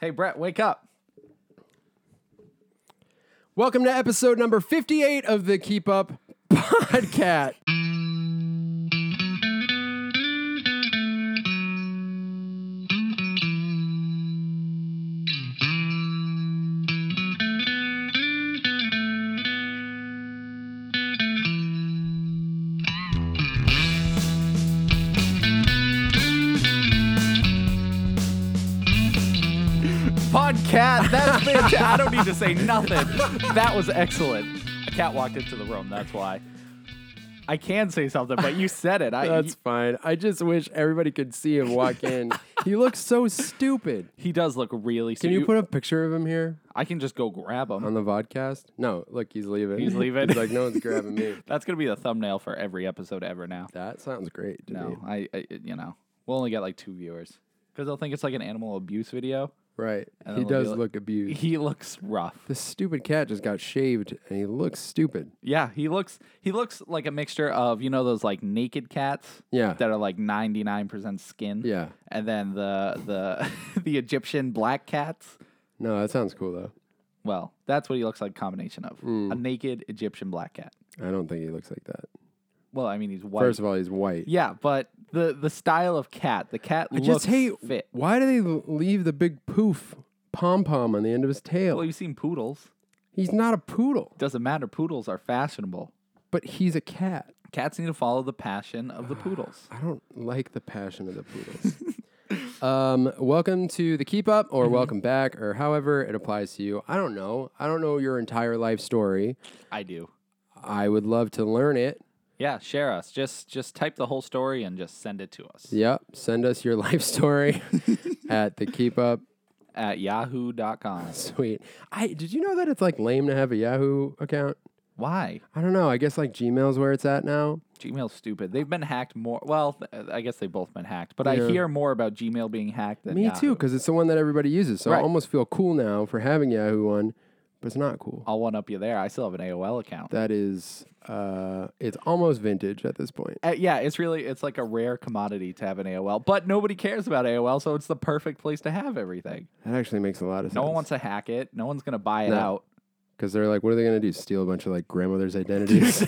Hey, Brett, wake up. Welcome to episode number 58 of the Keep Up Podcast. Podcat. That's fantastic. I don't need to say nothing. That was excellent. A cat walked into the room. That's why. I can say something, but you said it. I That's fine. I just wish everybody could see him walk in. he looks so stupid. he does look really. Can you put a picture of him here I can just go grab him. on the vodcast? No, look, he's leaving. He's leaving. he's like, no one's grabbing me. That's gonna be the thumbnail for every episode ever now. That sounds great to me. No, I, I you know we'll only get like two viewers because they'll think it's like an animal abuse video. Right. And He then we'll be does like- look abused. He looks rough. This stupid cat just got shaved and he looks stupid. Yeah, he looks he looks like a mixture of you know those like naked cats. Yeah. that are like ninety nine percent skin. Yeah. and then the the the Egyptian black cats. No, that sounds cool though. Well, that's what he looks like. Combination of Hmm. a naked Egyptian black cat. I don't think he looks like that. Well, I mean he's white. First of all, he's white. yeah, but the the style of cat, the cat I looks just hate fit. why do they l- leave the big poof pom pom on the end of his tail? Well, you've seen poodles. he's not a poodle, Doesn't matter. Poodles are fashionable. but he's a cat. Cats need to follow the passion of the poodles. I don't like the passion of the poodles. um, welcome to the keep up, or welcome back, or however it applies to you. I don't know. I don't know your entire life story. I do. I would love to learn it. Yeah, share us. Just just type the whole story and just send it to us Yep. Send us your life story at the keep up. at yahoo.com. Sweet. I did you know that it's like lame to have a Yahoo account? Why? I don't know. I guess like Gmail's where it's at now. Gmail's stupid. They've been hacked more. Well, th- I guess they've both been hacked, but I Yeah. hear more about Gmail being hacked than Me Yahoo. too, because it's the one that everybody uses. So Right. I almost feel cool now for having Yahoo one, but it's not cool. I'll one up you there. I still have an AOL account. That is, uh, it's almost vintage at this point. Uh, yeah, it's really it's like a rare commodity to have an AOL, but nobody cares about AOL, so it's the perfect place to have everything. That actually makes a lot of sense. No one wants to hack it. No one's gonna buy it No. out. because they're like, what are they gonna do? Steal a bunch of like grandmother's identities?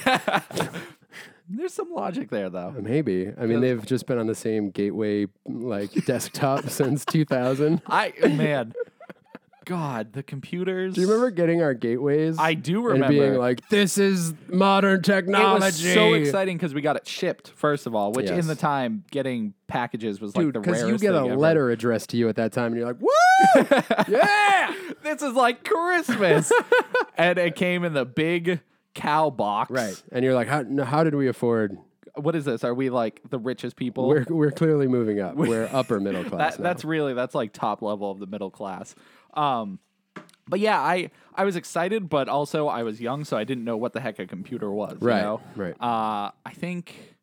There's some logic there, though. Maybe. I mean, they've just been on the same gateway like desktop since 2000. I man, God, the computers. Do you remember getting our gateways? I do and remember. being like, this is modern it technology. was so exciting because we got it shipped first of all, which in Yes. the time getting packages was Dude, like the because rarest. you get a thing ever. letter addressed to you at that time, and you're like, "Woo, yeah!" This is like Christmas, and it came in the big cow box. Right, and you're like, "How? No, how did we afford What is this? Are we like the richest people? We're we're clearly moving up. We're upper middle class. that, that's really that's like top level of the middle class um but yeah i i was excited but also i was young so i didn't know what the heck a computer was you Right, know? right. uh i think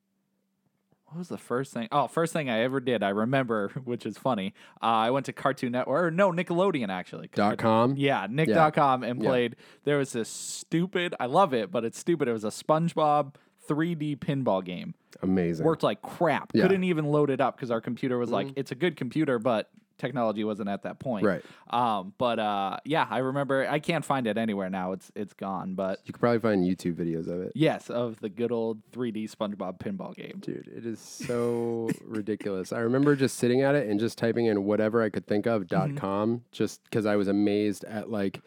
what was the first thing? Oh, first thing I ever did, I remember, which is funny. Uh, I went to Cartoon Network, or no, Nickelodeon actually. dot com. Yeah, Yeah. Nick.com and Yeah. played. There was this stupid, I love it, but it's stupid. It was a SpongeBob 3D pinball game Amazing. worked like crap. Yeah. Mm-hmm. Couldn't even load it up because our computer was like, it's a good computer, but technology wasn't at that point. Right. Um, but uh, yeah, I remember. I can't find it anywhere now. It's it's gone. But You could probably find YouTube videos of it. yes, of the good old 3D SpongeBob pinball game. Dude, it is so ridiculous. I remember just sitting at it and just typing in whatever I could think of dot com, just because I was amazed at like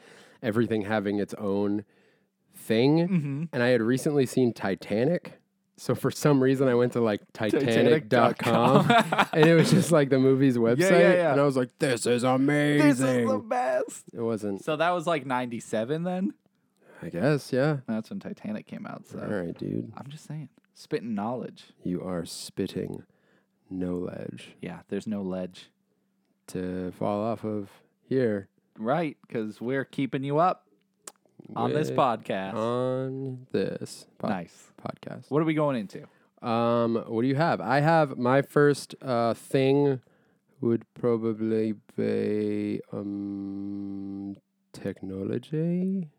everything having its own thing. Mm. Mm-hmm. And I had recently seen Titanic. So for some reason I went to like Titanic dot com, and it was just like the movie's website. yeah. And I was like, this is amazing. This is the best. it wasn't So that was like 97 then. I guess, yeah. That's when Titanic came out. So All right, dude. I'm just saying, spitting knowledge. You are spitting no ledge Yeah, there's no ledge. to fall off of here Right, because we're keeping you up on this Way podcast. on this po- nice. podcast. What are we going into? Um, what do you have? I have my first uh, thing would probably be um, technology.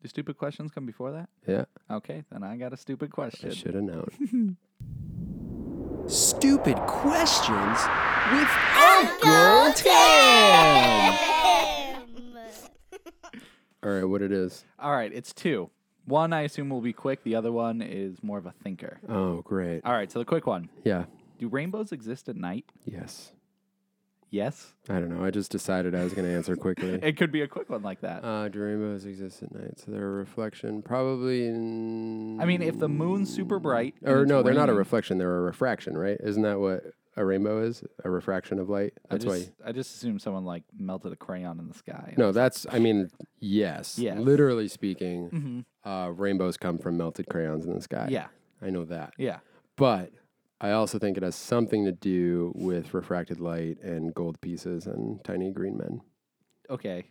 Do stupid questions come before that? Yeah, Okay, then I got a stupid I question. should have known. Uncle Tim! All right, what it is? All right, it's two. One I assume will be quick. The other one is more of a thinker. Oh, great. All right, so the quick one: Yeah. Do rainbows exist at night? Yes. Yes. I don't know. I just decided I was going to answer quickly. It could be a quick one like that. Uh, do rainbows exist at night? So they're a reflection, probably. In... I mean, if the moon's super bright, and or it's no, they're not a raining- reflection. They're a refraction, right? Isn't that what a rainbow is? A refraction of light. That's I why. just, I just assume someone like melted a crayon in the sky. No, that's. I mean, yes. Yes. Mm-hmm. Literally speaking, uh, rainbows come from melted crayons in the sky. Yeah. I know that. Yeah. But I also think it has something to do with refracted light and gold pieces and tiny green men. Okay.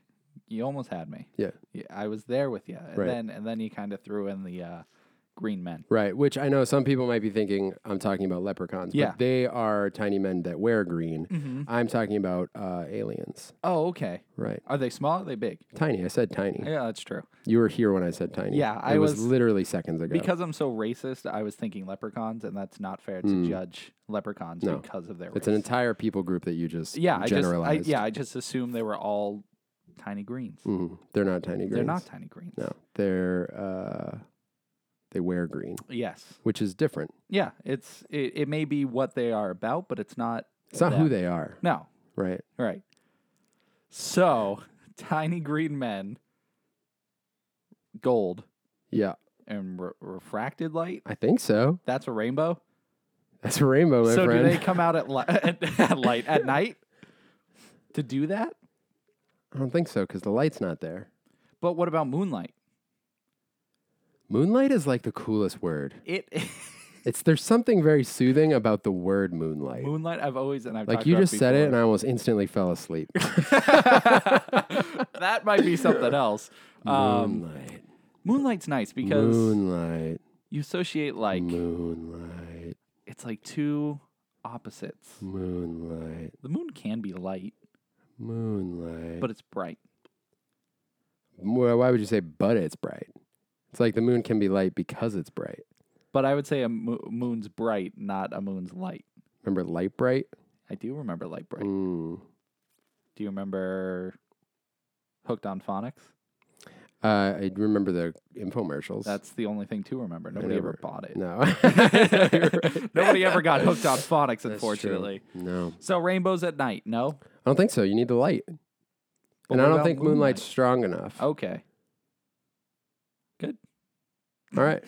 You almost had me. Yeah. Yeah, I was there with you, and Right. then and then you kind of threw in the uh, green men. Right, which I know some people might be thinking I'm talking about leprechauns, Yeah. but they are tiny men that wear green. I'm talking about uh, aliens. Oh, okay. Right. Are they small? Or are they big? Tiny. I said tiny. Yeah, that's true. You were here when I said tiny. Yeah, it I was, was- literally seconds ago. Because I'm so racist, I was thinking leprechauns, and that's not fair to judge leprechauns Hmm. No. because of their it's an race. entire people group that you just yeah, I just I, generalized. yeah, I just assumed they were all tiny greens. Mhm. They're not tiny greens. They're not tiny greens. No, they're uh, they wear green, Yes. which is different. Yeah. It's it, it may be what they are about, but it's not. It's not who them. they are, No. right? Right. So tiny green men, gold Yeah, and re- refracted light. I think so. That's a rainbow. That's a rainbow, my so friend. do they come out at, li- at, at light at night to do that? I don't think so because the light's not there. But what about moonlight? Moonlight is like the coolest word. It It's there's something very soothing about the word moonlight. moonlight. I've always and I've like talked you about just said it, and I almost instantly fell asleep. before. that might be something else. Um, moonlight, moonlight's nice because moonlight, you associate like moonlight, it's like two opposites. moonlight, The moon can be light, moonlight. but it's bright. Why why would you say but it's bright? It's like the moon can be light because it's bright. But I would say a mo- moon's bright, not a moon's light. Remember light bright? I do remember light bright. Mm. Do you remember Hooked on Phonics? Uh, I remember the infomercials. That's the only thing to remember. Nobody ever never- bought it. no. Nobody ever got hooked on phonics, That's unfortunately. true. No. So rainbows at night, no. I don't think so. You need the light. But and what I don't about think moonlight's strong enough. moonlight? Oh. Okay. All right.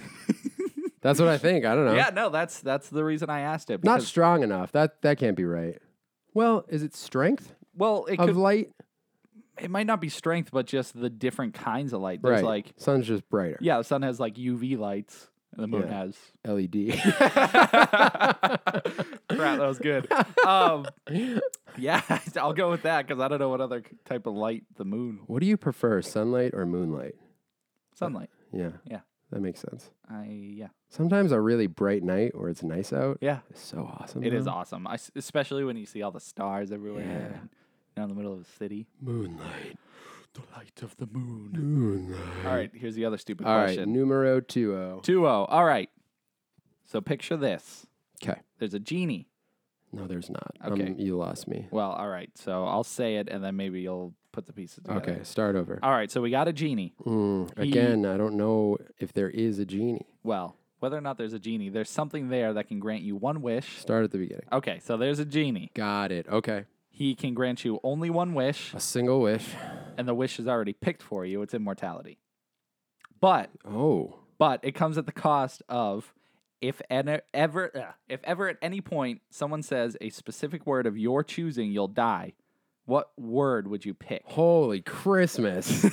That's what I think. I don't know. Yeah, no, that's that's the reason I asked it. Not because- strong enough. That that can't be right. Well, is it strength well, it of could light? it might not be strength, but just the different kinds of light. There's right. like sun's just brighter. yeah, the sun has like UV lights and the moon Yeah. has LED. Crap, that was good. Um, yeah, I'll go with that because I don't know what other type of light the moon what do you prefer, sunlight or moonlight? sunlight. Yeah. Yeah. That makes sense. I yeah Sometimes a really bright night where it's nice out yeah is so awesome. it is though. awesome. I s especially when you see all the stars everywhere Yeah. and down in the middle of the city. Moonlight. The light of the moon. Moonlight. All right, here's the other stupid All right. question. Numero two. Two o. All right. So picture this. Okay. There's a genie. No, there's not. Okay. Um, you lost me. Well, all right. So I'll say it, and then maybe you'll put the pieces together. Okay. Start over. All right. So we got a genie. Mm, Uh, He- again, I don't know if there is a genie. Well, whether or not there's a genie, there's something there that can grant you one wish. Start at the beginning. Okay, so there's a genie. Got it. Okay. He can grant you only one wish, A single wish. and the wish is already picked for you. It's immortality. But Oh. but it comes at the cost of if en- ever uh, if ever at any point someone says a specific word of your choosing, you'll die. What word would you pick? Holy Christmas.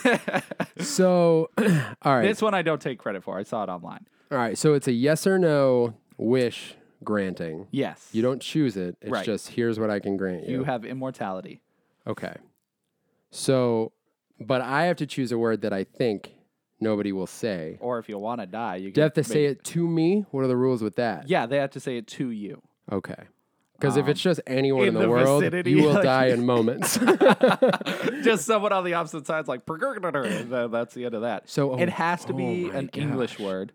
so, all right. This one I don't take credit for. I saw it online. all right. So it's a yes or no wish granting. Yes. You don't choose it. It's Right. just here's what I can grant you. you have immortality. okay. So, but I have to choose a word that I think nobody will say. Or if you want to die, you Do you have to make- say it to me? What are the rules with that? Yeah, they have to say it to you. Okay. Because if it's just anyone in, um, in the, the world, vicinity, you will like- die in moments. just someone on the opposite side's like "Purgurgurgur," and then that's the end of that. So, oh- it has to oh be my an English gosh. word,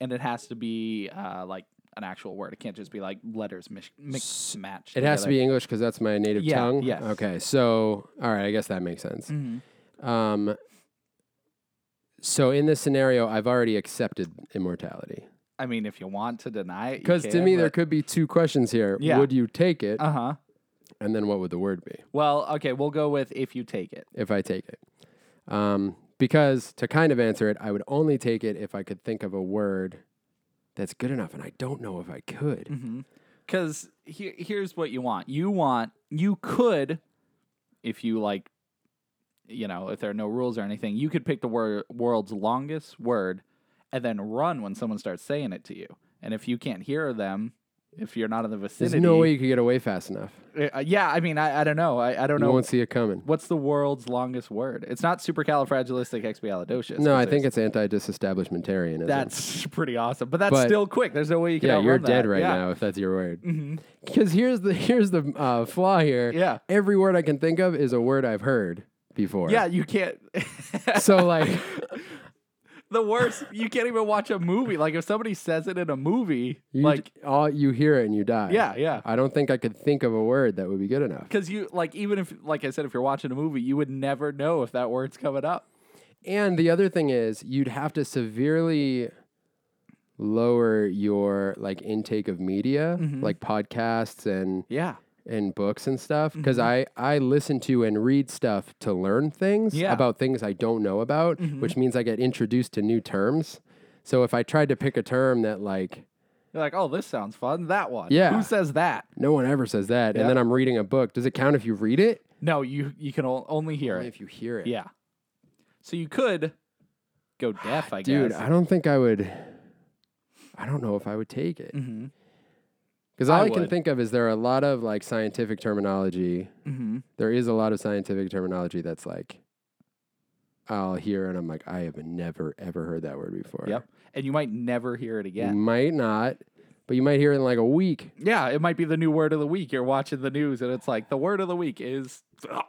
and it has to be uh, like an actual word. It can't just be like letters mix, mix matched. It has to be English because that's my native Yeah, tongue. yes. Mm-hmm. Okay. So, all right. I guess that makes sense. Um, So in this scenario, I've already accepted immortality. I mean, if you want to deny it, Because to me, there could be two questions here. Yeah. Would you take it? Uh huh. and then what would the word be Well, okay, we'll go with if you take it. if I take it? Um, because to kind of answer it, I would only take it if I could think of a word that's good enough, and I don't know if I could. Because here, here's what you want. You want you could, if you like, you know, if there are no rules or anything, you could pick the wor- world's longest word, and then run when someone starts saying it to you. And if you can't hear them, if you're not in the There's vicinity, no way you could get away fast enough. Uh, yeah, I mean, I, I don't know. I, I don't You know. won't see it coming. What's the world's longest word? It's not supercalifragilisticexpialidocious. no, 'cause I think there's- it's anti-disestablishmentarianism. that's pretty awesome. But that's But- still quick. There's no way you can. yeah, you're outrun that. dead right Yeah. Mm-hmm. now if that's your word. Because here's the here's the uh, flaw here. Yeah. every word I can think of is a word I've heard before. Yeah, you can't. So like, the worst, you can't even watch a movie. Like if somebody says it in a movie, you, like like all you hear it and you die. yeah, yeah. I don't think I could think of a word that would be good enough. Because you like even if like I said, if you're watching a movie, you would never know if that word's coming up. And the other thing is, you'd have to severely lower your like intake of media, Mm-hmm. like podcasts and Yeah, and books and stuff, because I I listen to and read stuff to learn things Mm-hmm. Yeah. Mm-hmm. about things I don't know about, which means I get introduced to new terms. So if I tried to pick a term that like you're like, oh, this sounds fun. That one. Yeah. Who says that? no one ever says that, Yeah. and then I'm reading a book, does it count if you read it? No, you you can o- only hear Only it. if you hear it. Ah, Yeah. So you could go deaf, I Dude, guess. I don't think I would. I don't know if I would take it. mm-hmm. Because all I I, can would. think of is there are a lot of like scientific terminology. Mm-hmm. There is a lot of scientific terminology that's like I'll hear and I'm like, I have never ever heard that word before. Yep. And you might never hear it You again. might not, but you might hear it in like a week. Yeah, it might be the new word of the week. You're watching the news and it's like the word of the week is I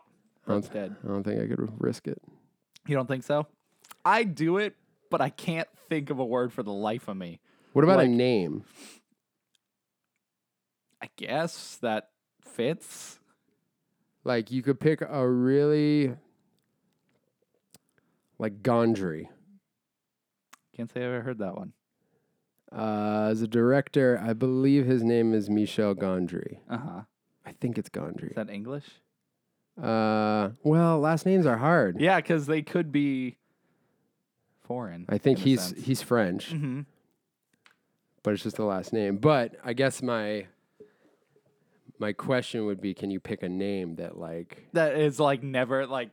that's don't, dead. I don't think I could risk it. You don't think so? I do it, but I can't think of a word for the life of me. What about Like- a name? I guess that fits. Like you could pick a really like Gondry. Can't say I ever heard that one. Uh, as a director, I believe his name is Michel Gondry. Uh huh. I think it's Is Gondry. that English? Uh, well, last names are hard. Yeah, because they could be foreign. I think he's he's French, hmm but it's just the last name. But I guess my my question would be, can you pick a name that like? That is like never like.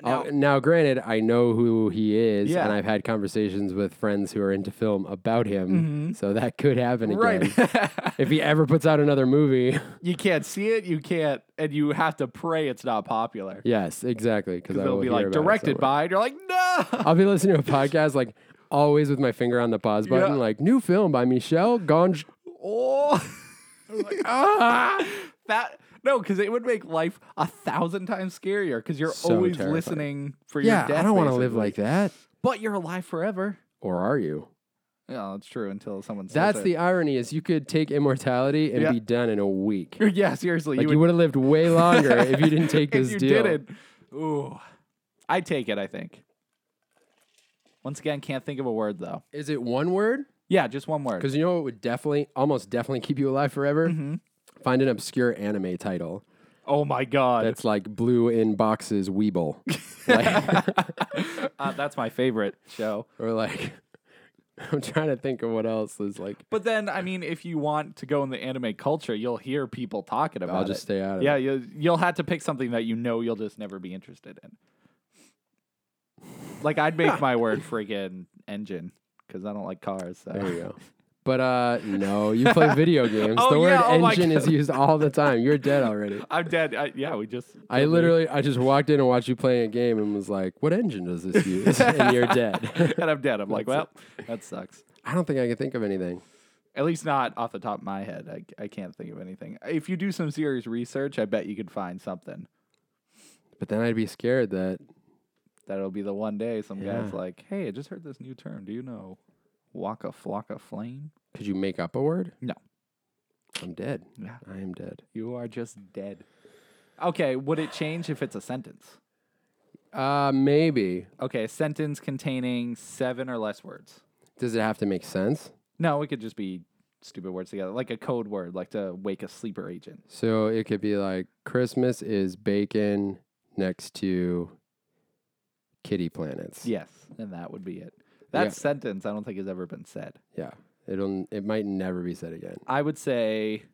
Now, Now- Uh, now granted, I know who he is, Yeah. and I've had conversations with friends who are into film about him, Mhm. so that could happen again. Right. if he ever puts out another movie, you can't see it. You can't, and you have to pray it's not popular. yes, exactly, because Because it'll be like directed by, and you're like, no. I'll be listening to a podcast like always with my finger on the pause button, Yeah. like new film by Michelle Gondry. Oh. I'm like, ah. That no, because it would make life a thousand times scarier. Because you're So always terrifying. listening for Yeah, your death. I don't want to live basically. like that. But you're alive forever. Or are you? Yeah, that's true. Until someone says That's it. the irony is you could take immortality and Yeah. be done in a week. yeah. Seriously, Like you you would, would have lived way longer if you didn't take this if you deal. didn't. Ooh, I take it. I think. Once again, can't think of a word though. Is it one word? Yeah, just one word. Because you know what would definitely, almost definitely keep you alive forever? Mm-hmm. Find an obscure anime title Oh my god, that's like blue in boxes Weeble. like, uh, that's my favorite show. or like, I'm trying to think of what else is like, But then, I mean, if you want to go in the anime culture, you'll hear people talking about I'll just it. stay out of yeah, it. you'll, you'll have to pick something that you know you'll just never be interested in. Like, I'd make my word friggin' engine because I don't like cars. So. There you go. But uh, no, you play video games. Oh, the word yeah, oh my engine is God. used all the time. You're dead already. I'm dead. I, yeah, we just. I literally, I just walked in and watched you playing a game and was like, "What engine does this use?" and you're dead. and I'm dead. I'm like, well, that sucks. I don't think I can think of anything. At least not off the top of my head. I, I can't think of anything. If you do some serious research, I bet you could find something. But then I'd be scared that That'll be the one day some guy's Yeah. like, hey, I just heard this new term. Do you know Waka Flocka Flame? could you make up a word? No. I'm dead. Yeah. I am dead. You are just dead. Okay, would it change if it's a sentence? Uh, maybe. Okay, a sentence containing seven or less words. Does it have to make sense? No, it could just be stupid words together, like a code word, like to wake a sleeper agent. So it could be like Christmas is bacon next to kitty planets. Yes, and that would be it. That Yeah. sentence I don't think has ever been said. Yeah. It'll it might never be said again. I would say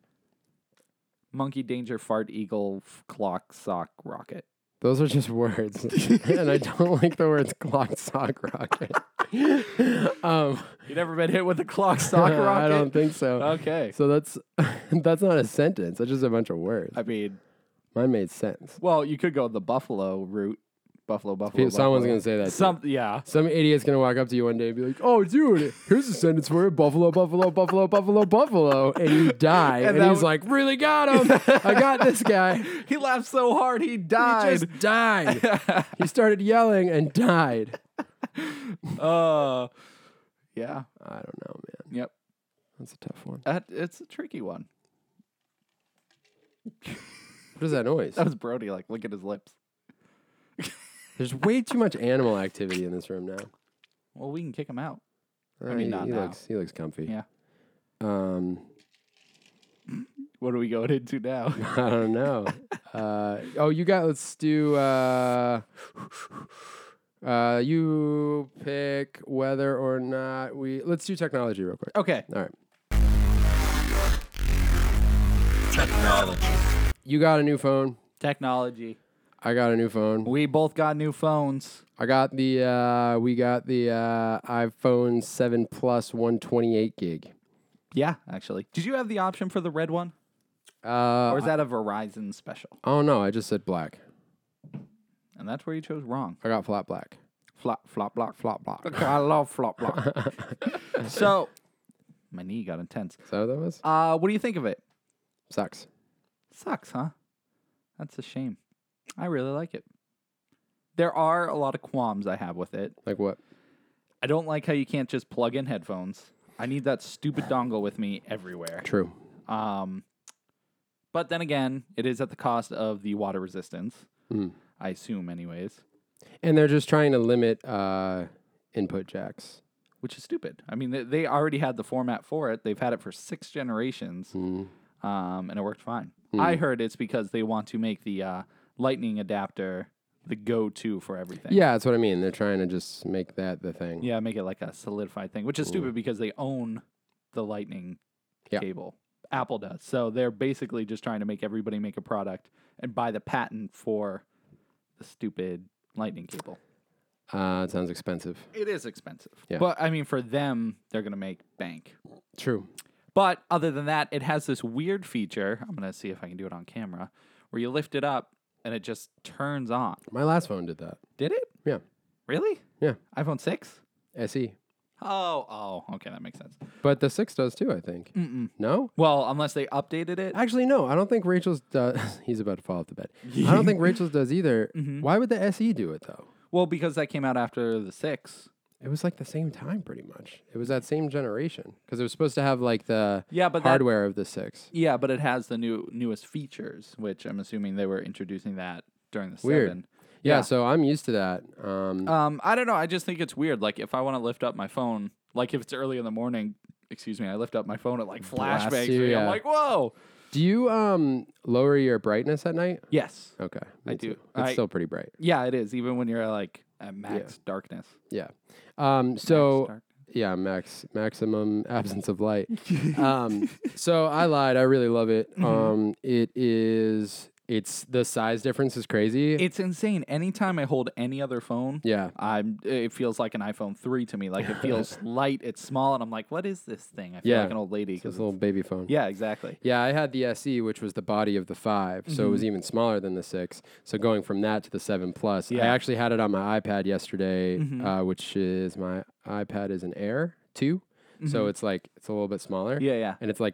monkey danger fart eagle f- clock sock rocket. Those are just words. and I don't like the words clock sock rocket. um You never been hit with a clock sock rocket? I don't think so. Okay. So that's that's not a sentence. That's just a bunch of words. I mean, Mine made sense. well, you could go the buffalo route. Buffalo, buffalo. People, someone's buffalo. gonna say that. too. Some, yeah. Some idiot's gonna walk up to you one day and be like, "Oh, dude, here's a sentence for it: buffalo, buffalo, buffalo, buffalo, buffalo," and you die. And And, that he's would- like, "Really got him! I got this guy." He He laughed so hard he died. just died. he started yelling and died. uh, yeah. I don't know, man. Yep. That's a tough one. That, it's a tricky one. What is that noise? That was Brody, like, look at his lips. There's way too much animal activity in this room now. Well, we can kick him out. I mean, not he now. looks he looks comfy. Yeah. Um, What are we going into now? I don't know. uh, oh, you got. Let's do. Uh, uh, you pick whether or not we. Let's do technology real quick. Oh, okay. All right. Technology. You got a new phone. Technology. I got a new phone. We both got new phones. I got the. Uh, we got the uh, iPhone Seven Plus, one twenty eight gig. Yeah, actually. Did you have the option for the red one? Uh, Or is that a Verizon special? oh no! I just said black. And that's where you chose wrong. I got flat black. Flop, flop, block, flop. Flop black. Is I love flop, block. so, my knee got intense. that what that was? Uh, what do you think of it? Sucks. Sucks, huh? That's a shame. I really like it. There are a lot of qualms I have with it. Like what? I don't like how you can't just plug in headphones. I need that stupid dongle with me everywhere. True. Um, but then again, it is at the cost of the water resistance. Mm. I assume, anyways, And they're just trying to limit uh, input jacks. which is stupid. I mean, they, they already had the format for it. They've had it for six generations, Mm. um, and it worked fine. I heard it's because they want to make the uh, lightning adapter the go-to for everything. Yeah, that's what I mean. They're trying to just make that the thing. Yeah, make it like a solidified thing, which is stupid because they own the Lightning Yeah. cable. Apple does. So they're basically just trying to make everybody make a product and buy the patent for the stupid Lightning cable. Uh, it sounds expensive. It is expensive. Yeah. But I mean, for them, they're going to make bank. True. But other than that, it has this weird feature. I'm going to see if I can do it on camera where you lift it up and it just turns on. My last phone did that. Did it? Yeah. Really? Yeah. iPhone 6? SE. Oh, oh, okay, that makes sense. But the 6 does too, I think. Mm-mm. No? Well, unless they updated it. Actually, no. I don't think Rachel's does. He's about to fall off the bed. I don't think Rachel's does either. Mm-hmm. Why would the SE do it, though? Well, because that came out after the six. It was like the same time, pretty much. It was that same generation because it was supposed to have like the Yeah, but that- hardware of the 6. Yeah, but it has the new newest features, which I'm assuming they were introducing that during the Weird. seven. Yeah, Yeah. so I'm used to that. Um, Um, I don't know. I just think it's weird. Like if I want to lift up my phone, like if it's early in the morning, excuse me, I lift up my phone, it like Blasts flashbangs you, me. I'm yeah. like, whoa. Do you um lower your brightness at night? Yes. Okay, I me do. It's I- still pretty bright. Yeah, it is. Even when you're like at max darkness. Yeah. Um. So dark. yeah, max maximum absence of light. um. So I lied. I really love it. Mm-hmm. Um. It is. It's the size difference is crazy. It's insane. Anytime I hold any other phone, yeah. I'm. It feels like an iPhone three to me. Like it feels light. It's small, and I'm like, what is this thing? I feel Yeah. like an old lady This because little baby phone. yeah, exactly. Yeah, I had the SE, which was the body of the 5 so it Mm-hmm. was even smaller than the six. So going from that to the seven plus, I Yeah. Mm-hmm. actually had it on my iPad yesterday, uh, which is my iPad is an Air 2 Mm-hmm. so it's like it's a little bit smaller. Yeah, yeah, and it's like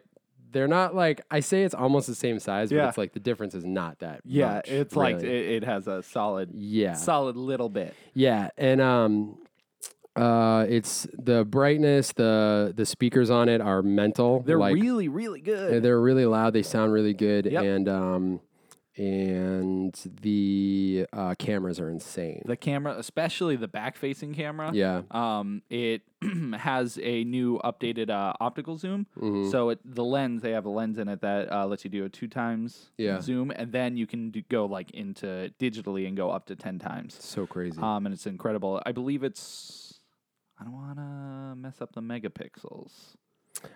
they're not like I say it's almost the same size, but Yeah. it's like the difference is not that. yeah. much, it's like it, really. it has a solid, yeah, solid little bit. yeah, and um, uh, it's the brightness, the the speakers on it are mental. They're like, really, really uh, good. they're really loud. They sound really good, Yep. and um, and the uh, cameras are insane. The camera, especially the back facing camera, yeah. um, it has a new updated uh, optical zoom. Mhm. So it, the lens, they have a lens in it that uh, lets you do a two times Yeah. zoom, and then you can do, go like into digitally and go up to ten times. so crazy. Um, and it's incredible. I believe it's. I don't want to mess up the megapixels.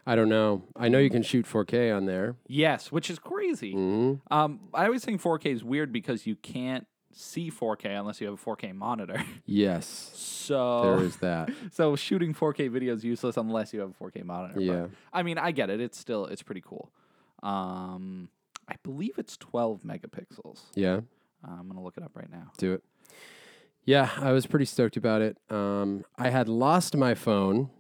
I don't know. I know you can shoot 4K on there. Yes, which is crazy. hmm Um, I always think 4K is weird because you can't see 4K unless you have a 4K monitor. Yes, there so, is that. so shooting 4K video is useless unless you have a 4K monitor. but- yeah. I mean, I get it. It's still it's pretty cool. Um, I believe it's 12 megapixels. Yeah. Uh, I'm gonna look it up right now. Do it. Yeah, I was pretty stoked about it. Um, I had lost my phone.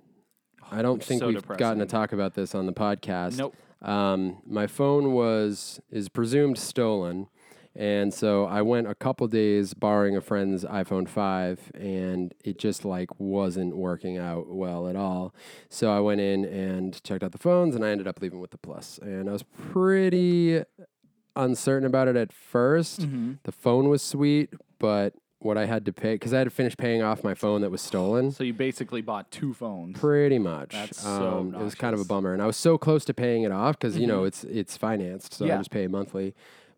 I don't think so we've gotten to depressing. talk about this on the podcast. Nope. Um, my phone was is presumed stolen, and so I went a couple days borrowing a friend's iPhone five, and it just like wasn't working out well at all. So I went in and checked out the phones, and I ended up leaving with the Plus, and I was pretty uncertain about it at 1st Mm-hmm. The phone was sweet, but what I had to pay because I had to finish paying off my phone that was stolen. So you basically bought two phones. Pretty much. um, That's so it was kind obnoxious. of a Mm-hmm. bummer, and I was so close to paying it off because you know it's it's financed, so Yeah. I just pay monthly.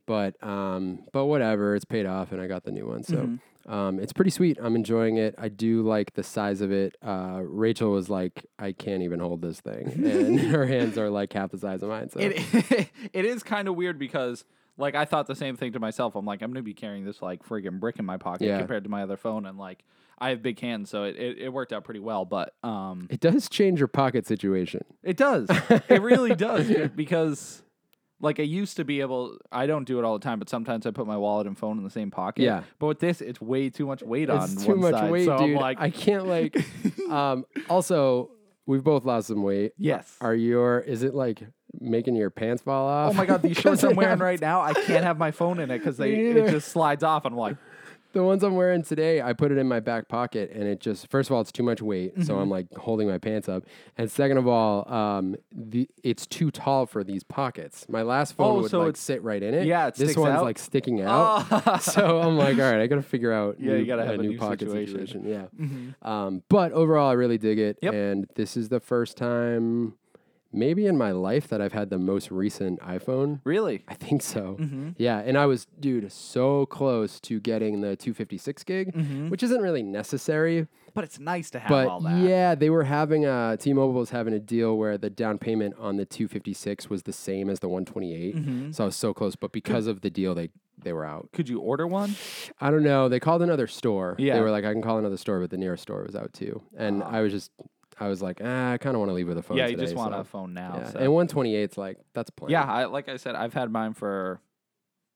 But um, but whatever, it's paid off, and I got the new one, so Mm-hmm. um, it's pretty sweet. I'm enjoying it. I do like the size of it. Uh, Rachel was like, I can't even hold this thing, and her hands are like half the size of mine. So It it is kind of weird because like I thought the same thing to myself. I'm like I'm gonna be carrying this like friggin' brick in my pocket Yeah. compared to my other phone, and like I have big hands, so it, it, it worked out pretty well. But um, it does change your pocket situation. it does, it really does, dude, because like I used to be able. I don't do it all the time, but sometimes I put my wallet and phone in the same pocket. Yeah. But with this, it's way too much weight on It's too one much side, weight, so dude. I'm like, I can't like. um, also, we've both lost some weight. yes. Are your is it like making your pants fall Oh off? my god, these 'Cause shorts I'm they wearing have- right now, I can't have my phone in it because they it neither. just slides off. and I'm like, The ones I'm wearing today, I put it in my back pocket, and it just first of all, it's too much weight, so Mm-hmm. I'm like holding my pants up, and second of all, um, the it's too tall for these pockets. My last phone Oh, would so like it's- sit right in it. yeah, it this sticks one's out? like sticking out. "Ah." so I'm like, all right, I gotta figure out. Yeah, you gotta have a new pocket situation. Mm-hmm. Yeah. Um, but overall, I really dig it, Yep. and this is the first time, maybe in my life, that I've had the most recent iPhone. really? I think so. Mm-hmm. Yeah, and I was, dude, so close to getting the 256 gig, which isn't really necessary, But it's nice to have Mm-hmm. all but that. yeah, they were having a T-Mobile was having a deal where the down payment on the 256 was the same as the 128, Mm-hmm. so I was so close. But because of the deal, they they were out. Could you order one? I don't know. They called another store. Yeah. They were like, I can call another store, but the nearest store was out too. And I was just, I was like, ah, I kind of want to leave with a phone. yeah, you today, just want so, a phone now. Yeah. so- And 128's like, that's plenty. yeah, I, like I said, I've had mine for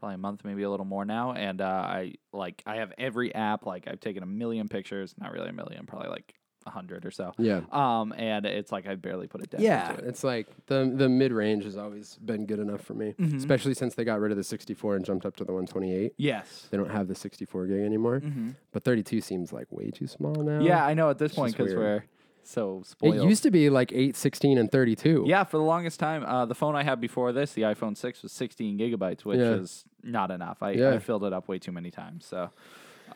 probably a month, maybe a little more now, and uh, I like I have every app. Like I've taken a million pictures, not really a million, probably like a hundred or so. Yeah. Um, and it's like I barely put it down. Yeah, it's like the the mid range has always been good enough for me, Mhm. especially since they got rid of the 64 and jumped up to the 128. Yes. They don't have the 64 gig anymore, Mhm. but 32 seems like way too small now. Yeah, I know at this It's point just because weird. we're so it spoiled. used to be like 8, 16, and 32. Yeah, for the longest time, uh, the phone I had before this, the iPhone 6, was 16 gigabytes, which Yeah. is not enough. I, I Yeah. filled it up way too many times. So,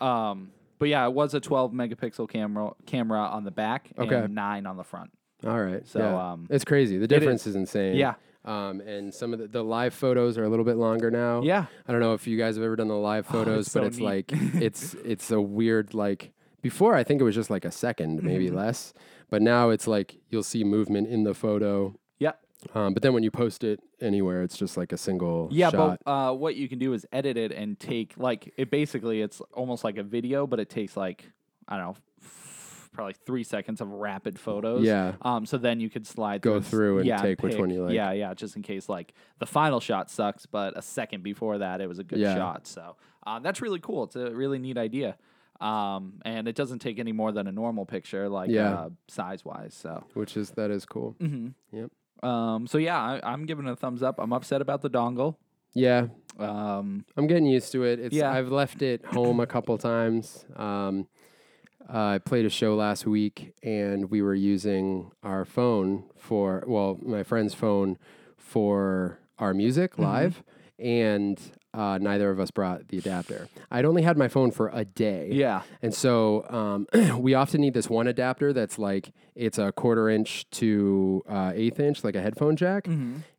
um, but yeah, it was a 12 megapixel camera camera on the back Okay. and nine on the front. All right. So, yeah. um, it's crazy. The difference is. insane. Yeah. Um, and some of the, the live photos are a little bit longer now. Yeah. I don't know if you guys have ever done the live photos, Oh, it's but so it's neat. like it's it's a weird like before I think it was just like a second, maybe Mm-hmm. less, but now it's like you'll see movement in the photo. Yeah. Um, but then when you post it anywhere, it's just like a single Yeah, shot. but uh, what you can do is edit it and take like it basically it's almost like a video, but it takes like I don't know, f- probably three seconds of rapid photos. Yeah. Um. So then you could slide Go through, s- through and yeah, take which pick- one you like. Yeah, yeah. Just in case like the final shot sucks, but a second before that it was a good Yeah. shot. So uh, that's really cool. It's a really neat idea. Um, and it doesn't take any more than a normal picture, like Yeah. uh, size wise. So. which is that is cool. Mm-hmm. Yep. Um. So yeah, I, I'm giving it a thumbs up. I'm upset about the dongle. Yeah, Um. I'm getting used to it. It's, Yeah. I've left it home a couple times. Um, uh, I played a show last week, and we were using our phone for well, my friend's phone for our music live, and uh, neither of us brought the adapter. I'd only had my phone for a day. Yeah. And so um, we often need this one adapter that's like it's a quarter inch to uh, eighth inch, like a headphone jack.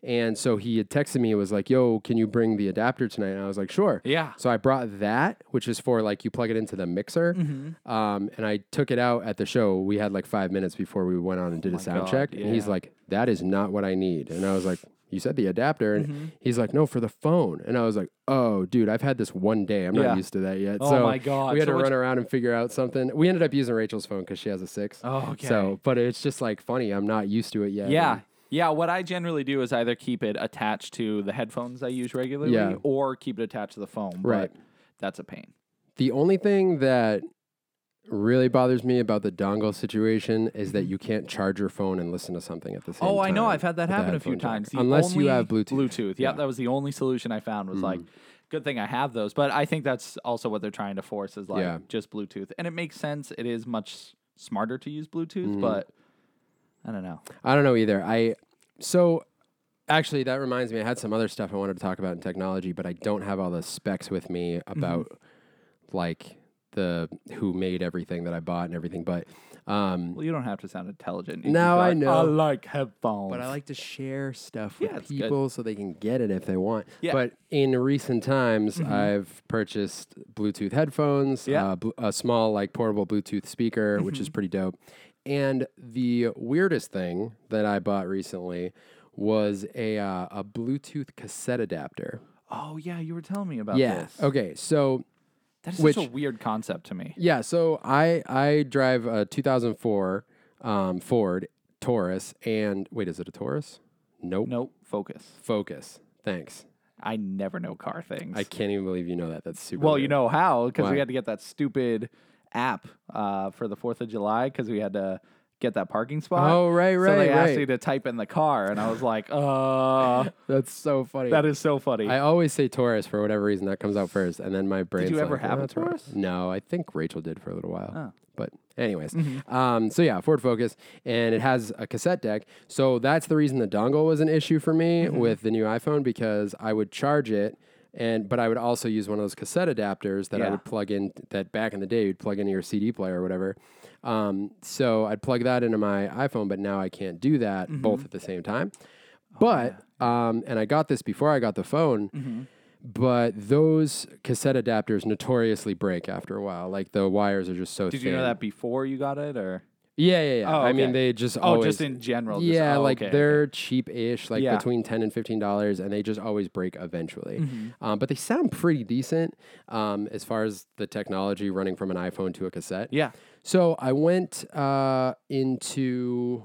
And so he had texted me, was like, "Yo, can you bring the adapter tonight?" And I was like, "Sure." Yeah. So I brought that, which is for like you plug it into the mixer, Mm-hmm. um, and I took it out at the show. We had like five minutes before we went on and did a sound Oh God, check, and he's yeah. like, "That is not what I need," and I was like. You said the adapter, and Mm-hmm. he's like, "No, for the phone." And I was like, "Oh, dude, I've had this one day. I'm Yeah. not used to that yet." Oh so my God. we had So to what run around and figure out something. We ended up using Rachel's phone because she has a six. Oh, okay. So, but it's just like funny. I'm not used to it yet. Yeah. and- Yeah, what I generally do is either keep it attached to the headphones I use regularly Yeah. or keep it attached to the phone. but Right. that's a pain. The only thing that really bothers me about the dongle situation is that you can't charge your phone and listen to something at the same time. Mm-hmm. Oh, I know. I've had that with a happen a few headphone jack. times. The Unless you only- have Bluetooth. Mm. Bluetooth. Yeah, that was the only solution I found was like, good thing I have those. But I think that's also what they're trying to force is like Yeah. just Bluetooth. And it makes sense. It is much s- smarter to use Bluetooth, Mm. but I don't know. I don't know either. I so actually that reminds me. I had some other stuff I wanted to talk about in technology, but I don't have all the specs with me about Mm-hmm. like the who made everything that I bought and everything. But um, Well, you don't have to sound intelligent. You can No, be I like, know. I like headphones. But I like to share stuff Yeah, with it's good. people so they can get it if they want. Yeah. Mm-hmm. But in recent times, I've purchased Bluetooth headphones, Yeah. Mm-hmm. uh, bl- a small like portable Bluetooth speaker, which is pretty dope. And the weirdest thing that I bought recently was a uh, a Bluetooth cassette adapter. oh, yeah, you were telling me about yeah. this. Okay. So That is such Which- a weird concept to me. Yeah, so I I drive a 2004 um, Ford Taurus, and wait, is it a Taurus? Nope. Nope, focus. Focus. Thanks. I never know car things. I can't even believe you know that. That's super. well, you know how because Why? we had to get that stupid app uh, for the Fourth of July because we had to get that parking spot. Oh, right, So they right, asked right. me to type in the car, and I was like, "Uh, that's so funny. that is so funny." I always say Taurus for whatever reason. That comes out first, and then my brain. you ever have a Taurus? Oh. No, I think Rachel did for a little while. But anyways, Mm-hmm. um, so yeah, Ford Focus, and it has a cassette deck. So that's the reason the dongle was an issue for me Mm-hmm. with the new iPhone because I would charge it. And but I would also use one of those cassette adapters that I Yeah. would plug in. That back in the day, you'd plug into your CD player or whatever. Um, so I'd plug that into my iPhone, but now I can't do that Mm-hmm. both at the same time. Oh, But um, and I got this before I got the phone. Mm-hmm. But those cassette adapters notoriously break after a while. Like the wires are just so. Did you know thin. that before you got it, or Yeah, yeah, yeah. Oh, I okay. mean, they just oh, always. just in general? just- yeah, oh, like okay, okay. they're cheap-ish, like Yeah. between ten and fifteen dollars, and they just always break eventually. Mm-hmm. Um, but they sound pretty decent um, as far as the technology running from an iPhone to a cassette. yeah. So I went uh, into,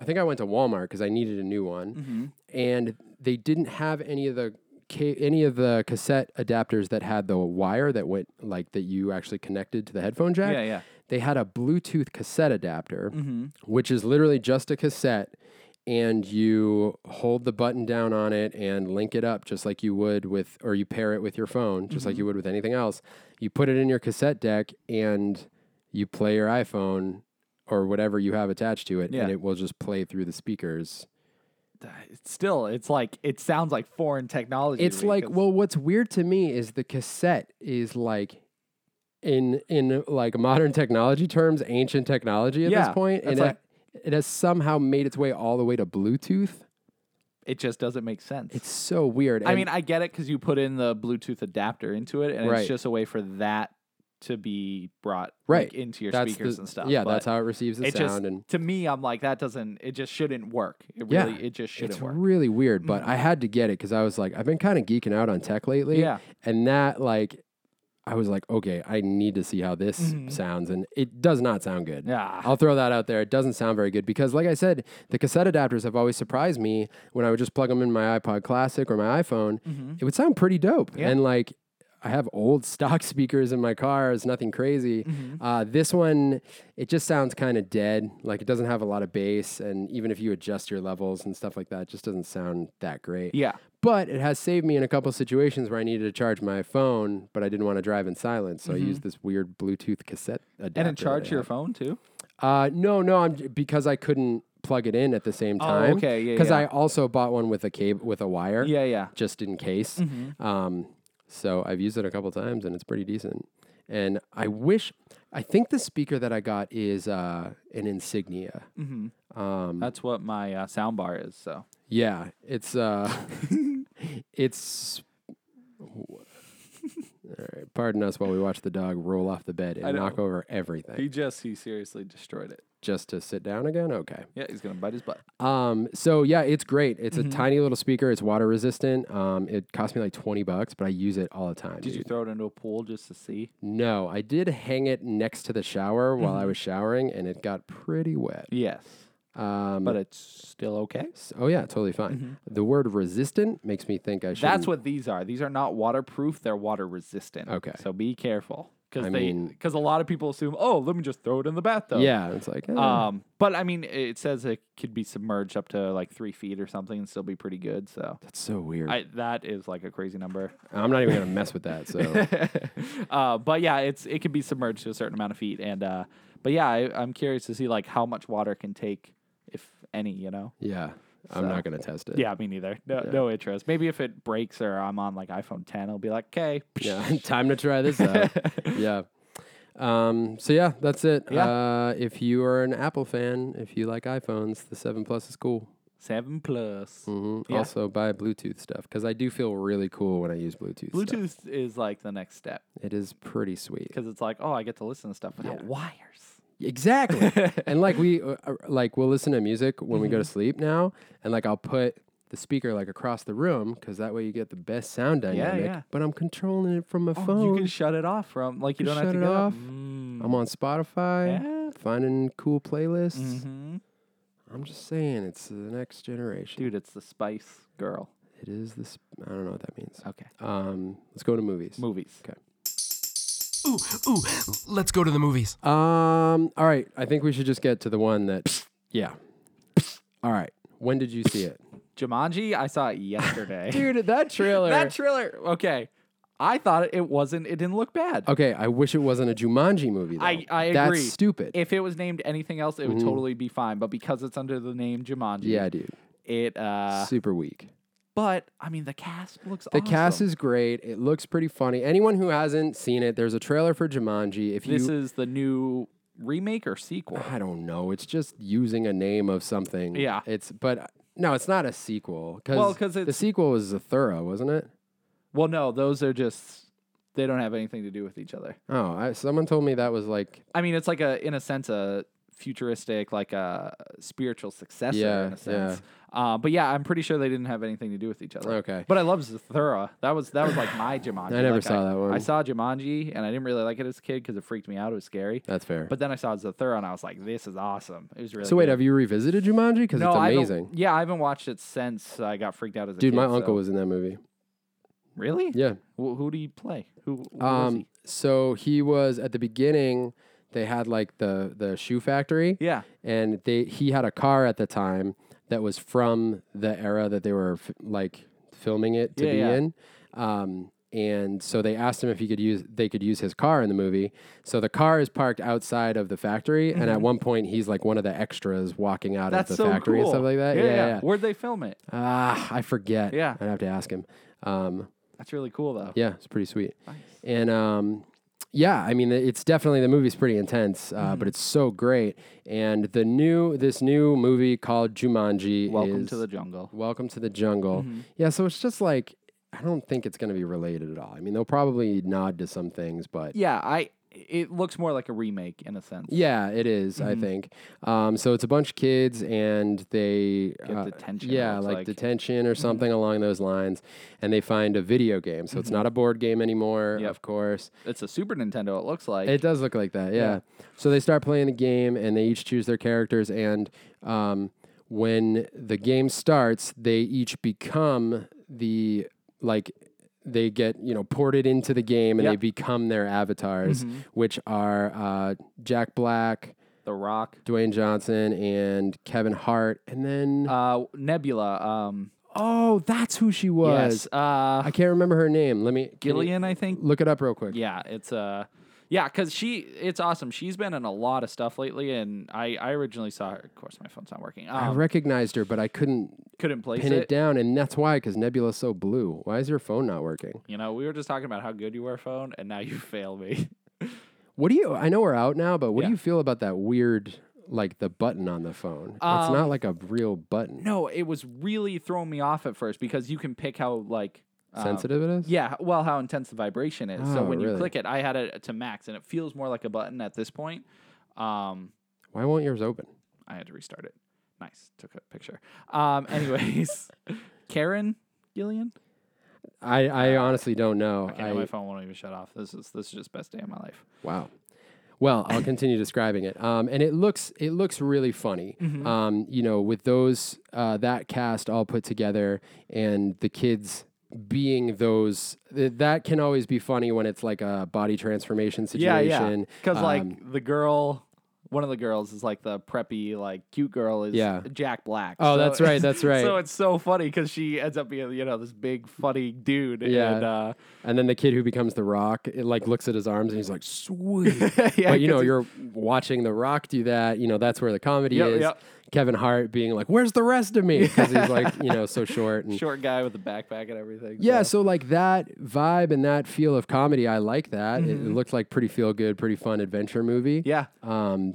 I think I went to Walmart because I needed a new one, mm-hmm. and they didn't have any of the ca- any of the cassette adapters that had the wire that went like that you actually connected to the headphone jack. Yeah, yeah. They had a Bluetooth cassette adapter, Mhm. which is literally just a cassette. And you hold the button down on it and link it up just like you would with, or you pair it with your phone, just Mm-hmm. like you would with anything else. You put it in your cassette deck and you play your iPhone or whatever you have attached to it, Yeah. and it will just play through the speakers. It's still, it's like it sounds like foreign technology. It's to me, like, 'cause- well, what's weird to me is the cassette is like, in in like modern technology terms, ancient technology at Yeah, this point, and that's it, like- it has somehow made its way all the way to Bluetooth. it just doesn't make sense. It's so weird. I and- mean, I get it because you put in the Bluetooth adapter into it, and Right. it's just a way for that to be brought Right. like, into your that's speakers the- and stuff. Yeah, but that's how it receives the it sound, just and to me, I'm like that doesn't. It just shouldn't work. It Yeah, really, it just shouldn't it's work. Mm-hmm. really weird, but I had to get it because I was like, I've been kind of geeking out on tech lately. Yeah. And that, like, I was like, okay, I need to see how this Mhm. sounds. And it does not sound good. Yeah. I'll throw that out there. It doesn't sound very good because, like I said, the cassette adapters have always surprised me when I would just plug them in my iPod Classic or my iPhone. Mhm. It would sound pretty dope. Yeah. And, like, I have old stock speakers in my car. It's nothing crazy. Mm-hmm. Uh, this one, it just sounds kind of dead. Like it doesn't have a lot of bass, and even if you adjust your levels and stuff like that, it just doesn't sound that great. Yeah. But it has saved me in a couple situations where I needed to charge my phone, but I didn't want to drive in silence, so I used this weird Bluetooth cassette adapter. Mm-hmm. And it that I charged your had. phone too. Uh, no, no, I'm because I couldn't plug it in at the same Oh, time. okay, yeah, Because yeah. I also bought one with a cable with a wire. Yeah, Mm-hmm. yeah. Just in case. Um, so I've used it a couple times and it's pretty decent. And I wish, I think the speaker that I got is uh, an Insignia. Mm. Um, That's what my uh, sound bar is. So yeah, it's uh, it's. All right, pardon us while we watch the dog roll off the bed I and know. knock over everything. he just he seriously destroyed it. Just to sit down again, okay. Yeah, he's gonna bite his butt. Um, so yeah, it's great. It's Mm-hmm. a tiny little speaker. It's water resistant. Um, it cost me like twenty bucks, but I use it all the time. Did you dude. throw it into a pool just to see? No, I did hang it next to the shower while Mm-hmm. I was showering, and it got pretty wet. Yes, Um, but it's still okay. s- oh yeah, totally fine. The word resistant makes me think I should. Mm-hmm. That's what these are. These are not waterproof. They're water resistant. Okay. So be careful because I they mean- because a lot of people assume oh let me just throw it in the bathtub. Yeah, it's like eh. Um, but I mean, it says it could be submerged up to like three feet or something and still be pretty good. So that's so weird. I, I, that is like a crazy number. am not even gonna mess with that. So uh, but yeah, it's it can be submerged to a certain amount of feet, and uh, but yeah, I, I'm curious to see like how much water can take, if any, you know. yeah, I'm So- not gonna test it. Yeah, me neither. No, no interest. Maybe if it breaks or I'm on like iPhone 10, I'll be like, okay, Yeah, time to try this out. yeah. Um, so yeah, that's it. Yeah. Uh, if you are an Apple fan, if you like iPhones, the seven plus is cool. seven plus. hmm Yeah. Also buy Bluetooth stuff because I do feel really cool when I use Bluetooth. stuff. Bluetooth is like the next step It is pretty sweet. because it's like, oh, I get to listen to stuff without wires. Exactly. and like we uh, uh, like we'll listen to music when we go Mm-hmm. to sleep now, and like I'll put the speaker like across the room because that way you get the best sound dynamic. yeah. Oh, But I'm controlling it from my phone. You can shut it off from like you You don't have to shut Mm. it get up. off. I'm on Spotify. Yeah. finding cool playlists. Mhm. I'm just saying, it's the next generation. Dude, it's the Spice Girl. It is this. I don't know what that means. Okay, Um, let's go to movies. movies. Ooh, ooh, let's go to the movies. Um, all right. I think we should just get to the one that. yeah. all right. When did you see it, Jumanji, I saw it yesterday. dude? That trailer. that trailer. Okay, I thought it wasn't. It didn't look bad. okay. I wish it wasn't a Jumanji movie. Though. I- I That's agree. stupid. If it was named anything else, it would totally be fine. But because it's under the name Jumanji, yeah, dude. it. uh Super weak. But I mean, the cast looks. The cast is great. It looks pretty funny. Anyone who hasn't seen it, there's a trailer for Jumanji. If you This is the new remake or sequel. I don't know. It's just using a name of something. Yeah. It's but no, it's not a sequel. Cause Well, 'cause the it's- sequel was a thorough, wasn't it? Well, no, those are just. They don't have anything to do with each other. Oh, I, someone told me that was like I mean, it's like a, in a sense, a futuristic, like a spiritual successor Yeah, in a sense. Uh, but yeah, I'm pretty sure they didn't have anything to do with each other. Okay. But I love Zathura. That was that was like my Jumanji. I never Like, saw that one. I saw Jumanji, and I didn't really like it as a kid because it freaked me out. It was scary. that's fair. But then I saw Zathura, and I was like, "This is awesome." It was really. so wait, good. have you revisited Jumanji? Because it's I haven't- amazing. yeah, I haven't watched it since I got freaked out as a Dude, kid, my uncle so- was in that movie. really. Yeah. Wh- who do you play? Who? who was Um so he was at the beginning they had like the the shoe factory. he? Yeah. and they he had a car at the time that was from the era that they were f- like filming it to Yeah, be yeah. in. Um, and so they asked him if he could use they could use his car in the movie. So the car is parked outside of the factory, and at one point he's like one of the extras walking out Mm-hmm. That's of the so factory cool. and stuff like that. yeah. Where'd they film it? Ah, I forget. Yeah. I'd have to ask him. Um, That's really cool, though. yeah, it's pretty sweet. Nice. And um, yeah, I mean, it's definitely the movie's pretty intense, uh, Mm-hmm. but it's so great. And the new this new movie called Jumanji. Welcome is to the Mm-hmm. jungle. Welcome to the Jungle. Yeah, so it's just like I don't think it's going to be related at all. I mean, they'll probably nod to some things, but. Yeah. Yeah, I. It looks more like a remake in a sense. it is, Mm-hmm. I think. Um, so it's a bunch of kids, and they uh, Get detention, it Yeah, looks like, like. Mm-hmm. detention or something along those lines. And they find a video game, so it's not a board game anymore, Mm-hmm. Yep. of course. It's a Super Nintendo. It looks like. It does look like that, yeah. So they start playing the game, and they each choose their characters. And um, when the game starts, they each become the like they get you know ported into the game, and Yeah. Mm-hmm. they become their avatars, which are uh, Jack Black, the Rock. Dwayne Johnson, and Kevin Hart. And then Uh, Nebula. Um, oh, that's who she was. yes. Uh, I can't remember her name. Let me can you Gillian, I think. Look it up real quick. Yeah, it's uh, Yeah, because she, it's awesome. She's been in a lot of stuff lately, and I, I originally saw her. Of course, my phone's not working. I Um, recognized her, but I couldn't couldn't place pin it. it down, and that's why. Because Nebula's so blue. Why is your phone not working? You know, we were just talking about how good you were, phone, and now you fail me. What do you? I know we're out now, but what Yeah. do you feel about that weird, like the button on the phone? it's Um, not like a real button. no, it was really throwing me off at first because you can pick how like um, Sensitive it is. Yeah, well, how intense the vibration is. so Oh, when you really? click it, I had it to max, and it feels more like a button at this point. Um, Why won't yours open? I had to restart it. Nice, took a picture. Um, anyways, Karen Gillian. I, I honestly don't know. Okay, now I- my phone won't even shut off. This is this is just best day of my life. Wow. Well, I'll continue describing it. Um, and it looks it looks really funny. Mm-hmm. Um, you know, with those uh, that cast all put together and the kids being those th- that can always be funny when it's like a body transformation situation. Because Um, like the girl, one of the girls is like the preppy, like cute girl is Yeah. Jack Black. Oh, that's right, that's right. So it's so funny because she ends up being you know this big funny dude. Yeah. And, uh, and then the kid who becomes the rock, it like looks at his arms and he's like, sweet. yeah, but you 'cause know, he- you're watching The Rock do that. You know, that's where the comedy Yep, is. yep. Kevin Hart being like, "Where's the rest of me?" Because he's like, you know, so short. And short guy with a backpack and everything. Yeah, so- so like that vibe and that feel of comedy, I like that. It, it looked like pretty feel good, pretty fun adventure movie. Mm-hmm. Yeah. Um,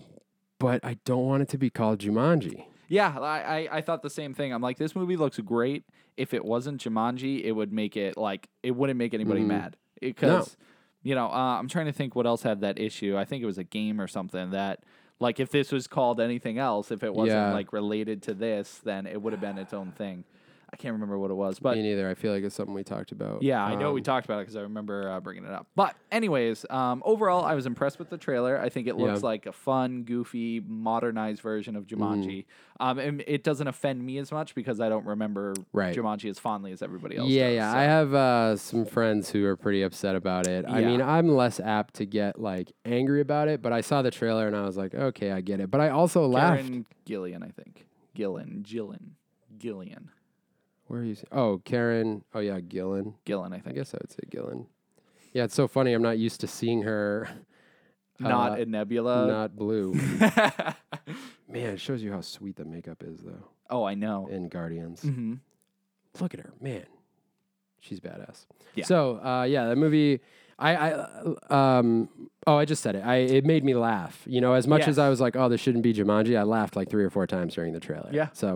but I don't want it to be called Jumanji. Yeah, I, I, I thought the same thing. I'm like, this movie looks great. If it wasn't Jumanji, it would make it like it wouldn't make anybody mad because you know uh, I'm trying to think what else had that issue. I think it was a game or something that like if this was called anything else, if it wasn't Yeah. like related to this, then it would have been its own thing. I can't remember what it was, but Me neither. I feel like it's something we talked about. yeah, I know we Um, talked about it because I remember uh, bringing it up. But anyways, um, overall, I was impressed with the trailer. I think it looks Yeah. like a fun, goofy, modernized version of Jumanji. Mm-hmm. Um, and it doesn't offend me as much because I don't remember Right. Jumanji as fondly as everybody else. Yeah, does, yeah. so- I have uh, some friends who are pretty upset about it. I Yeah. mean, I'm less apt to get like angry about it, but I saw the trailer and I was like, okay, I get it. But I also laughed. Karen Gillian, I think. Gillian, Gillian, Gillian, Where are you? s- Oh, Karen. Oh yeah, Gillen. Gillian. I I think guess I would say Gillen. Yeah, it's so funny. I'm not used to seeing her not uh, in Nebula. not blue. Man, it shows you how sweet the makeup is though oh, I know. in Guardians. hmm Look at her, man. She's badass. Yeah. So, uh, yeah, that movie. I, I uh, um oh I just said it. I it made me laugh. You know, as much Yes. as I was like, oh, this shouldn't be Jumanji. I laughed like three or four times during the trailer. Yeah. So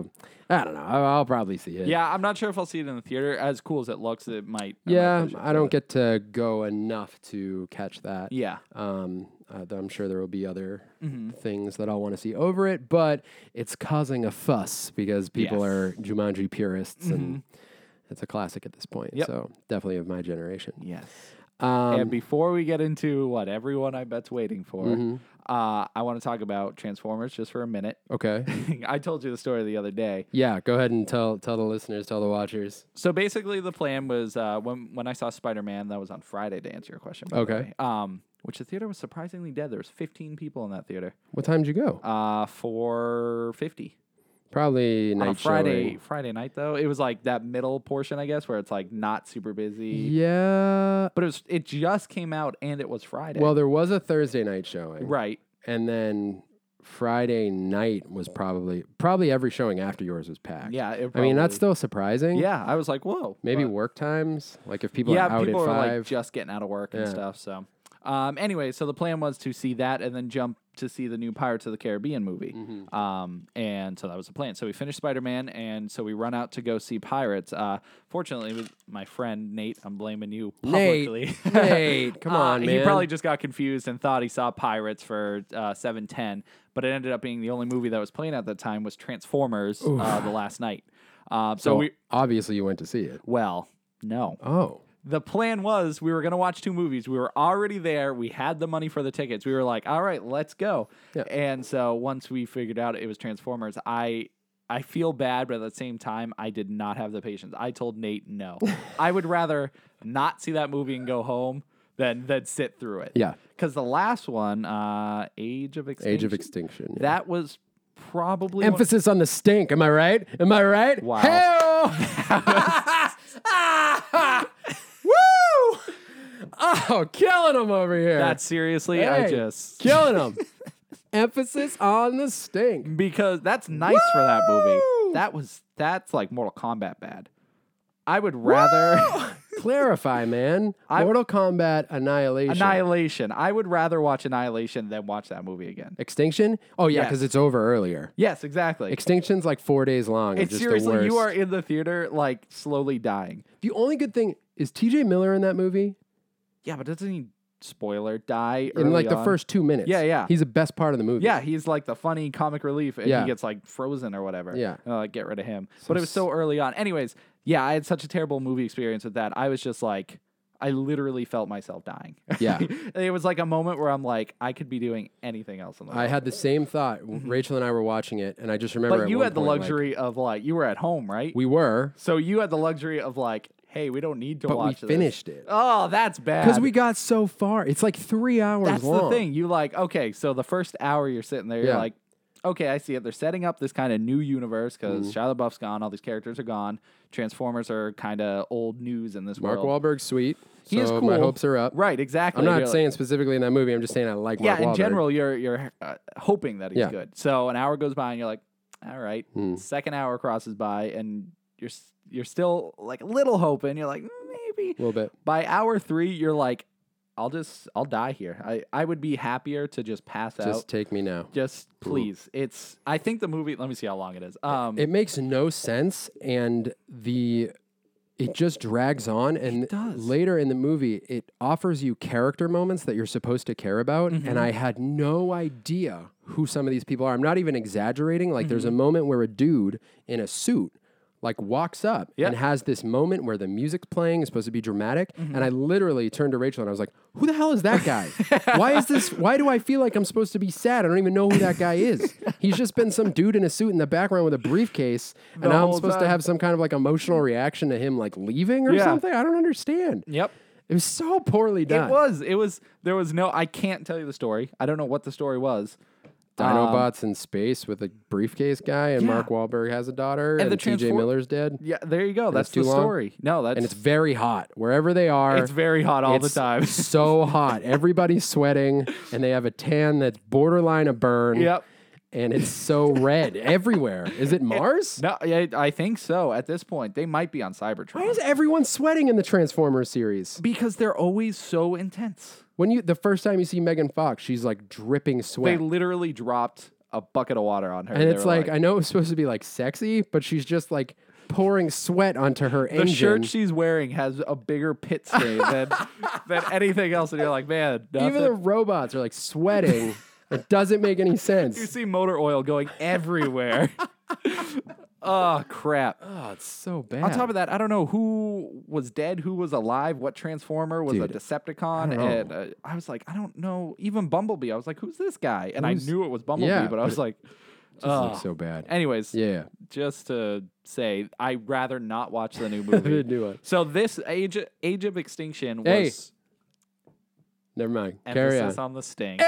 I don't know. I'll, I'll probably see it. Yeah, I'm not sure if I'll see it in the theater. As cool as it looks, it might. I might Yeah. push it I to don't the- get to go enough to catch that. Yeah. Um, uh, though I'm sure there will be other Mm-hmm. things that I'll want to see over it, but it's causing a fuss because people Yes. Mm-hmm. are Jumanji purists, and it's a classic at this point. Yep. So definitely of my generation. Yes. Um, and before we get into what everyone I bet's waiting for, Mm-hmm. uh, I want to talk about Transformers just for a minute. okay. I told you the story the other day. Yeah. Go ahead and tell tell the listeners, tell the watchers. So basically, the plan was uh, when when I saw Spider Man, that was on Friday to answer your question. by the Okay. way, um, which the theater was surprisingly dead. There was 15 people in that theater. What time did you go? Uh, 450 Probably night on a Friday. showing. Friday night though, it was like that middle portion, I guess, where it's like not super busy. Yeah. But it was it just came out and it was Friday. Well, there was a Thursday night showing, right. and then Friday night was probably probably every showing after yours was packed. Yeah. It I mean, that's probably- still surprising. Yeah, I was like, whoa. Maybe but- work times, like if people yeah, are out people at are five. like just getting out of work and Yeah. stuff. So, um, anyway, so the plan was to see that and then jump to see the new Pirates of the Caribbean movie. Mm-hmm. Um, and so that was the plan. So we finished Spider Man, and so we run out to go see Pirates. Uh, fortunately, with my friend Nate, I'm blaming you Nate, publicly. Nate, come Uh, on, man. He probably just got confused and thought he saw Pirates for uh, seven ten, but it ended up being the only movie that was playing at the time was Transformers uh, the last night. Uh, so so we obviously you went to see it. well no Oh, the plan was we were going to watch two movies. We were already there. We had the money for the tickets. We were like, all right, let's go. Yeah. And so once we figured out it was Transformers, I I feel bad, but at the same time, I did not have the patience. I told Nate no. I would rather not see that movie and go home than than sit through it. Yeah. Because the last one, uh, Age of Extinction. Age of Extinction. yeah. That was probably one- Emphasis on the stink. Am I right? Am I right? Wow. Hey-o! Woo! Oh, killing them over here. That seriously, I Hey, just killing them. Emphasis on the stink. because that's nice for that movie. Woo! That was that's like Mortal Kombat bad. I would rather Clarify, man. I- Mortal Kombat Annihilation. Annihilation. I would rather watch Annihilation than watch that movie again. Extinction? Oh yeah, because Yes. it's over earlier. Yes, exactly. Extinction's like four days long. of it's just seriously the worst. you are in the theater like slowly dying. The only good thing is T.J. Miller in that movie Yeah, but doesn't he spoiler die in early like the on? first two minutes. Yeah, yeah. He's the best part of the movie. Yeah, he's like the funny comic relief, and Yeah. he gets like frozen or whatever. Yeah. and, like get rid of him. but it was so early on. Anyways, yeah, I had such a terrible movie experience with that. I was just like, I literally felt myself dying. Yeah. it was like a moment where I'm like, I could be doing anything else in the I world. had the same thought. Rachel and I were watching it, and I just remember. Mm-hmm. but at you one had the point, like, luxury of like you were at home, right? we were, so you had the luxury of like, hey, we don't need to but we watch. this. finished it Oh, that's bad. because we got so far. It's like three hours That's the long. thing. You like, okay, so the first hour you're sitting there, you're Yeah. like, okay, I see it. They're setting up this kind of new universe because Mm-hmm. Shia LaBeouf's gone, all these characters are gone. Transformers are kind of old news in this Mark world. Wahlberg's sweet. He is so cool. My hopes are up. Right, exactly. I'm not You're like- saying specifically in that movie. I'm just saying I like yeah, Mark in Wahlberg. general, you're you're uh, hoping that he's Yeah. good. So an hour goes by and you're like, all right. Hmm. Second hour crosses by and you're s- you're still like a little hoping. You're like, maybe. A little bit. By hour three, you're like, I'll just I'll die here. I I would be happier to just pass out. Just take me now. Just please. It's I think the movie let me see how long it is. Um It makes no sense, and the it just drags on. And does. later in the movie, it offers you character moments that you're supposed to care about, Mm-hmm. and I had no idea who some of these people are. I'm not even exaggerating. Like, there's a Mm-hmm. moment where a dude in a suit. Like walks up Yeah. and has this moment where the music's playing is supposed to be dramatic, Mm-hmm. and I literally turned to Rachel and I was like, "Who the hell is that guy? why is this? Why do I feel like I'm supposed to be sad? I don't even know who that guy is. He's just been some dude in a suit in the background with a briefcase, and now I'm whole supposed to time. have some kind of like emotional reaction to him like leaving or Yeah. something. I don't understand. Yep. It was so poorly done. It was. It was there was no I can't tell you the story. I don't know what the story was. Dinobots in space with a briefcase guy, and Yeah. Mark Wahlberg has a daughter, And and, the T.J. transfor- Miller's dead. Yeah, there you go. That's too the long? story. No, that's And it's very hot wherever they are. it's very hot all the It's time. so hot. Everybody's sweating, and they have a tan that's borderline a burn. Yep. And it's so red everywhere. Is it Mars? No, I, I think so. At this point, they might be on Cybertron. Why is everyone sweating in the Transformers series? because they're always so intense. When you the first time you see Megan Fox, she's like dripping They sweat. literally dropped a bucket of water on her. and They it's were like, I know it was supposed to be like sexy, but she's just like pouring sweat onto her the engine. shirt she's wearing has a bigger pit stain than than anything else, and you're like, man, Even nothing- the robots are like sweating. it doesn't make any You sense. see motor oil going everywhere. oh crap. Oh, it's so bad. On top of that, I don't know who was dead, who was alive, what Transformer was a Dude, Decepticon, don't know. and uh, I was like, I don't know. Even Bumblebee, I was like, who's this guy? And I knew it was Bumblebee, Yeah, but I but was it like, that, ugh. so bad. anyways, yeah. just to say, I would rather not watch the new movie. The new one. So this Age Age of Extinction was Hey, Never mind. Carry on. emphasis on. the sting.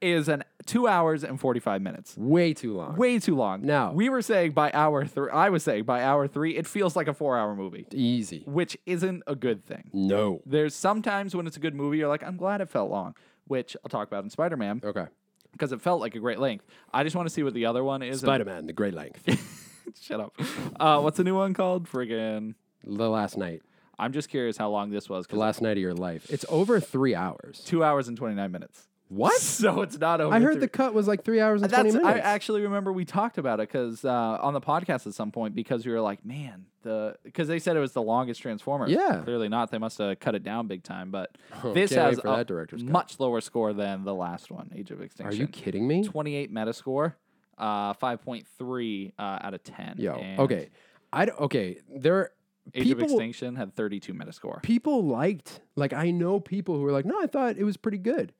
is an two hours and forty five minutes. Way too long. Way too long. No. we were saying by hour three. I was saying by hour three, it feels like a four hour movie, Easy. which isn't a good thing. No. There's sometimes when it's a good movie, you're like, I'm glad it felt long, which I'll talk about in Spider Man Okay. because it felt like a great length. I just want to see what the other one is. and- Spider Man, The Great Length. Shut up. Uh, what's the new one called? Friggin'. the last night. I'm just curious how long this was The because last night of your life. It's over three hours. two hours and twenty nine minutes. What? So it's not over. I heard three- the cut was like three hours and That's, 20 I minutes. actually remember we talked about it because uh, on the podcast at some point because we were like, man, the because they said it was the longest Transformer. Yeah. clearly not. They must have cut it down big time. But this can't wait has for a that director's cut. much lower score than the last one, Age of Are Extinction. you kidding me? Twenty eight Metascore, uh, five point three uh, out of ten. Yo. And Okay. I d- okay. There Age of people Extinction had thirty two Metascore. people liked like I know people who were like, "No, I thought it was pretty good."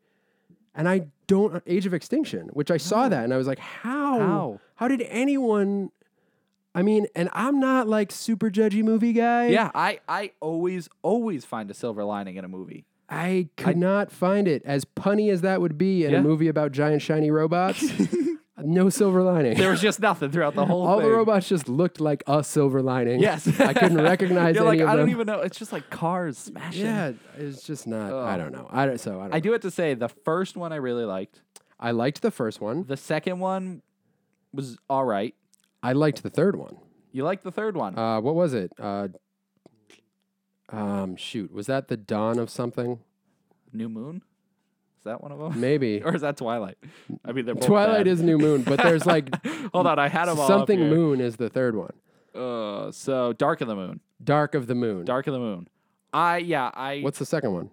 And I don't uh, Age of Extinction, which I saw that and I was like, "How? Oh. How? How did anyone I mean, and I'm not like super judgy movie guy. yeah, I I always always find a silver lining in a movie. I could not find it as punny as that would be in Yeah. a movie about giant shiny robots. no silver lining. There was just nothing throughout the whole All thing. the robots just looked like a silver lining. Yes. I couldn't recognize You're any like, of I them. don't even know. It's just like cars smashing. Yeah, it's just not. I don't know. I don't, so I don't. I do have to say, the first one I really liked. I liked the first one. The second one was all right. I liked the third one. You liked the third one. Uh, what was it? Uh, um, shoot, was that the dawn of something? New Moon? Is that one of them? Maybe or is that Twilight? I mean, they're both Twilight bad. is new moon, but there's like Hold on, I had them all. up something here. moon is the third one. Uh, so Dark of the Moon. Dark of the moon. Dark of the Moon. I yeah, I What's the second one?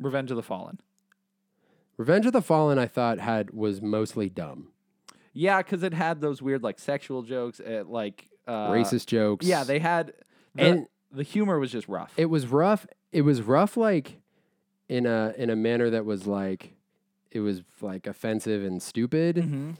Revenge of the Fallen. Revenge of the Fallen. I thought had was mostly dumb, Yeah, because it had those weird like sexual jokes, it, like uh, racist jokes. Yeah, they had the, And- the humor was just rough. It was rough. It was rough, like in a in a manner that was like it was like offensive and stupid. Mhm.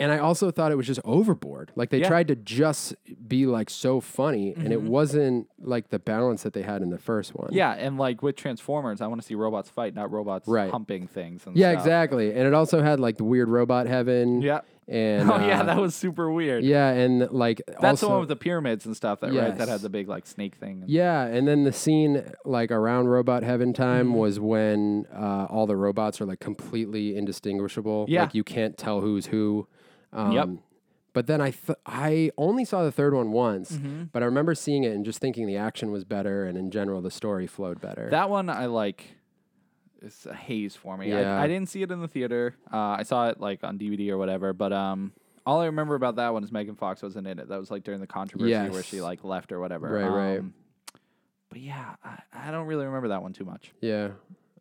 And I also thought it was just overboard. Like they Yeah. tried to just be like so funny, and it Mhm. wasn't like the balance that they had in the first one. Yeah, and like with Transformers, I want to see robots fight, not robots Right. humping things. And Yeah, stuff. exactly. And it also had like the weird robot heaven. Yeah. And oh yeah, uh, that was super weird. yeah, and like That's also the one with the pyramids and stuff, that right? That Yes. had the big like snake thing. and- Yeah, and then the scene like around Robot Heaven time Mm-hmm. was when uh, all the robots are like completely indistinguishable. Yeah. like you can't tell who's who. Um, Yep. But then I th- I only saw the third one once, Mhm. but I remember seeing it and just thinking the action was better, and in general the story flowed better. That one I like. It's a haze for me. Yeah. I, I didn't see it in the theater. Uh, I saw it like on DVD or whatever. But um, all I remember about that one is Megan Fox wasn't in it. That was like during the controversy where she Yes. like left or whatever. Right, right. Um, But yeah, I, I don't really remember that one too much. yeah.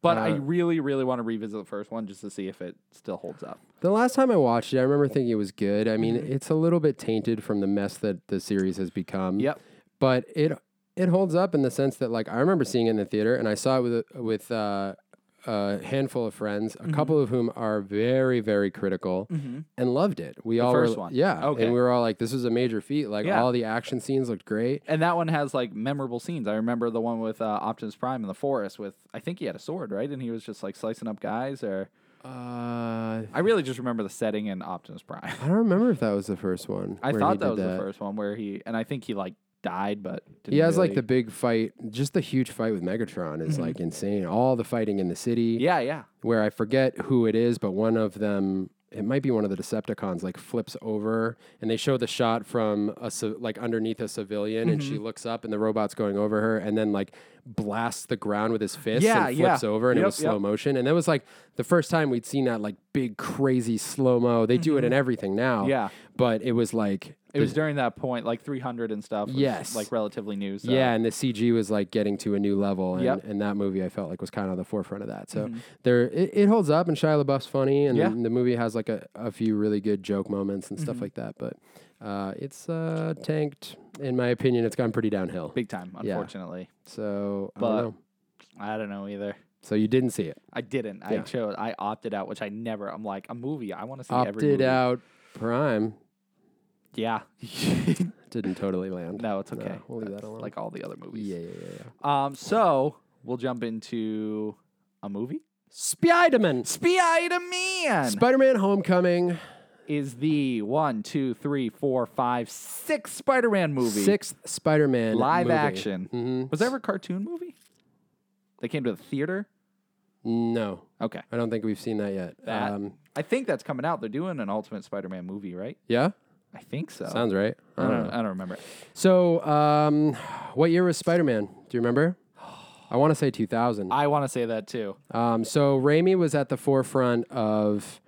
But I Uh, really, really want to revisit the first one just to see if it still holds up. The last time I watched it, I remember thinking it was good. I Mm-hmm. mean, it's a little bit tainted from the mess that the series has become. Yep. but it it holds up in the sense that like I remember seeing it in the theater and I saw it with a- with uh, a handful of friends, a Mm-hmm. couple of whom are very very critical and loved it. We all first were, one? yeah, Okay. and we were all like, this was a major feat. Like Yeah. all the action scenes looked great. And that one has like memorable scenes. I remember the one with uh, Optimus Prime in the forest with I think he had a sword, right? And he was just like slicing up guys. Or Uh, I really just remember the setting in Optimus Prime. I don't remember if that was the first one. I where he thought that did was the first one where he and I think he like died, but didn't He has really- like Mm-hmm. the big fight, just the huge fight with Megatron is like insane. All the fighting in the city. yeah, yeah, where I forget who it is, but one of them, it might be one of the Decepticons, like flips over, and they show the shot from a ci- like underneath a civilian, and Mm-hmm. she looks up, and the robot's going over her, and then like blasts the ground with his fist Yeah, and yeah. flips over, and it Yep, was slow yep. motion, and that was like the first time we'd seen that like big crazy slow mo. They do it in everything now, Mm-hmm. Yeah. but it was like. it was during that point, like 300 and stuff. Was, Yes. like relatively new. So. Yeah, and the CG was like getting to a new level, and, uh, Yep. and that movie I felt like was kind of on the forefront of that. Mm-hmm. So there, it, it holds up, and Shia LaBeouf's funny, and Yeah. Mm-hmm. the, the movie has like a, a few really good joke moments and stuff like that. But uh, it's uh, tanked, in my opinion. It's gone pretty downhill. big time. Yeah. Unfortunately, so I But- don't know. I don't know either. So you didn't see it? I didn't. I Yeah. chose. I opted out, which I never. I'm like a movie. I want to see every Opted movie. out. Prime Yeah. didn't totally land. no, it's okay. we'll leave that That's alone. Like all the other movies. Yeah, yeah, yeah. yeah. Um. So we'll jump into a movie. Spider-Man. Spider-Man Spider-Man: Homecoming, is the one, two, three, four, five, six Spider-Man movie. sixth Spider-Man live movie. action. Mhm. Was there ever a cartoon movie? They came to the theater. No, Okay, I don't think we've seen that yet. That- Um, I think that's coming out. They're doing an Ultimate Spider-Man movie, right? yeah, I think so. sounds right. I don't. I don't remember. So, um, what year was Spider Man? Do you remember? I want to say 2000. I want to say that too. Um, so Raimi was at the forefront of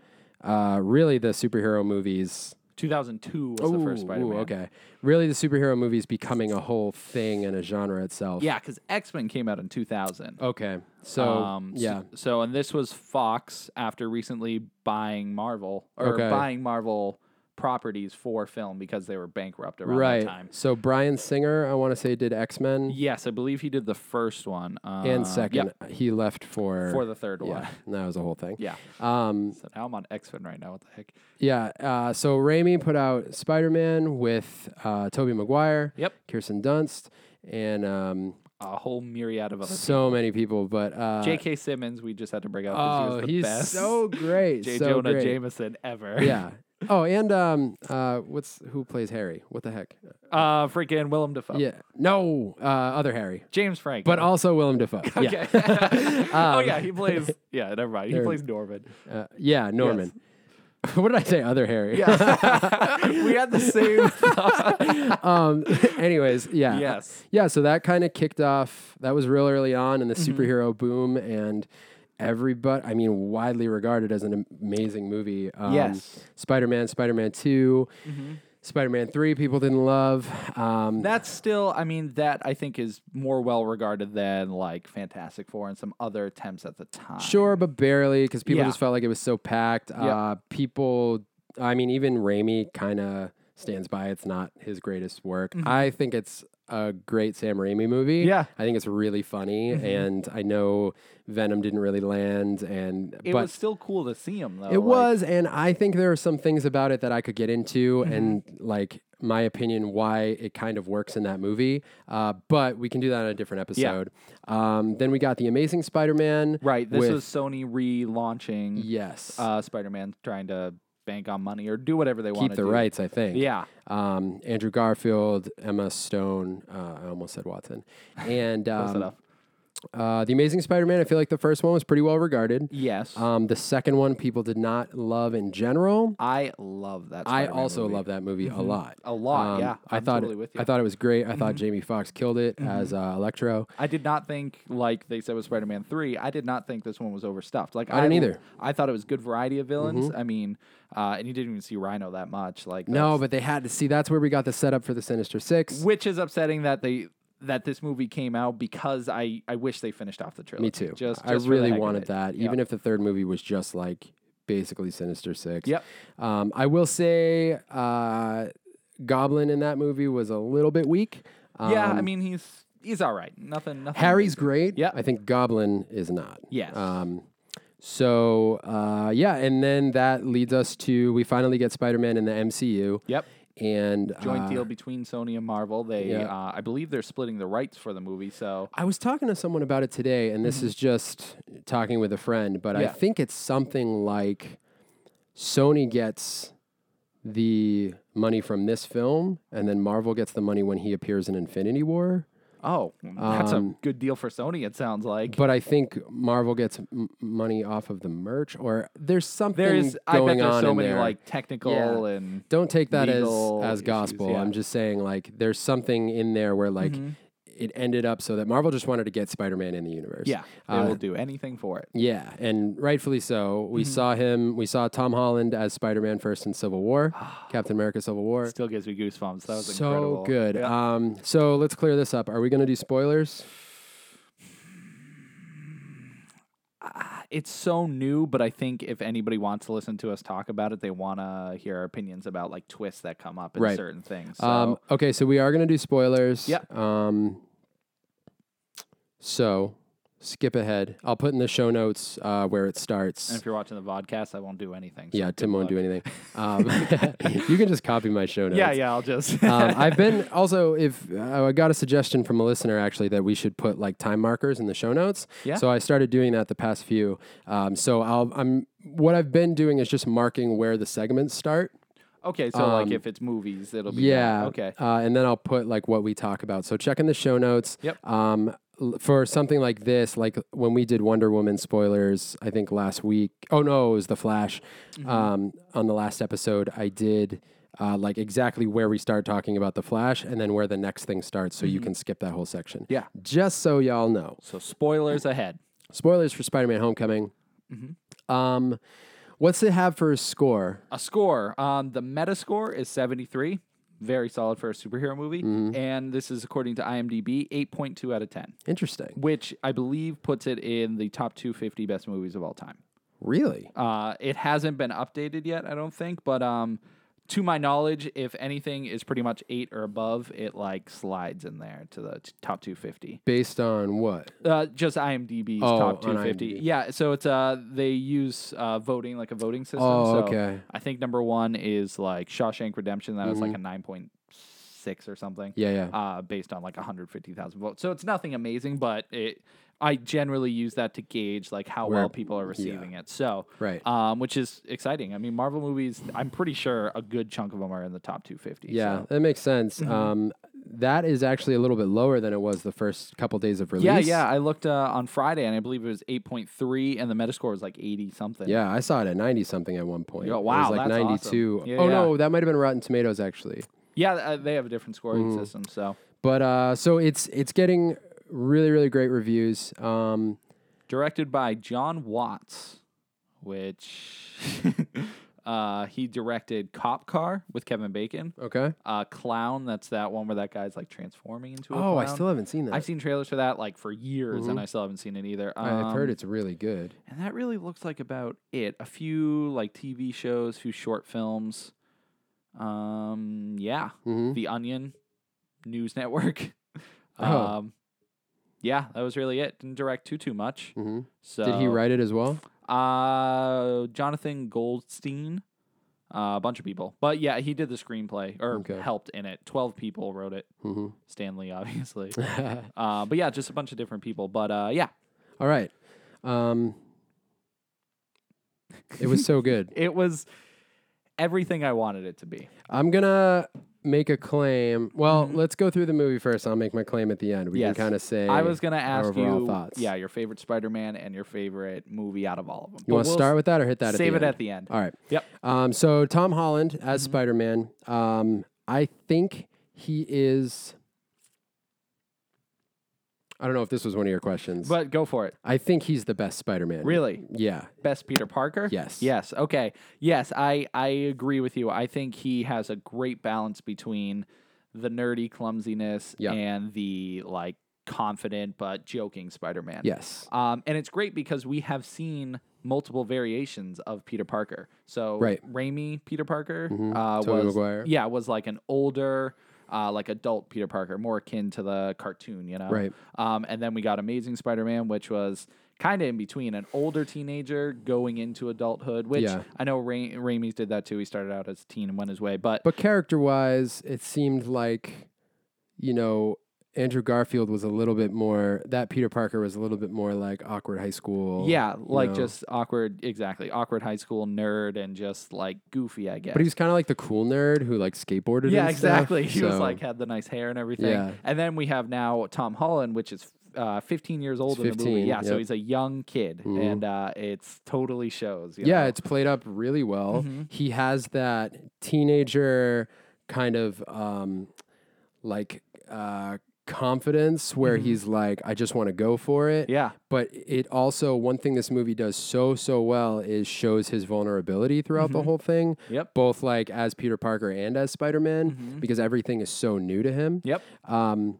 uh, really the superhero movies. 2002 was the first Ooh, ooh, Spider-Man. okay, really the superhero movies becoming a whole thing and a genre itself. Yeah, because X-Men came out in 2000. Okay. So Um, s- yeah, So, and this was Fox after recently buying Marvel or Okay. buying Marvel properties for film because they were bankrupt around right. that time. So Brian Singer, I want to say, did X Men Yes, I believe he did the first one uh, yep, and second. He left for for the third one. yeah, that was a whole thing. Yeah. Um, So now I'm on X Men right now. What the heck? Yeah. Uh, so Raimi put out Spider Man with uh, Tobey Maguire, Yep. Kirsten Dunst, and um, A whole myriad of other. so many people. But uh, J.K. Simmons, we just had to bring up. 'cause he oh, was the he's best so great. J. so Jonah great. Jameson ever. Yeah. Oh, and um, uh, what's who plays Harry? What the heck? Uh, freaking Willem Dafoe. Yeah, no, uh, other Harry, James Franco. but also Willem Dafoe. Yeah, Oh. okay. oh yeah, he plays. Yeah, never mind. He plays Norman. uh, yeah, Norman. what did I say? Other Harry. we had the same. um, anyways, yeah. Yes. Yeah, so that kind of kicked off. That was real early on in the Mm-hmm. superhero boom and everybody, I mean, widely regarded as an amazing movie. Um, Yes. Mm-hmm. Spider-Man, Spider-Man 2, Spider-Man 3 people didn't love. Um, That's still, I mean, that I think is more well regarded than like Fantastic Four and some other attempts at the time. Sure, but barely because people Yeah. just felt like it was so packed. Uh, people, I mean, even Raimi kind of stands by it's not his greatest work. I think it's a great Sam Raimi movie. Mm-hmm. Yeah. Mm-hmm. I think it's really funny, and I know Venom didn't really land, and It but was still cool to see him though. it like- was, and I think there are some things about it that I could get into, Mm-hmm. and like my opinion why it kind of works in that movie. Uh, but we can do that on a different episode. Um, then we got the Amazing Spider-Man. right. This with- was Sony relaunching Yes. uh, Spider-Man, trying to bank on money or do whatever they want keep to the do. rights, I think. Yeah. Um, Andrew Garfield, Emma Stone. Uh, I almost said Watson. And um, enough. uh, the Amazing Spider-Man. I feel like the first one was pretty well regarded. Yes. Um, the second one, people did not love in general. I love that. I Spider-Man also movie. Mm-hmm. love that movie a lot. A Um, lot, yeah. I I'm thought totally it, with I you. Mm-hmm. thought it was great. I thought Jamie Foxx killed it as uh, Electro. I did not think, like they said with Spider Man 3, I did not think this one was overstuffed. Like I didn't either. Mm-hmm. I thought it was good variety of villains. I mean, uh, and you didn't even see Rhino that much. Like No, that's- but they had to see. That's where we got the setup for the Sinister Six. Which is upsetting that they that this movie came out because I, I wish they finished off the trilogy. Me too. Just, I just for the really heck of wanted it. that, Yep. even if the third movie was just like basically Sinister Six. Yep. Um, I will say, uh, Goblin in that movie was a little bit weak. Um, yeah, I mean he's he's all right. Nothing. Nothing. Harry's great. Yep. I think Goblin is not. Yes. Um, so uh, yeah, and then that leads us to we finally get Spider-Man in the MCU. Yep. And Joint uh, deal between Sony and Marvel. They, yeah. uh, I believe, they're splitting the rights for the movie. So I was talking to someone about it today, and this is just talking with a friend, but I Mm-hmm. Yeah. think it's something like Sony gets the money from this film, and then Marvel gets the money when he appears in Infinity War. Oh, that's Um, a good deal for Sony. It sounds like But I think Marvel gets m- money off of the merch, or there's something there is. I going bet there's on so in many there. like technical Yeah. and Don't take that as legal as issues, gospel. yeah. Mm-hmm. I'm just saying like there's something in there where like it ended up so that Marvel just wanted to get Spider-Man in the universe. yeah, they Uh, will do anything for it. Yeah, and rightfully so. We Mm-hmm. saw him. We saw Tom Holland as Spider Man first in Civil War, Captain America Civil War. Still gives me goosebumps. That was so incredible. good. Yeah. Um, so let's clear this up. Are we going to do spoilers? it's so new, but I think if anybody wants to listen to us talk about it, they want to hear our opinions about like twists that come up in Right. certain things. Um, So, okay, so we are going to do spoilers. Yep. Um, so skip ahead. I'll put in the show notes uh, where it starts. and if you're watching the podcast, I won't do anything. so yeah, good Tim won't luck. do anything. Um, you can just copy my show notes. Yeah, yeah, I'll just. um, I've been also if uh, I got a suggestion from a listener actually that we should put like time markers in the show notes. Yeah. So I started doing that the past few. Um, so I'll, I'm what I've been doing is just marking where the segments start. okay, so like if it's movies, it'll be that. um, Yeah. Okay. Uh, and then I'll put like what we talk about. So check in the show notes. Yep. Um, l- for something like this, like when we did Wonder Woman spoilers, I think last week. Oh no, it was the Flash. Mm-hmm. Um, on the last episode, I did. Uh, like exactly where we start talking about the Flash, and then where the next thing starts, so you can skip that whole section. Mm-hmm. Yeah. just so y'all know So spoilers ahead. spoilers for Spider-Man: Homecoming. Mm-hmm. Um, what's it have for a score? a score. Um, the meta score is 73. Very solid for a superhero movie. Mm-hmm. And this is according to IMDb, 8.2 out of 10, Interesting. which I believe puts it in the top 250 best movies of all time. Really? Uh, it hasn't been updated yet, I don't think. But um, to my knowledge, if anything is pretty much eight or above, it like slides in there to the t- top 250. Based on what? Uh, just IMDb's Oh, top on 250. IMDb. Yeah, so it's uh they use uh voting like a voting system. Oh, so okay. I think number one is like Shawshank Redemption. That was like a nine point six or something. Mm-hmm. Yeah, yeah. Uh, based on like 150,000 votes. So it's nothing amazing, but it I generally use that to gauge like how Where- well people are receiving it. So Right. um, which is exciting. I mean, Marvel movies. I'm pretty sure a good chunk of them are in the top 250. Yeah, so- Mm-hmm. that makes sense. Um, that is actually a little bit lower than it was the first couple days of release. Yeah, yeah. I looked uh, on Friday and I believe it was 8.3 and the Metascore was like 80 something. Yeah, I saw it at 90 something at one point. Yeah, It wow, was like that's awesome. 92. Yeah, oh, yeah. no, that might have been Rotten Tomatoes, actually. Yeah, uh, they have a different scoring Mm-hmm. system. So But uh, so it's it's getting really, really great reviews. Um, directed by John Watts, which uh, he directed Cop Car with Kevin Bacon. okay. Uh, Clown, that's that one where that guy's like transforming into a Oh, I clown. still haven't seen that. I've seen trailers for that like for years, and I still haven't seen it either. I've heard Um, it's really good. And that really looks like about it. A few like TV shows, few short films. Um, yeah, Mhm. The Onion, News Network. Oh. Um, yeah, that was really it. Didn't direct too too much. hmm So Did he write it as well? Uh, Jonathan Goldstein, uh, a bunch of people, but yeah, he did the screenplay or Okay. helped in it. Twelve people wrote it. Mhm. Stanley, obviously. uh, but yeah, just a bunch of different people. But uh, yeah, All right. Um, it was so good. it was everything I wanted it to be. I'm gonna make a claim. Well, let's go through the movie first. I'll make my claim at the end. We Mm-hmm. Yes. can kind of say. I was gonna our ask overall you, thoughts. yeah, your favorite Spider-Man and your favorite movie out of all of them. You want to start with that or hit that? that? at Save the it end? at the end. All right. Yep. Mm-hmm. Um, so Tom Holland as Spider Man. Um, I think he is. I don't know if this was one of your questions, But go for it. I think he's the best Spider Man. Really, Yeah. best Peter Parker. Yes. Yes. Okay. Yes, I I agree with you. I think he has a great balance between the nerdy clumsiness Yeah. and the like confident but joking Spider-Man. Yes. Um, and it's great because we have seen multiple variations of Peter Parker. So Right. Raimi Peter Parker Mhm. uh, Tobey was Maguire. yeah was like an older. Uh, like adult Peter Parker, more akin to the cartoon, you know. Right. Um, and then we got Amazing Spider-Man, which was kind of in between an older teenager going into adulthood. Which Yeah. I know Ra- Raimi's did that too. He started out as a teen and went his way, but But character wise, it seemed like, you know, Andrew Garfield was a little bit more. That Peter Parker was a little bit more like awkward high school. yeah, you like know. just awkward, exactly awkward high school nerd and just like goofy, I guess. But he was kind of like the cool nerd who like skateboarded. Yeah, and stuff, exactly. He was so like had the nice hair and everything. Yeah. And then we have now Tom Holland, which is uh, 15 years old in the movie. 15, Yeah, so yep. he's a young kid, and uh, it's totally shows. you Yeah, know? it's played up really well. Mm-hmm. He has that teenager kind of um, like uh, confidence where Mm-hmm. he's like, I just want to go for it. yeah, But it also, one thing this movie does so, so well is shows his vulnerability throughout the whole thing. Mm-hmm. Yep. Mm-hmm. Both like as Peter Parker and as Spider Man, because everything is so new to him. yep, Um,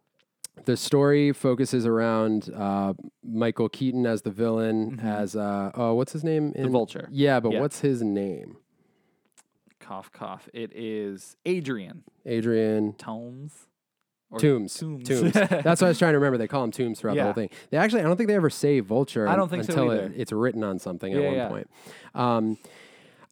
the story focuses around uh, Michael Keaton as the villain, as uh, oh, what's his name? In, Mm-hmm. the vulture. Yeah, but Yeah. what's his name? Cough, cough. It is Adrian Adrian Tomes. Or Toombs. Toombs. That's what I was trying to remember. They call him Toombs throughout the Yeah. whole thing. They actually, I don't think they ever say Vulture. I don't un- think so until it- either. it's written on something at Yeah, one yeah. point. Um,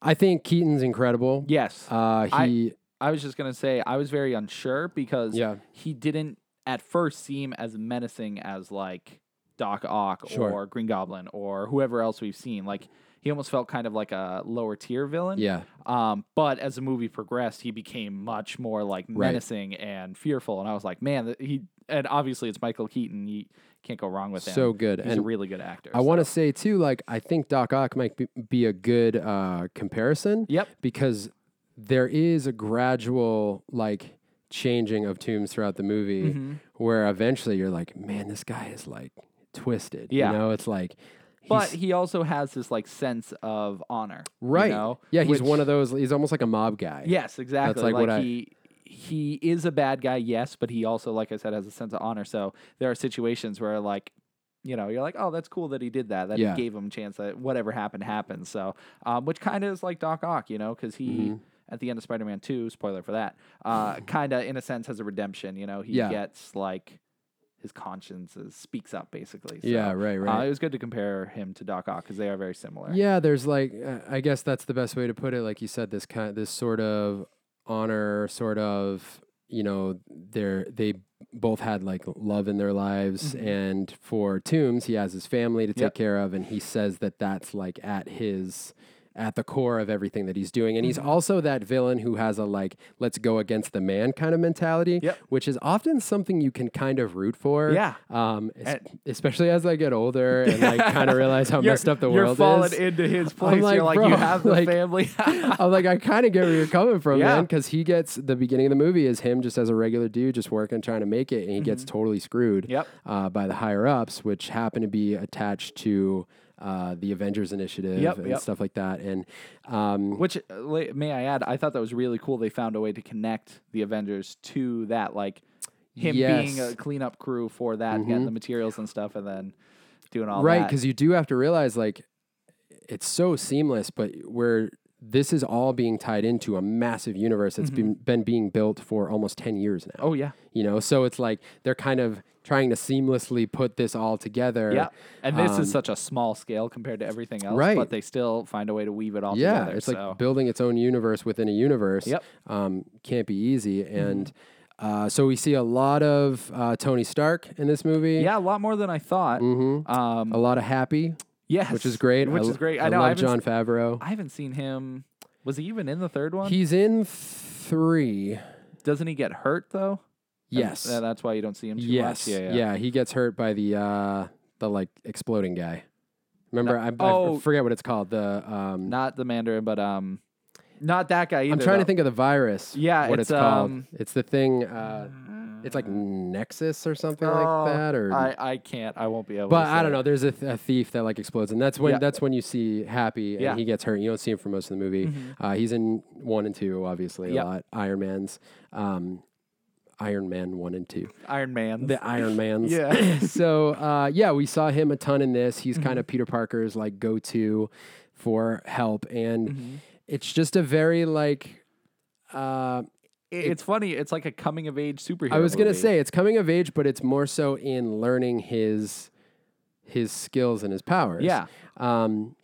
I think Keaton's incredible. Yes. Uh, I- he I was just gonna say I was very unsure because Yeah. he didn't at first seem as menacing as like Doc Ock Sure. or Green Goblin or whoever else we've seen. Like he almost felt kind of like a lower tier villain. yeah. Um, but as the movie progressed, he became much more like Right. menacing and fearful, and I was like, man, th- he. And obviously, it's Michael Keaton. You can't go wrong with him. So good. He's a And really good actor. I want to say too, like I think Doc Ock might be, be a good uh, comparison. Yep. because there is a gradual like changing of tombs throughout the movie Mm-hmm. where eventually you're like man this guy is like twisted Yeah. you know it's like But he's- he also has this like sense of honor. you right know, yeah which- he's one of those he's almost like a mob guy Yes, exactly. like like what I- he he is a bad guy, yes, but he also, like I said, has a sense of honor. So there are situations where like you know, you're like, oh, that's cool that he did that. That Yeah. he gave him a chance that whatever happened happened. So, um, which kind of is like Doc Ock, you know, because he Mm-hmm. at the end of Spider-Man Two, spoiler for that, uh, kind of in a sense has a redemption. You know, he Yeah. gets like his conscience is, speaks up basically. So, yeah right uh, right it was good to compare him to Doc Ock because they are very similar. yeah there's like uh, i guess that's the best way to put it like you said this kind this sort of honor sort of you know, they're they both had like love in their lives, and for Toombs, he has his family to take Mm-hmm. Yep. care of, and he says that that's like at his at the core of everything that he's doing and he's Mm-hmm. also that villain who has a like let's go against the man kind of mentality Yep. which is often something you can kind of root for Yeah. um es- And- especially as i get older and like kind of realize how You're- messed up the you're world falling is into his place. you're like, like, bro, you have the like- family. I'm like, I kind of get where you're coming from, Yeah. man. Because he gets the beginning of the movie is him just as a regular dude, just working, trying to make it, and he gets totally screwed Yep. uh, by the higher ups, which happen to be attached to uh, the Avengers Initiative Yep, and yep. stuff like that. And um, Which, uh, la- may I add, I thought that was really cool. They found a way to connect the Avengers to that, like him being Yes. Mm-hmm. a cleanup crew for that, getting the materials and stuff, and then doing all right, that. because you do have to realize like it's so seamless, but where this is all being tied into a massive universe that's been, been being built for almost 10 years now. oh yeah, you know so it's like they're kind of trying to seamlessly put this all together yeah. And this Um, is such a small scale compared to everything else, right. but they still find a way to weave it all yeah together. it's so. like building its own universe within a universe Yep. Mm-hmm. um, can't be easy and uh, so we see a lot of uh, tony stark in this movie yeah, a lot more than I thought. Mhm. Um, a lot of happy yes, which is great Which I, is great. i, I, know. I love haven't, john favreau I haven't seen him. Was he even in the third one? he's in three Doesn't he get hurt though? And yes th- that's why you don't see him too yes much. Yeah, yeah. he gets hurt by the uh, the like exploding guy remember I- I, oh. forget what it's called the um, Not the Mandarin, but um, not that guy either. I'm trying though. to think of the virus. Yeah, what it's, it's, called. um, it's the thing. Uh, it's like Nexus or something Oh, like that, or. I, I can't. I won't be able. but to I say don't it. know. There's a, th- a thief that like explodes, and that's when Yeah. that's when you see Happy, and Yeah. Mm-hmm. he gets hurt. You don't see him for most of the movie. Uh, he's in one and two, obviously Yeah. a lot. Iron Man's, um, Iron Man one and two, Iron Man. the Iron Man's. yeah. Mm-hmm. so uh, yeah, we saw him a ton in this. He's kind of Peter Parker's like go to for help, and Mm-hmm. it's just a very like. Uh, It- it's funny. It's like a coming of age superhero. I was gonna movie. say it's coming of age, but it's more so in learning his his skills and his powers. Yeah. Um,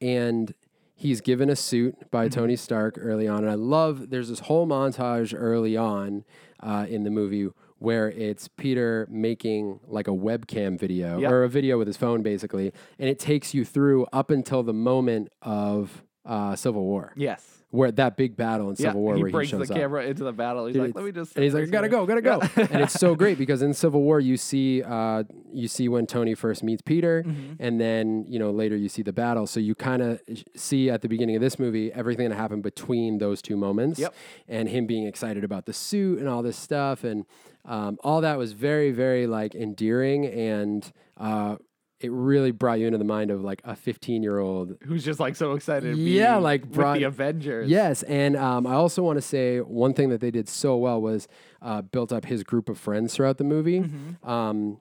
and he's given a suit by Mm-hmm. Tony Stark early on, and I love. There's this whole montage early on uh, in the movie where it's Peter making like a webcam video Yeah. or a video with his phone, basically, and it takes you through up until the moment of uh, Civil War, Yes. where that big battle in Yeah. Civil War he where breaks he shows the up. camera into the battle. He's Dude, like, it's- let me just. And he's like, sit gotta here." go, gotta go. and it's so great because in Civil War, you see, uh, you see when Tony first meets Peter, Mm-hmm. and then you know later you see the battle. So you kind of see at the beginning of this movie everything that happened between those two moments, Yep. and him being excited about the suit and all this stuff, and um, all that was very, very like endearing, and uh, it really brought you into the mind of like a 15 year old Who's just like so excited? to Yeah, be like, with brought- the Avengers. Yes, and um, I also want to say one thing that they did so well was uh, built up his group of friends throughout the movie, Mm-hmm. um,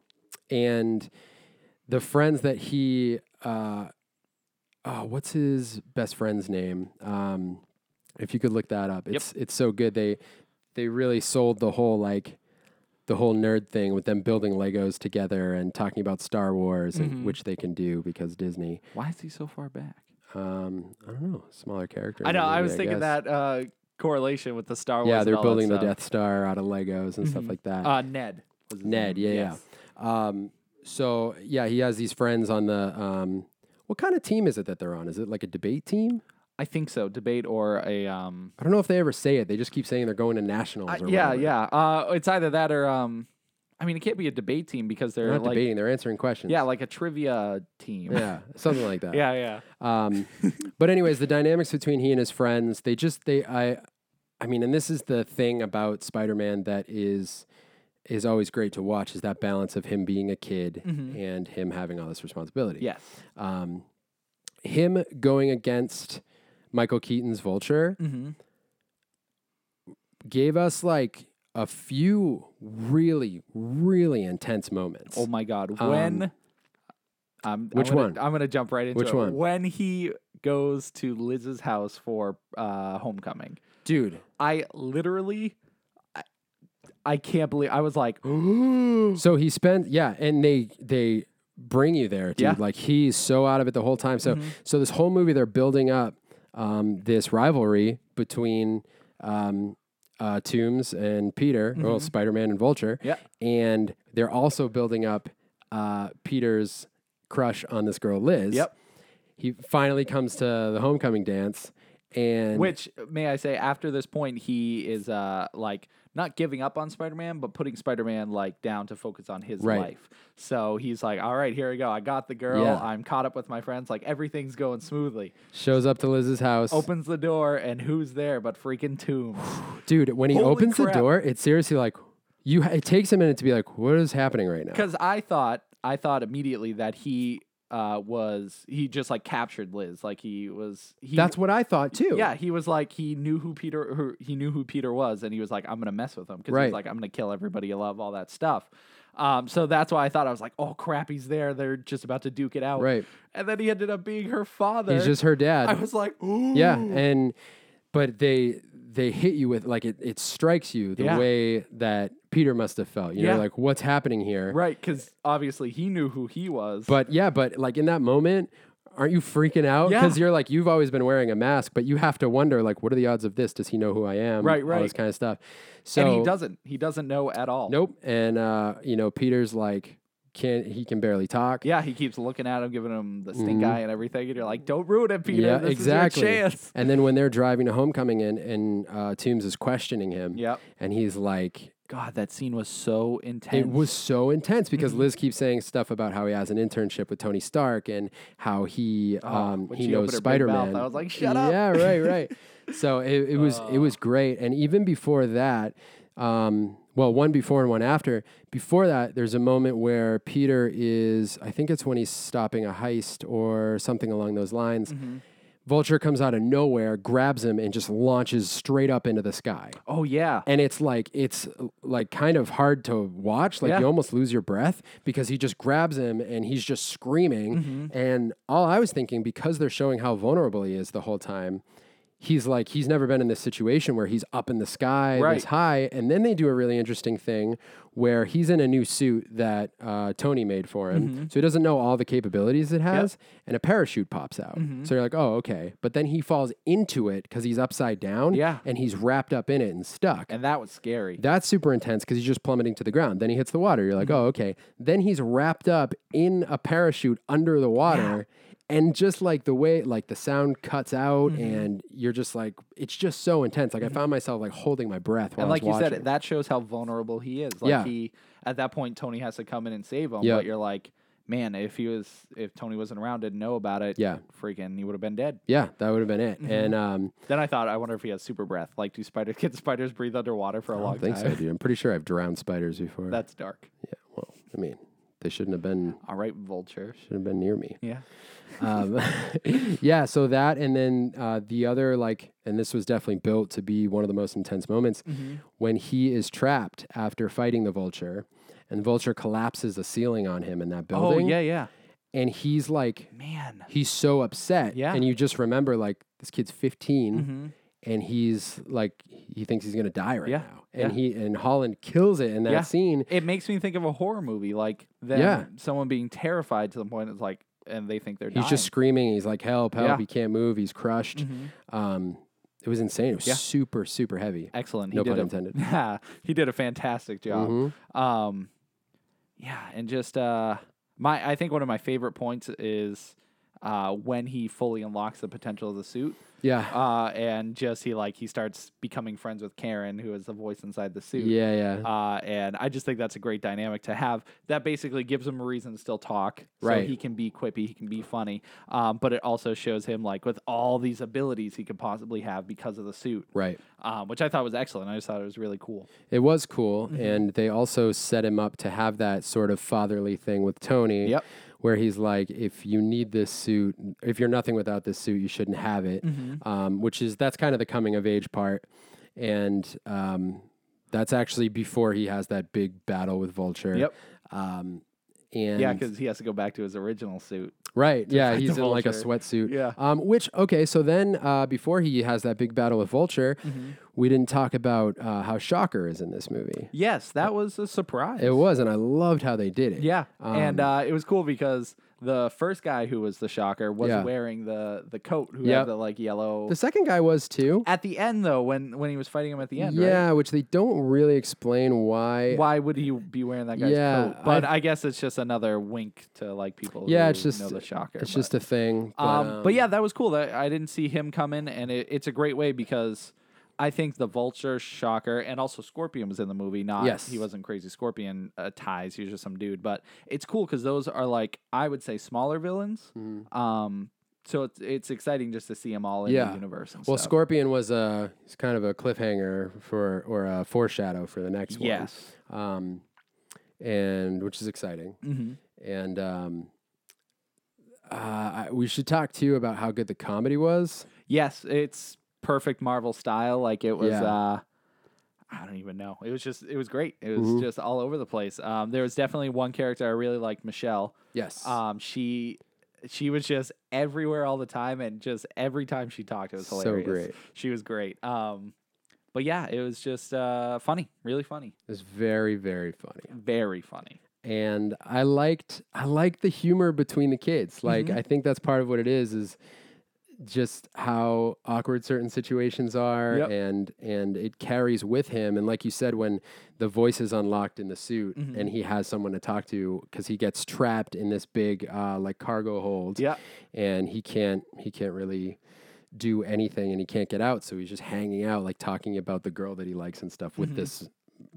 and the friends that he, uh, oh, what's his best friend's name? Um, if you could look that up, it's it's so good. They they really sold the whole like the whole nerd thing with them building Legos together and talking about Star Wars, Mm-hmm. and, which they can do because Disney. Why is he so far back? Um, I don't know, smaller character. I in the know. I movie, was thinking guess. that uh, correlation with the Star Wars. Yeah, and they're all that building the stuff. Death Star out of Legos and stuff like that. Uh, Ned. was his Ned, name. yeah, Yes. yeah. Um, so yeah, he has these friends on the. Um, what kind of team is it that they're on? Is it like a debate team? I think so. Debate or a um. I don't know if they ever say it. They just keep saying they're going to nationals. I- or yeah, whatever. yeah. Uh, it's either that or um. I mean, it can't be a debate team because they're They're not like debating. They're answering questions. yeah, like a trivia team. yeah, something like that. yeah, yeah. Um, but anyways, the dynamics between he and his friends, they just they I, I mean, and this is the thing about Spider-Man that is is always great to watch is that balance of him being a kid and him having all this responsibility. Yes. um, him going against Michael Keaton's Vulture Mm-hmm. gave us like a few really, really intense moments. Oh my God. Um, When? Um, which I'm gonna, one? I'm gonna jump right into Which it. one? When he goes to Liz's house for uh, homecoming, Dude, I literally, I, I can't believe I was like, so he spent yeah, and they they bring you there, dude. Yeah. Mm-hmm. Like he's so out of it the whole time. So so this whole movie they're building up um, this rivalry between um, uh, Tombs and Peter, well, Spider Man and Vulture. Mm-hmm. Yeah. And they're also building up uh, Peter's crush on this girl, Liz. Yep. He finally comes to the homecoming dance. And Which may I say, after this point, he is uh like not giving up on Spider-Man, but putting Spider-Man like down to focus on his Right. life. So he's like, "All right, here we go. I got the girl. Yeah. I'm caught up with my friends. Like everything's going smoothly." shows up to Liz's house. Opens the door, and who's there but freaking Tombs? Dude, when he Holy opens crap. the door, it's seriously like you. It takes a minute to be like, what is happening right now? Because I thought, I thought immediately that he uh was he just like captured Liz, like he was. He, That's what I thought too. Yeah, he was like he knew who Peter who, he knew who Peter was, and he was like, I'm gonna mess with him because Right. he's like, I'm gonna kill everybody you love, all that stuff. Um, so that's why I thought I was like, oh crap, he's there. They're just about to duke it out. Right. And then he ended up being her father. He's just her dad. I was like, ooh. yeah, and but they they hit you with like it, it strikes you the Yeah. way that Peter must have felt. You Yeah. know, like what's happening here? Right, because obviously he knew who he was. But yeah, but like in that moment, aren't you freaking out? Yeah. Because you're like you've always been wearing a mask, but you have to wonder like what are the odds of this? Does he know who I am? Right, All right. this kind of stuff. So and he doesn't. He doesn't know at all. Nope. And uh, you know, Peter's like can he can barely talk. Yeah, he keeps looking at him, giving him the stink eye and everything, and you're like, "Don't ruin it, Peter. Mm-hmm. Yeah, this exactly. is your chance." And then when they're driving to homecoming and and uh, Toombs is questioning him. Yep. And he's like, God, that scene was so intense. Mm-hmm. it was so intense because Liz keeps saying stuff about how he has an internship with Tony Stark and how he um, Oh, when he she knows opened her big Spider mouth, Man. I was like, "Shut up." Oh. Yeah, right, right. so it, it was it was great. And even before that, um, well, one before and one after. Before that, there's a moment where Peter is, I think it's when he's stopping a heist or something along those lines. Mm-hmm. Vulture comes out of nowhere, grabs him, and just launches straight up into the sky Oh yeah, and it's like it's uh, like kind of hard to watch like Yeah. you almost lose your breath because he just grabs him and he's just screaming Mm-hmm. and all i was thinking because they're showing how vulnerable he is the whole time he's like he's never been in this situation where he's up in the sky Right. this high and then they do a really interesting thing where he's in a new suit that uh, tony made for him Mm-hmm. so he doesn't know all the capabilities it has and a parachute pops out Mm-hmm. so you're like oh okay but then he falls into it because he's upside down Yeah. and he's wrapped up in it and stuck and that was scary. that's super intense because he's just plummeting to the ground. Then he hits the water. You're like, Mm-hmm. oh, okay. Then he's wrapped up in a parachute under the water. And just like the way, like the sound cuts out, Mm-hmm. and you're just like, it's just so intense. Like I found myself like holding my breath while and like I was you watching. said, that shows how vulnerable he is. Like Yeah. he at that point, Tony has to come in and save him. Yeah. But you're like, man, if he was, if Tony wasn't around, didn't know about it, Yeah. freaking, he would have been dead. yeah, that would have been Mm-hmm. it. And um, Then I thought, I wonder if he has super breath. Like, do spiders can spiders breathe underwater for a I long don't think time? so, dude. I'm pretty sure I've drowned spiders before. That's dark. yeah, well, I mean, they shouldn't have been All right, vulture. should have been near me. Yeah. um, yeah, so that and then uh, the other like, and this was definitely built to be one of the most intense moments when he is trapped after fighting the vulture, and the vulture collapses a ceiling on him in that Oh building, yeah, yeah. and he's like, Man. he's so upset, Yeah. Mm-hmm. and you just remember like this kid's 15 and he's like, he thinks he's gonna die right Yeah, now, and he and Holland kills it in that Yeah. scene. It makes me think of a horror movie, like them, Yeah. someone being terrified to the point it's like, and they think they're He's just screaming. He's like, "Help! Help! Yeah. Mm-hmm. He can't move. He's crushed." Um, it was insane. It was Yeah. super, super heavy. excellent. No he pun did intended. A, yeah, he did a fantastic job. Mhm. Um, yeah, and just uh, my I think one of my favorite points is uh, when he fully unlocks the potential of the suit, Yeah. uh, and just he like he starts becoming friends with Karen, who is the voice inside the suit. yeah, yeah. Uh, and I just think that's a great dynamic to have. That basically gives him a reason to still talk. Right. So he can be quippy, he can be funny. Um, but it also shows him like with all these abilities he could possibly have because of the suit. right. Um, which I thought was excellent. I just thought it was really cool. It was cool. Mm-hmm. And they also set him up to have that sort of fatherly thing with Tony. Yep. Where he's like, if you need this suit, if you're nothing without this suit, you shouldn't have it. Mm-hmm. Um, which is, that's kind of the coming of age part. And um, that's actually before he has that big battle with Vulture. Yep. Um, and Yeah, because he has to go back to his original suit. Right. Yeah, fight he's the in like a vulture. sweatsuit. Yeah. Mm-hmm. Um, which okay, so then uh, before he has that big battle with Vulture, we didn't talk about uh, how Shocker is in this movie. Yes, that was a surprise. It was, Um, and I loved how they did it. Yeah, and uh, it was cool because the first guy who was the shocker was Yeah. wearing the the coat who Yep. had the like yellow. The second guy was too. At the end though, when when he was fighting him at the end, right? yeah, which they don't really explain why. Why would he be wearing that guy's Yeah, coat? But I, guess it's just another wink to like people. Yeah, who it's just know the shocker. It's but- just a thing. But, um, um, but yeah, that was cool. That I didn't see him come in, and it, it's a great way because I think the Vulture, Shocker, and also Scorpion was in the movie. Not Yes. he wasn't Crazy Scorpion uh, ties. He was just some dude. But it's cool because those are like I would say smaller villains. Um, so it's it's exciting just to see them all in Mm-hmm. Yeah. the universe. And Well, stuff. Scorpion was a it's kind of a cliffhanger for or a foreshadow for the next Yes. one. Um, and which is exciting. Mhm. And um, uh, I- we should talk to you about how good the comedy was. Yes, it's perfect Marvel style. Like it was. Yeah. Uh, I don't even know. It was just. It was great. It was Mhm. just all over the place. Um, there was definitely one character I really liked, Michelle. Yes. Um, she she was just everywhere all the time, and just every time she talked, it was So hilarious. great. She was great. Um, but yeah, it was just uh, funny, really funny, it's very very funny. very funny. and I liked I liked the humor between the kids. Like I think that's part of what it is is just how awkward certain situations are Yep. and and it carries with him and like you said when the voice is unlocked in the suit and he has someone to talk to cuz he gets trapped in this big uh like cargo hold Yeah, and he can't he can't really do anything and he can't get out so he's just hanging out like talking about the girl that he likes and stuff with this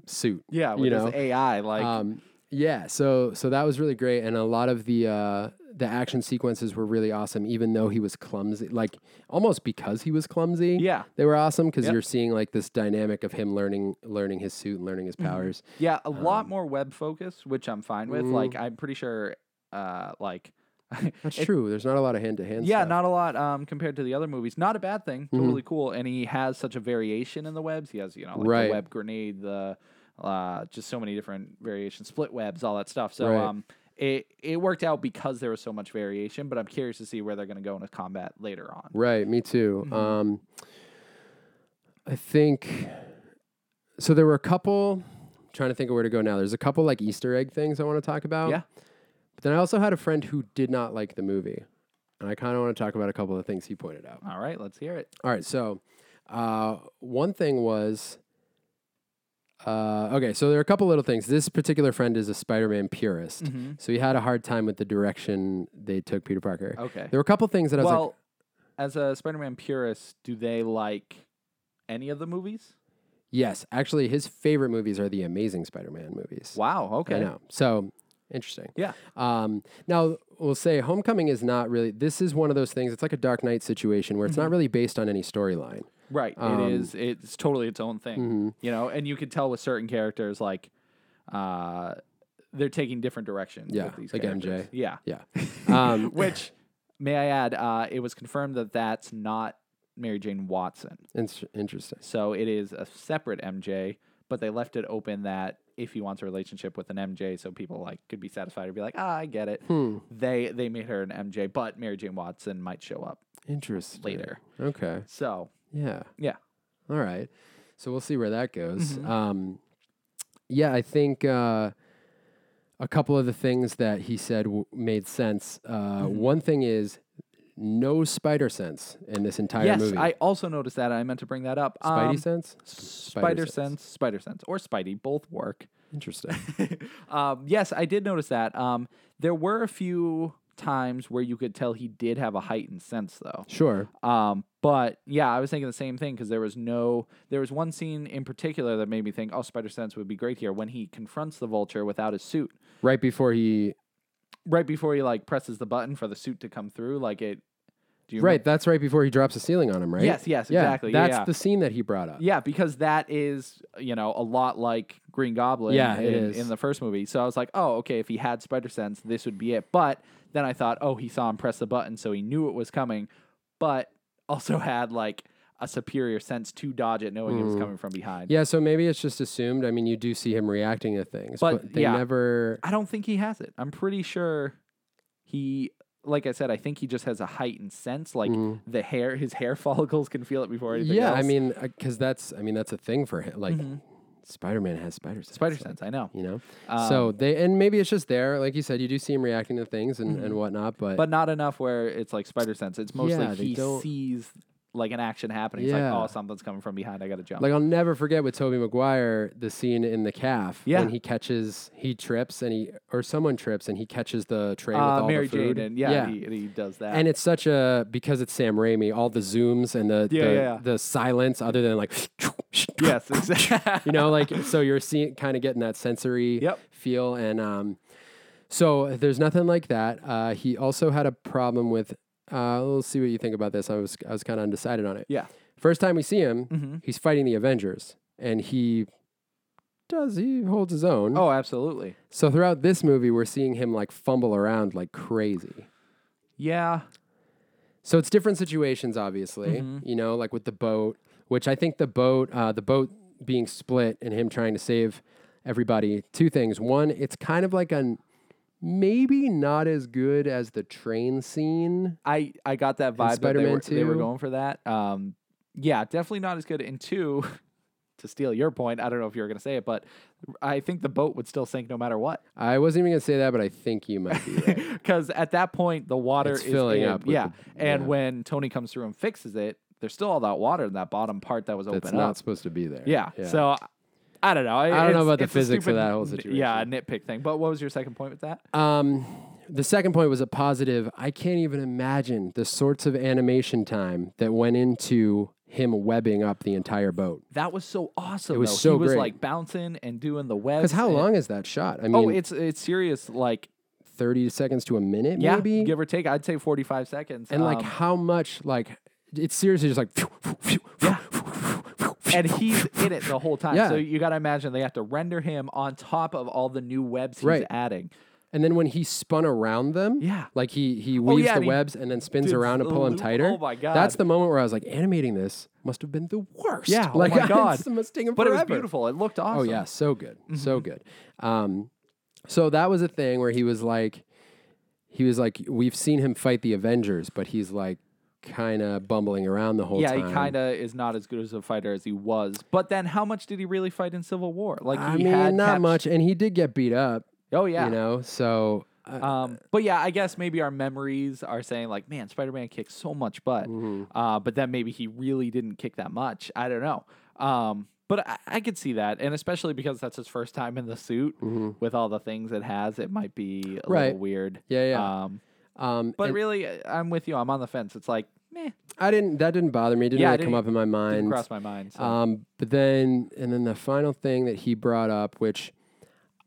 suit yeah. you With know? this AI, like um, yeah, so so that was really great, and a lot of the uh, the action sequences were really awesome, even though he was clumsy, like almost because he was clumsy. Yeah. they were awesome because Yep. you're seeing like this dynamic of him learning learning his suit and learning his Mm-hmm. powers. Yeah, a um, lot more web focus, which I'm fine with. Like, mm. I'm pretty sure, uh, like, That's true. There's not a lot of hand to hand. yeah, not a lot um, compared to the other movies. Not a bad thing. Mm-hmm. Totally cool. And he has such a variation in the webs. He has, you know, like Right. the web grenade, the uh, just so many different variations, split webs, all that stuff. So, Right. um, it it worked out because there was so much variation. But I'm curious to see where they're going to go into combat later on. Right, me too. Um, I think so. There were a couple. I'm trying to think of where to go now. There's a couple like Easter egg things I want to talk about. Yeah. But then I also had a friend who did not like the movie, and I kind of want to talk about a couple of things he pointed out. All right, let's hear it. All right, so uh, one thing was. Uh, okay, so there are a couple little things. This particular friend is a Spider-Man purist, so he had a hard time with the direction they took Peter Parker. Okay. There were a couple things that I was like, Well, as a Spider-Man purist, do they like any of the movies? Yes, actually, his favorite movies are the Amazing Spider-Man movies. Wow. Okay. I know. So interesting. Yeah. Um, now we'll say Homecoming is not really. This is one of those things. It's like a Dark Knight situation where it's Mm-hmm. not really based on any storyline. Mm-hmm. Right. Um, it is. It's totally its own thing. You know, and you can tell with certain characters, like, uh, they're taking different directions. Yeah, With these like MJ. characters. Yeah. Yeah. Um, Which, may I add, uh, it was confirmed that that's not Mary Jane Watson. it's interesting. So it is a separate MJ, but they left it open that if he wants a relationship with an MJ, so people like could be satisfied or be like, ah, I get it. Hmm, They they made her an MJ, but Mary Jane Watson might show up Interesting. later. Okay. So Yeah. yeah, Mm-hmm. All right. So we'll see where that goes. Um, yeah, I think uh, a couple of the things that he said w- made sense. Uh, Mm-hmm. One thing is no spider sense in this entire yes, movie. I also noticed that. I meant to bring that up. Spidey Um, sense? Spider Sense, Spider Sense, or Spidey, both work. Interesting. um, yes, I did notice that. Um, there were a few times where you could tell he did have a heightened sense, though. sure. Um, but yeah, I was thinking the same thing because there was no, there was one scene in particular that made me think, oh, Spider Sense would be great here when he confronts the Vulture without his suit. Right before he. Right before he like presses the button for the suit to come through, like it. Do you Right. That's right before he drops the ceiling on him, right? Yes, yes, Yeah, exactly, That's yeah. the scene that he brought up. Yeah, because that is, you know, a lot like Green Goblin Yeah, in, it is. in the first movie. So I was like, oh, okay, if he had Spider Sense, this would be it. But then I thought, oh, he saw him press the button, so he knew it was coming, but also had like a superior sense to dodge it, knowing it was coming from behind. Mm-hmm. Yeah, so maybe it's just assumed. I mean, you do see him reacting to things, but, But, they yeah. never. I don't think he has it. I'm pretty sure he like I said, I think he just has a heightened sense. Like the hair, his hair follicles can feel it before anything Mm-hmm. yeah, else. Mm-hmm. I mean, because that's I mean that's a thing for him. Like Spider Man has spider sense. spider like, sense. I know, Um, you know. so they and maybe it's just there, like you said, you do see him reacting to things and, and whatnot, but, Mm-hmm. but not enough where it's like spider sense. It's mostly Yeah, they he don't- sees like an action happening. It's Yeah. like, oh, something's coming from behind. I got to jump. like I'll never forget with Toby Maguire the scene in the calf Yeah. when he catches he trips and he or someone trips and he catches the tray with uh, all Mary the food. Jane, and yeah, He, and he does that. And it's such a because it's Sam Raimi, all the zooms and the Yeah, the, yeah, yeah. the silence other than like yes, exactly. you know, like so you're seeing kind of getting that sensory Yep. feel and um so there's nothing like that. Uh he also had a problem with uh let's see what you think about this. I was I was kind of undecided on it. yeah, Mm-hmm. First time we see him, he's fighting the Avengers and he does he holds his own. oh, absolutely. So throughout this movie we're seeing him like fumble around like crazy. Yeah, So it's different situations, obviously. Mm-hmm. You know, like with the boat, which I think the boat, uh, the boat being split and him trying to save everybody. Two things. One, it's kind of like a maybe not as good as the train scene. I I got that vibe. That they, Spider-Man were, they were 2. going for that. Um, yeah, definitely not as good. And two, to steal your point, I don't know if you were going to say it, but I think the boat would still sink no matter what. I wasn't even gonna say that, but I think you might be right. Because at that point, the water It's is filling in. up with Yeah, the- and yeah. when Tony comes through and fixes it, there's still all that water in that bottom part that was open That's up. not supposed to be there. yeah. so. I don't know. I know about the physics of that whole Yeah, situation. nitpick thing. But what was your second point with that? Um, the second point was a positive. I can't even imagine the sorts of animation time that went into him webbing up the entire boat. that was so awesome. was though. so he was great. like bouncing and doing the web. Because how long is that shot? I mean, Oh, it's it's serious. Like 30 seconds to a minute, yeah, maybe? give or take. I'd say forty five seconds. and like Um, how much, like, it's seriously just like, phew, phew, phew, phew, phew, phew. and he's in it the whole time. Yeah. So you got to imagine they have to render him on top of all the new webs he's Right. adding. and then when he spun around them, Yeah. Oh, like he he weaves yeah, the and he webs and then spins did around to the pull him loop. tighter. Oh my God. that's the moment where I was like, animating this must have been the worst. Yeah, oh like my God. it must take him But it was forever. beautiful. It looked awesome. Mm-hmm. Oh yeah, so good, so good. Um, so that was a thing where he was like, he was like, we've seen him fight the Avengers, but he's like, kind of bumbling around the whole Yeah, time. he kind of is not as good as a fighter as he was. But then, how much did he really fight in Civil War? Like, I he mean, had not capt- much, and he did get beat up. Oh yeah, you know. So uh, Um, but yeah, I guess maybe our memories are saying like, man, Spider-Man kicked so much butt, Mm-hmm. uh, but then maybe he really didn't kick that much. I don't know. Um, but I, I could see that, and especially because that's his first time in the suit with all the things it has, it might be a Mm-hmm. Right. little weird. Yeah, yeah. Um, um, but and really, I- I'm with you. I'm on the fence. It's like, meh, I didn't. That didn't bother me. It didn't Yeah, I really come didn't- up in my didn't mind. cross my mind. So. Um, but then, and then the final thing that he brought up, which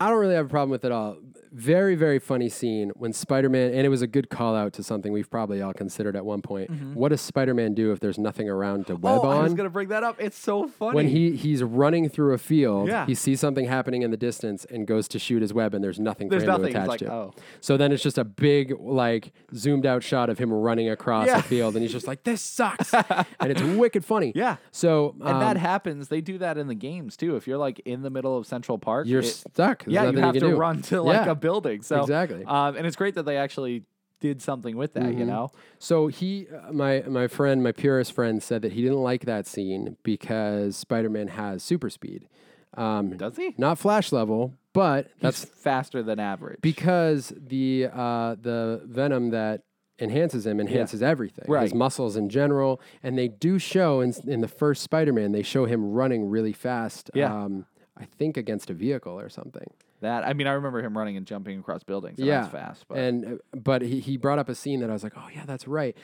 I don't really have a problem with at all. Very, very funny scene when Spider Man, and it was a good call out to something we've probably all considered at one point. What does Spider Man do if there's nothing around to web Mm-hmm. oh, I was on? gonna bring that up. It's so funny. When he, he's running through a field, Yeah. he sees something happening in the distance and goes to shoot his web, and there's nothing There's for him nothing. He's to attach like, to. "Oh." So then it's just a big, like, zoomed out shot of him running across Yeah. a field, and he's just like, "This sucks," and it's wicked funny. Yeah. So and um, that happens. They do that in the games too. If you're like in the middle of Central Park, you're it- stuck. There's yeah, nothing you have can to do. run to like Yeah. a building. So Exactly. Mm-hmm. um, and it's great that they actually did something with that. You know, So he, uh, my my friend, my purist friend, said that he didn't like that scene because Spider Man has super speed, um, does he? not Flash level, but that's That's faster than average. because the uh, the venom that enhances him enhances everything, his Right. muscles in general, and they do show in in the first Spider Man, they show him running really fast. Yeah. Um, I think against a vehicle or something. that I mean, I remember him running and jumping across buildings. And yeah, that's fast. But and uh, but he, he brought up a scene that I was like, oh yeah, that's right.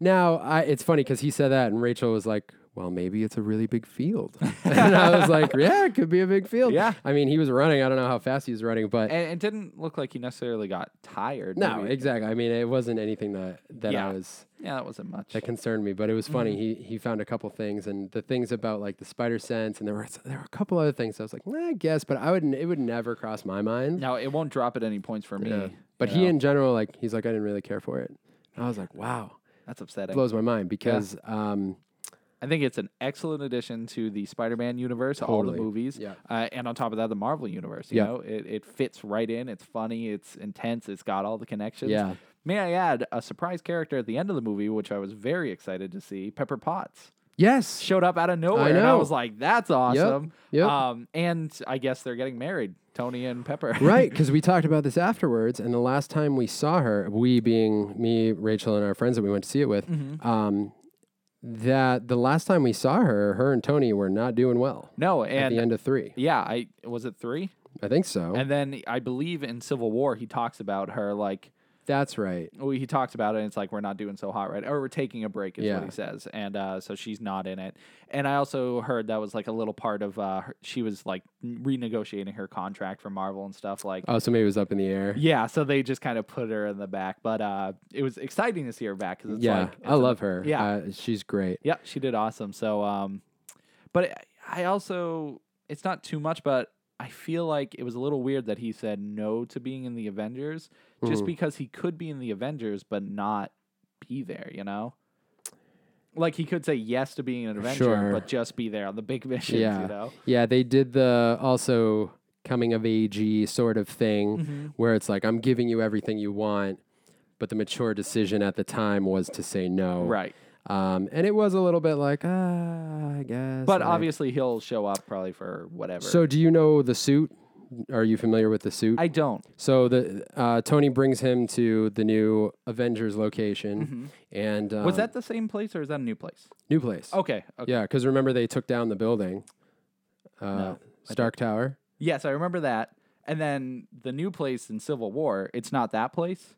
Now I, it's funny because he said that, and Rachel was like, well, maybe it's a really big field, and I was like, yeah, it could be a big field. Yeah. I mean, he was running. I don't know how fast he was running, but and it didn't look like he necessarily got tired. no, maybe. exactly. I mean, it wasn't anything that that Yeah. I was yeah, that wasn't much. that concerned me, but it was funny. Mm-hmm. He he found a couple things, and the things about like the spider sense, and there were there were a couple other things. I was like, nah, I guess, but I wouldn't. It would never cross my mind. Now it won't drop at any points for me. Yeah. But you he know? in general, like he's like, I didn't really care for it. And I was like, wow. that's upsetting. blows my mind because um, I think it's an excellent addition to the Spider-Man universe, all Totally. the movies, Yeah. uh, and on top of that, the Marvel universe. You Yeah. know, it, it fits right in. It's funny. It's intense. It's got all the connections. Yeah. May I add a surprise character at the end of the movie, which I was very excited to see. Pepper Potts Yes. showed up out of nowhere, and I know. was like, "That's awesome." yep. Um, and I guess they're getting married, Tony and Pepper. right, because we talked about this afterwards, and the last time we saw her, we being me, Rachel, and our friends that we went to see it with, Mm-hmm. um, that the last time we saw her, her and Tony were not doing well no, at the and end of three. yeah, I was it three, I think so. and then I believe in Civil War he talks about her like That's right. well, he talks about it and it's like we're not doing so hot right or we're taking a break is what Yeah. he says and uh, so she's not in it and i also heard that was like a little part of uh, her, she was like n- renegotiating her contract for marvel and stuff like Oh, so maybe it was up in the air. yeah so they just kind of put her in the back but uh, it was exciting to see her back because it's Yeah, like I love her. yeah. uh, she's great. yeah she did awesome so um but i also it's not too much but i feel like it was a little weird that he said no to being in the avengers just Mhm. because he could be in the avengers but not be there you know like he could say yes to being an avenger Sure. but just be there on the big missions Yeah. you know Yeah, they did the also coming of age sort of thing Mm. Mm-hmm. where it's like, I'm giving you everything you want, but the mature decision at the time was to say no. right Um, and it was a little bit like, ah, I guess. but like- obviously he'll show up probably for whatever So do you know the suit? Are you familiar with the suit? i don't so the uh, Tony brings him to the new Avengers location, and Mm. um, Mm-hmm. was that the same place or is that a new place new place? okay, okay. Yeah, because remember they took down the building, uh, Stark Tower. Yes, I remember that. And then the new place in Civil War, it's not that place,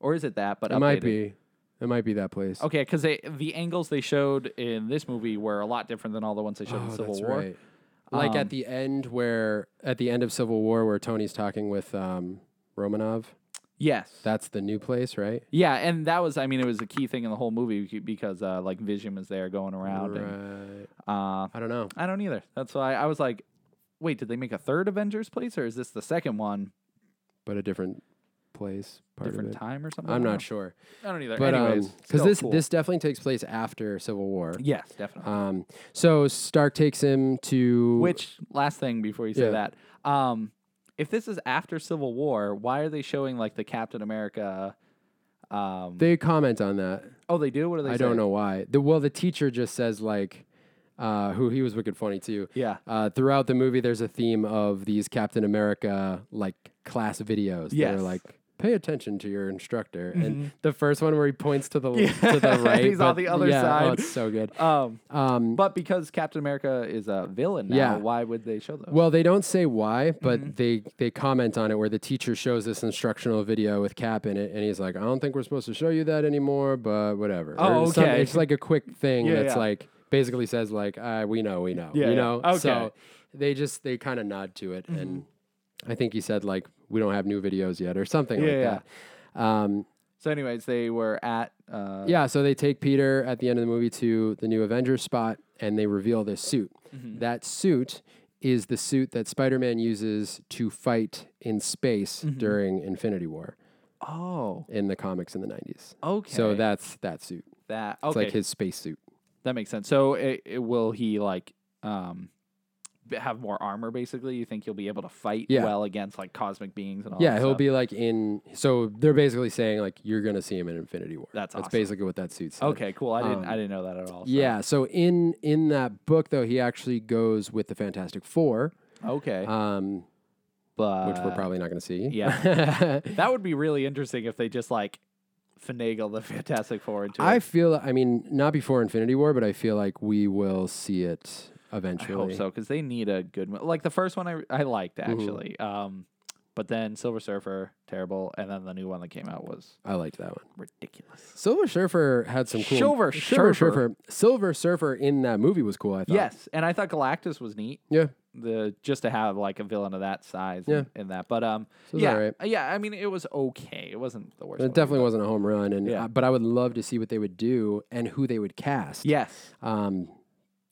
or is it that? But It might updated? be, it might be that place. okay because the angles they showed in this movie were a lot different than all the ones they showed in Oh, Civil that's War. Um, right. Like at the end where at the end of Civil War where Tony's talking with um, Romanov. Yes, That's the new place, right? yeah, and that was I mean it was a key thing in the whole movie bec- because uh, like Vision was there going around. And, Right. uh, I don't know. I don't either. That's why I was like, wait, did they make a third Avengers place or is this the second one, but a different place, part different of it. time or something? I'm I don't not know. sure, I don't either. but Anyways, because still this cool. this definitely takes place after Civil War. yes definitely. Um, so Stark takes him to Which last thing before you say Yeah. that, um, if this is after Civil War, why are they showing like the Captain America? Um, they comment on that. oh, they do. What do they? I say? don't know why. The well, the teacher just says like, uh, who he was wicked funny too. Yeah. Uh, throughout the movie, there's a theme of these Captain America like class videos that Yes. Mm-hmm. are like. Pay attention to your instructor, and the first one where he points to the to Yeah, the right, he's on but- the other yeah, Oh, side. it's so good. Um, Um, but because Captain America is a villain now, Yeah. why would they show those? Well, they don't say why, but Mm-hmm. they they comment on it where the teacher shows this instructional video with Cap in it, and he's like, "I don't think we're supposed to show you that anymore, but whatever." Oh, Or some- okay. it's like a quick thing Yeah, that's yeah. like basically says like, uh, "We know, we know," Yeah, yeah. you know. Okay. So they just they kind of nod to it, and I think he said like, "We don't have new videos yet" or something Mm-hmm. Yeah, like yeah. that. Um, so, anyways, they were at. Uh, yeah, so they take Peter at the end of the movie to the new Avengers spot and they reveal this suit. Mm-hmm. That suit is the suit that Spider Man uses to fight in space Mm-hmm. during Infinity War Oh, in the comics in the 90s. okay. So that's that suit. that It's okay. like his space suit. that makes sense. So, it, it- will he like um b- have more armor? Basically, you think he'll be able to fight Yeah. well against like cosmic beings and all? yeah, that he'll stuff? be like in. So they're basically saying, like, you're going to see him in Infinity War. That's awesome. basically what that suit said. Okay, cool. I didn't. Um, I didn't know that at all. so- Yeah, so in in that book though he actually goes with the Fantastic 4 Okay. um but which we're probably not going to see. yeah. That would be really interesting if they just like finagle the Fantastic Four into I it. feel, I mean, not before Infinity War, but I feel like we will see it I eventually. hope so because they need a good one. Like the first one, I I liked Mm-hmm. actually. Um, but then Silver Surfer terrible, and then the new one that came out was I liked that one. ridiculous. Silver Surfer had some cool. Silver Silver Surfer. Surfer. Silver Surfer in that movie was cool. I thought. Yes, and I thought Galactus was neat. Yeah. The just to have like a villain of that size Yeah. and, and that, but um, So it's yeah, alright. yeah. I mean, it was okay. It wasn't the worst. It movie, definitely but- wasn't a home run, and uh, Yeah. but I would love to see what they would do and who they would cast. Yes. Um,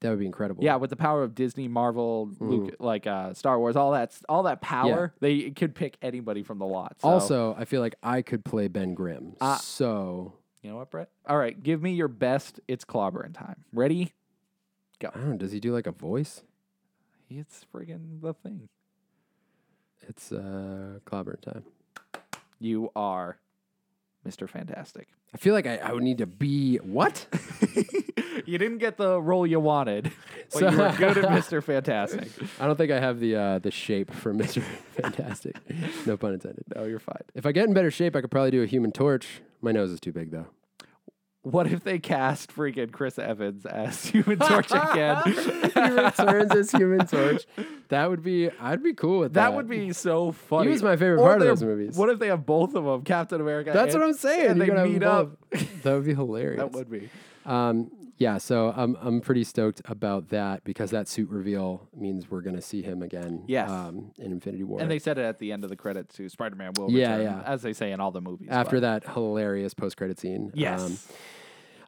that would be incredible. Yeah, with the power of Disney, Marvel, Luke, like uh, Star Wars, all that, all that power, they could pick anybody from the lot. So, Uh, Also, I feel like I could play Ben Grimm. so you know what, Brett? All right, give me your best. It's clobbering time. Ready? I don't know. Does he do like a voice? It's friggin' the thing. It's uh clobber time. You are Mr. Fantastic. I feel like I, I would need to be what? you didn't get the role you wanted, but you were good at Mr. Fantastic. I don't think I have the uh, the shape for Mister Fantastic. No pun intended. No, you're fine. If I get in better shape, I could probably do a Human Torch. My nose is too big though. What if they cast freaking Chris Evans as Human Torch again? he returns as Human Torch. That would be. I'd be cool with that. That would be so funny. He was my favorite Or part of they're- those movies. What if they have both of them, Captain America? That's and- what I'm saying. And You they gotta have meet them up. both. That would be hilarious. That would be. Um, yeah, so I'm I'm pretty stoked about that because that suit reveal means we're gonna see him again. Yes. Um, in Infinity War. And they said it at the end of the credits too. Spider-Man will Yeah, return, yeah. as they say in all the movies. after but- that hilarious post credit scene. yes, Um,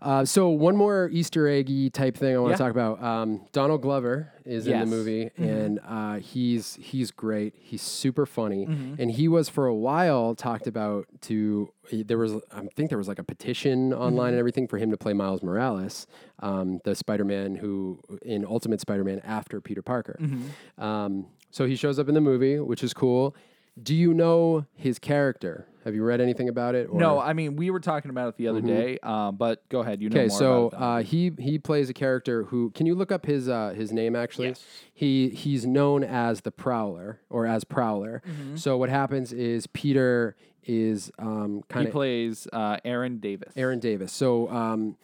uh, so one more Easter eggy type thing I want Yeah. to talk about. Um, Donald Glover is in the Yes. Mm-hmm. movie, and uh, he's he's great. He's super funny, Mm-hmm. and he was for a while talked about to. There was I think there was like a petition online Mm-hmm. and everything for him to play Miles Morales, um, the Spider Man who in Ultimate Spider Man after Peter Parker. Mm-hmm. Um, so he shows up in the movie, which is cool. Do you know his character? Have you read anything about it? Or? Mm-hmm. no, I mean we were talking about it the other day. Um, but go ahead, you know Okay, more about so it. than- uh, he he plays a character who can you look up his uh, his name actually? Yes. He he's known as the Prowler or as Prowler. Mm-hmm. So what happens is Peter is um, he kind of plays uh, Aaron Davis. Aaron Davis. So um,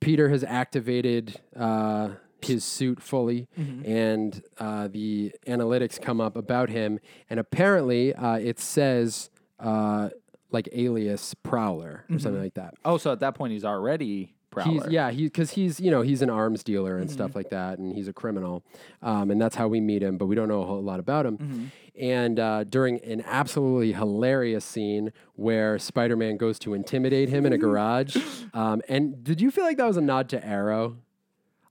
Peter has activated uh, his suit fully, Mm-hmm. and uh, the analytics come up about him, and apparently uh, it says uh, like alias Prowler or something like that. Oh, so at that point he's already Prowler. He's, yeah, he because he's you know he's an arms dealer and stuff like that, and he's a criminal, um, and that's how we meet him. But we don't know a whole lot about him. And uh, during an absolutely hilarious scene where Spider-Man goes to intimidate him in a garage, um, and did you feel like that was a nod to Arrow?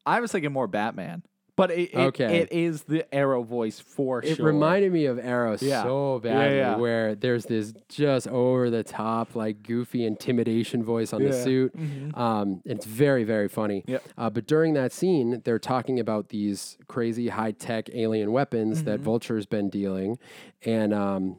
I was thinking more Batman, but it, it, Okay. it is the Arrow voice for It sure. reminded me of Arrow Yeah. so Yeah, badly, yeah. where there's this just over the top, like goofy intimidation voice on the Yeah. Mm-hmm. suit. Um, it's very, very funny. Yep. Uh, but during that scene, they're talking about these crazy high tech alien weapons Mm-hmm. that Vulture's been dealing, and um,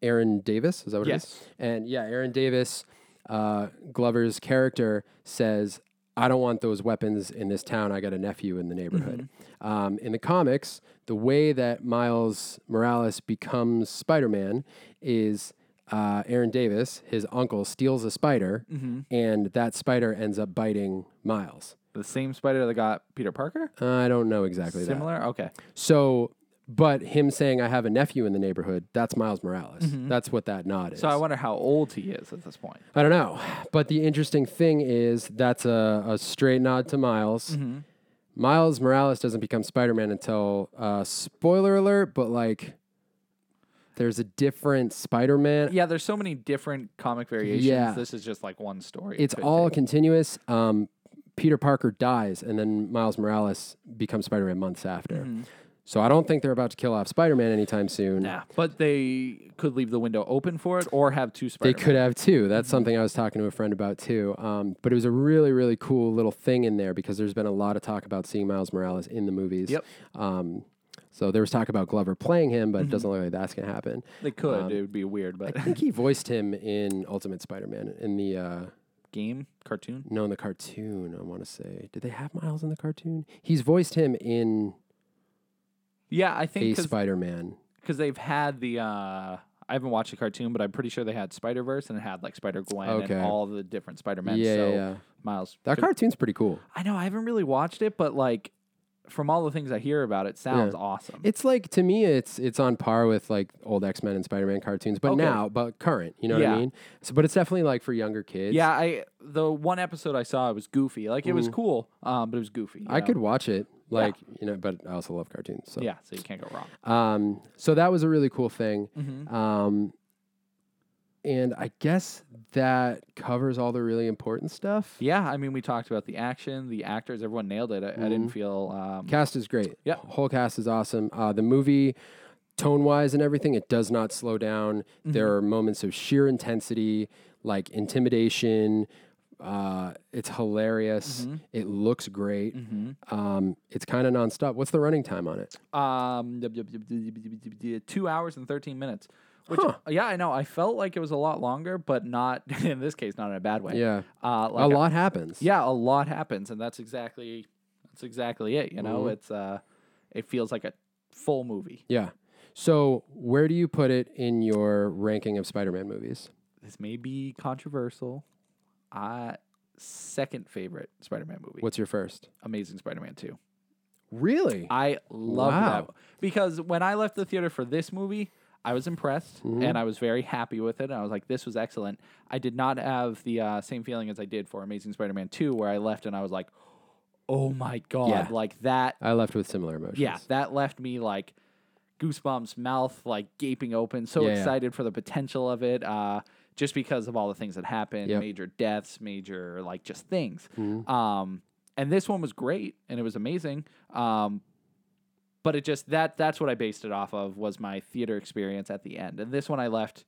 Aaron Davis is that what it is? Yes. And yeah, Aaron Davis, uh, Glover's character says, "I don't want those weapons in this town. I got a nephew in the neighborhood." Mm-hmm. Um, in the comics, the way that Miles Morales becomes Spider-Man is. Uh, Aaron Davis, his uncle, steals a spider, Mm-hmm. and that spider ends up biting Miles. the same Spider that got Peter Parker. I don't know exactly that. Similar. Okay. So, but him saying I have a nephew in the neighborhood, that's Miles Morales. That's what that nod is. Mm-hmm. So I wonder how old he is at this point. I don't know. But the interesting thing is that's a, a straight nod to Miles. Mm-hmm. Miles Morales doesn't become Spider Man until, uh, spoiler alert, but like there's a different Spider Man. Yeah, there's so many different comic variations. Yeah. This is just like one story. It's Could all take- continuous. Um, Peter Parker dies, and then Miles Morales becomes Spider Man months after. So I don't think they're about to kill off Spider Man anytime soon. Mm-hmm. Nah, but they could leave the window open for it, or have two They Spider. could have too. That's Mm-hmm. something I was talking to a friend about too. Um, but it was a really, really cool little thing in there because there's been a lot of talk about seeing Miles Morales in the movies. Yep. Um, so there was talk about Glover playing him, but Mm-hmm. it doesn't look like that's gonna happen. They could. it would be weird, but um, I think he voiced him in Ultimate Spider-Man in the uh, game cartoon. no in the cartoon. I want to say, did they have Miles in the cartoon? He's voiced him in Yeah, I a think Spider-Man. because they've had the. Uh, I haven't watched the cartoon, but I'm pretty sure they had Spider Verse and it had like Spider Gwen Okay. and all the different Spider Men. Yeah, so yeah, yeah. Miles. That could- cartoon's pretty cool. I know I haven't really watched it, but like from all the things I hear about it, sounds awesome. It's like to me, it's it's on par with like old X Men and Spider Man cartoons, but Okay. now, but current. You know what I Yeah. mean? So, but it's definitely like for younger kids. yeah, I the one episode I saw it was goofy. Like it was cool, um, but it was goofy. you I know? could watch it, like you know, but I also love cartoons. So, Yeah, so you can't go wrong. um, so that was a really cool thing. Mhm. Um, and I guess that covers all the really important stuff. Yeah, I mean, we talked about the action, the actors, everyone nailed it. I, I Mm-hmm. didn't feel. Um, Cast is great. Yep. Whole cast is awesome. Uh, the movie, tone wise and everything, it does not slow down. There are moments of sheer intensity, like intimidation. Uh, it's hilarious. It looks great. Mm-hmm. Um, it's kind of nonstop. What's the running time on it? um, dub- dub- dub- dub- dub- dub- dub- dub- two hours and thirteen minutes, Which Huh. yeah, I know. I felt like it was a lot longer, but not in this case, not in a bad way. Yeah. Uh, a like lot happens. yeah, a lot happens, and that's exactly that's exactly it. You know, Mhm. it's uh, it feels like a full movie. Yeah. So where do you put it in your ranking of Spider-Man movies? This may be controversial. I second favorite Spider-Man movie, What's your first? Amazing Spider-Man Two. Really? I love that Wow. because when I left the theater for this movie, I was impressed Mm-hmm. and I was very happy with it. And I was like, "This was excellent." I did not have the uh, same feeling as I did for Amazing Spider-Man Two, where I left and I was like, "Oh my god!" Yeah. Like that. I left with similar emotions. Yeah, that left me like goosebumps, mouth like gaping open, so Yeah, yeah. excited for the potential of it. Uh, just because of all the things that happened, Yep. major deaths, major like just things. Mm-hmm. Um, and this one was great and it was amazing. Um, but it just that that's what I based it off of was my theater experience at the end. And this one I left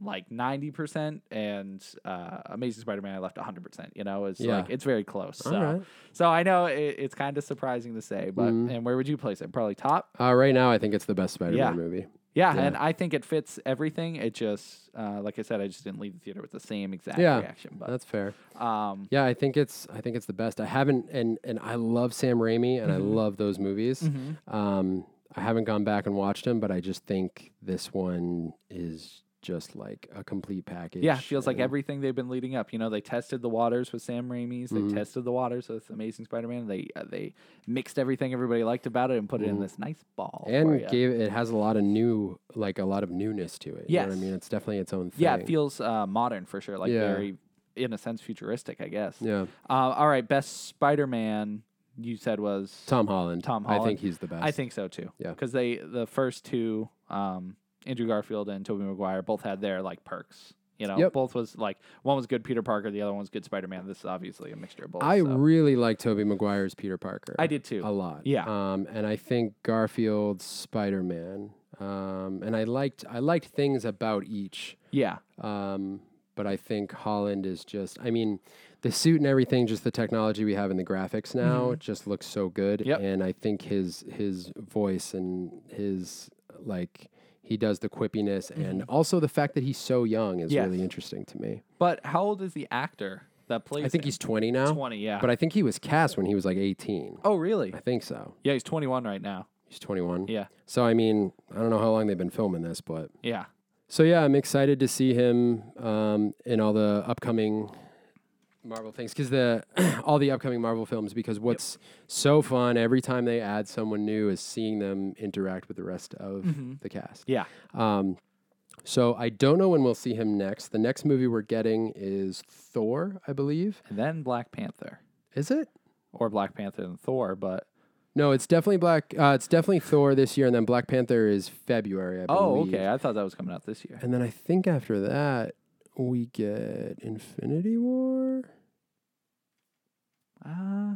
like 90% and uh, Amazing Spider-Man I left 100%, you know, it's Yeah. like it's very close. So All right. Mm-hmm. so I know it, it's kind of surprising to say, but and where would you place it? Probably top. Uh, right now, I think it's the best Spider-Man Yeah. movie. Yeah, and I think it fits everything. It just, uh, like I said, I just didn't leave the theater with the same exact Yeah. reaction. But That's fair. um, Yeah, I think it's I think it's the best. I haven't and and I love Sam Raimi and I Mm-hmm. love those movies. Um, I haven't gone back and watched them, but I just think this one is just like a complete package. yeah, it feels like and- everything they've been leading up. You know, they tested the waters with Sam Raimi's. They Mm-hmm. tested the waters with Amazing Spider-Man. They uh, they mixed everything everybody liked about it and put it in this nice ball. for Mm-hmm. and ya. gave it has a lot of new like a lot of newness to it. You know what I Yes. mean? It's definitely its own thing. yeah, it feels uh, modern for sure. Like Yeah. very, in a sense, futuristic. I guess. yeah. Uh, all right, best Spider-Man you said was Tom Holland. Tom I Holland. think he's the best. I think so too. Yeah. because they the first two, um, Andrew Garfield and Tobey Maguire, both had their like perks. You know, Yep. both was like one was good Peter Parker, the other one was good Spider Man. This is obviously a mixture of both. I so. really like Toby Maguire's Peter Parker. I did too. a lot. Yeah. Um, and I think Garfield's Spider Man. Um, and I liked I liked things about each. yeah, Um, but I think Holland is just I mean, the suit and everything, just the technology we have in the graphics now just looks so good. Mm-hmm. Yep. And I think his his voice and his like he does the quippiness and also the fact that he's so young is Mm-hmm. Yes. really interesting to me. but how old is the actor that plays? I think him? he's 20 now. twenty. Yeah, But I think he was cast when he was like 18. oh really? I think so. Yeah, he's twenty one right now. He's 21. Yeah, So I mean, I don't know how long they've been filming this, but yeah, so yeah, I'm excited to see him um, in all the upcoming Marvel things because the all the upcoming Marvel films. Because what's so fun every time they add someone new is seeing them interact with the rest of Mm-hmm. the cast. yeah. Um, so I don't know when we'll see him next. The next movie we're getting is Thor, I believe. And then Black Panther Is it? or Black Panther and Thor, but No, it's definitely Black. Uh, it's definitely Thor this year, and then Black Panther is February. I believe. oh okay, I thought that was coming out this year. And then I think after that we get Infinity War. Uh,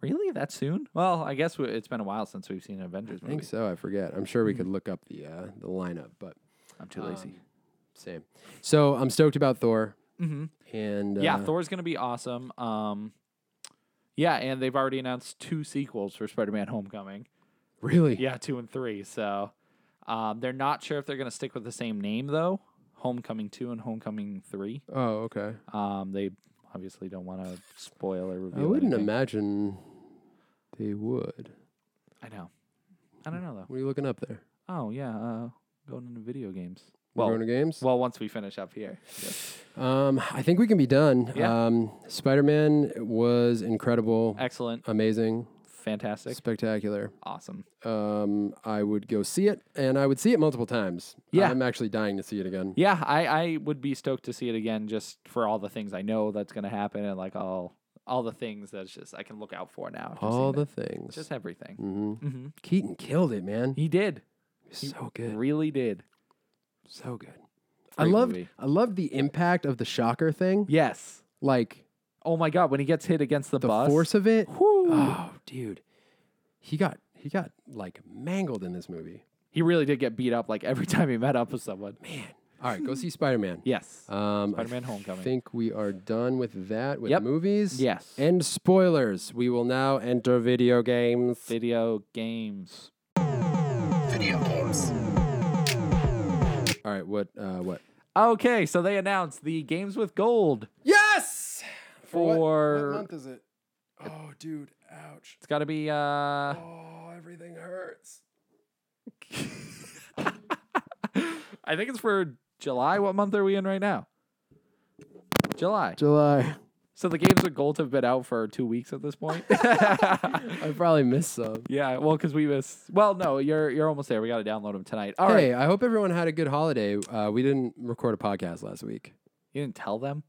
really? That soon? Well, I guess we, it's been a while since we've seen an Avengers I movie. think so. I forget. I'm sure we Mm-hmm. could look up the uh, the lineup, but I'm too lazy. um, same. So I'm stoked about Thor, hmm and Yeah, uh, Thor's gonna be awesome. Um, yeah, and they've already announced two sequels for Spider-Man: Homecoming. Really? Yeah, two and three. So, um, they're not sure if they're gonna stick with the same name though. Homecoming two and Homecoming three. Oh, okay. Um, they obviously don't want to spoil or I reveal. wouldn't anything. imagine they would. I know. I don't know though. What are you looking up there? Oh yeah, uh, going into video games. We're Well, going to games. well, once we finish up here. um, I think we can be done. Yeah. Um, Spider Man was incredible, Excellent. amazing, Fantastic. spectacular. Awesome. um, I would go see it, and I would see it multiple times. Yeah. I'm actually dying to see it again. Yeah, I, I would be stoked to see it again just for all the things I know that's gonna happen and like all all the things that's just I can look out for now. after All seeing the it. things. just everything. hmm hmm Keaton killed it, man. He did. so good, Really did. so good. I Great loved, movie. I loved the impact of the shocker thing. Yes. Like Oh my god, when he gets hit against the, the bus. force of it. Whew. Oh, dude, he got, he got like mangled in this movie. he really did get beat up like every time he met up with someone. Man. All right, go see Spider Man. Yes. Um, Hmm. Spider-Man I Homecoming. think we are done with that with Yep. movies. Yes. And spoilers. We will now enter video games. Video games. Video games. All right, what? Uh, what? Okay, so they announced the Games with Gold. Yes. what- what For- month month is it? Oh, dude! Ouch! It's got to be uh Oh, everything hurts. I think it's for July. What month are we in right now? July. July. So the games with gold have been out for two weeks at this point. I probably missed some. yeah, well, because we miss. Well, no, you're you're almost there. We got to download them tonight. All right, hey, I hope everyone had a good holiday. Uh, we didn't record a podcast last week. you didn't tell them.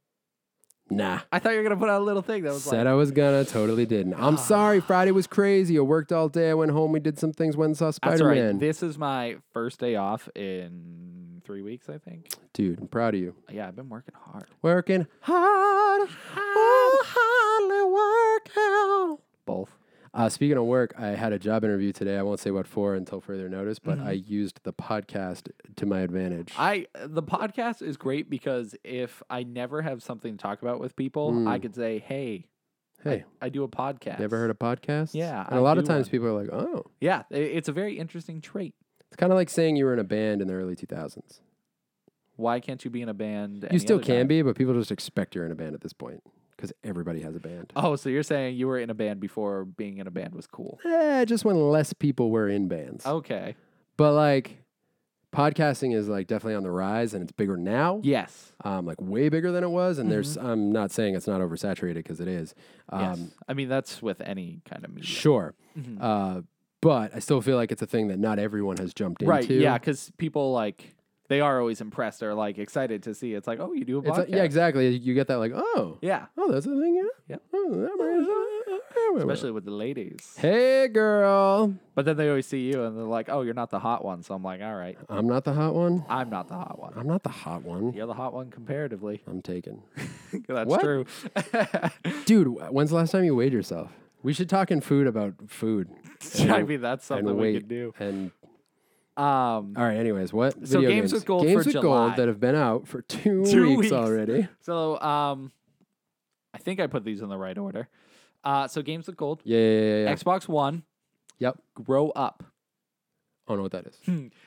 Nah. I thought you were gonna put out a little thing that was Said like, Ah. I was gonna, totally didn't. I'm sorry. Friday was crazy. I worked all day. I went home. We did some things. Went and saw "That's Spider all Man. right. This is my first day off in three weeks. I think. Dude, I'm proud of you. Yeah, I've been working hard. Working hard, oh, hardly work out. Both. Uh, speaking of work, I had a job interview today. I won't say what for until further notice, but I used the podcast to my advantage. Mm-hmm. I the podcast is great because if I never have something to talk about with people, Hmm. I could say, "Hey, hey, I do a podcast." you ever heard of podcasts? Yeah, And a I lot of do uh, times one. people are like, oh, Yeah, i- it's a very interesting trait. it's kind of like saying you were in a band in the early 2000s. Why can't you be in a band? you any still other can time? be, but people just expect you're in a band at this point because everybody has a band. Oh, so you're saying you were in a band before being in a band was cool? Eh, just when less people were in bands. Okay. But like, podcasting is like definitely on the rise and it's bigger now. Yes. um, like way bigger than it was. And there's, Mm-hmm. I'm not saying it's not oversaturated because it is. Um, yes. I mean, that's with any kind of media. Sure. Mhm. Uh, but I still feel like it's a thing that not everyone has jumped Right. into. Yeah, because people like they are always impressed or like excited to see. It's like, oh, you do a It's podcast. like- yeah, exactly. You get that like, oh, Yeah. oh, that's a thing. Yeah. Yep. Oh, that might- yeah, well, well. Especially with the ladies. Hey, girl. But then they always see you and they're like, oh, you're not the hot one. So I'm like, all right, I'm not the hot one. I'm not the hot one. I'm not the hot one. You're the hot one comparatively. I'm taken. That's What? true. Dude, wh- when's the last time you weighed yourself? We should talk in food about food. And- I mean, that's something and we weight could do. and Um, All right. Anyways, what So Games with Gold games for with July. gold that have been out for two, Two weeks, weeks. already. So um, I think I put these in the right order. Uh, so games with gold, Yeah, yeah, yeah. yeah. Xbox One, yep. Grow Up. I don't know what that is.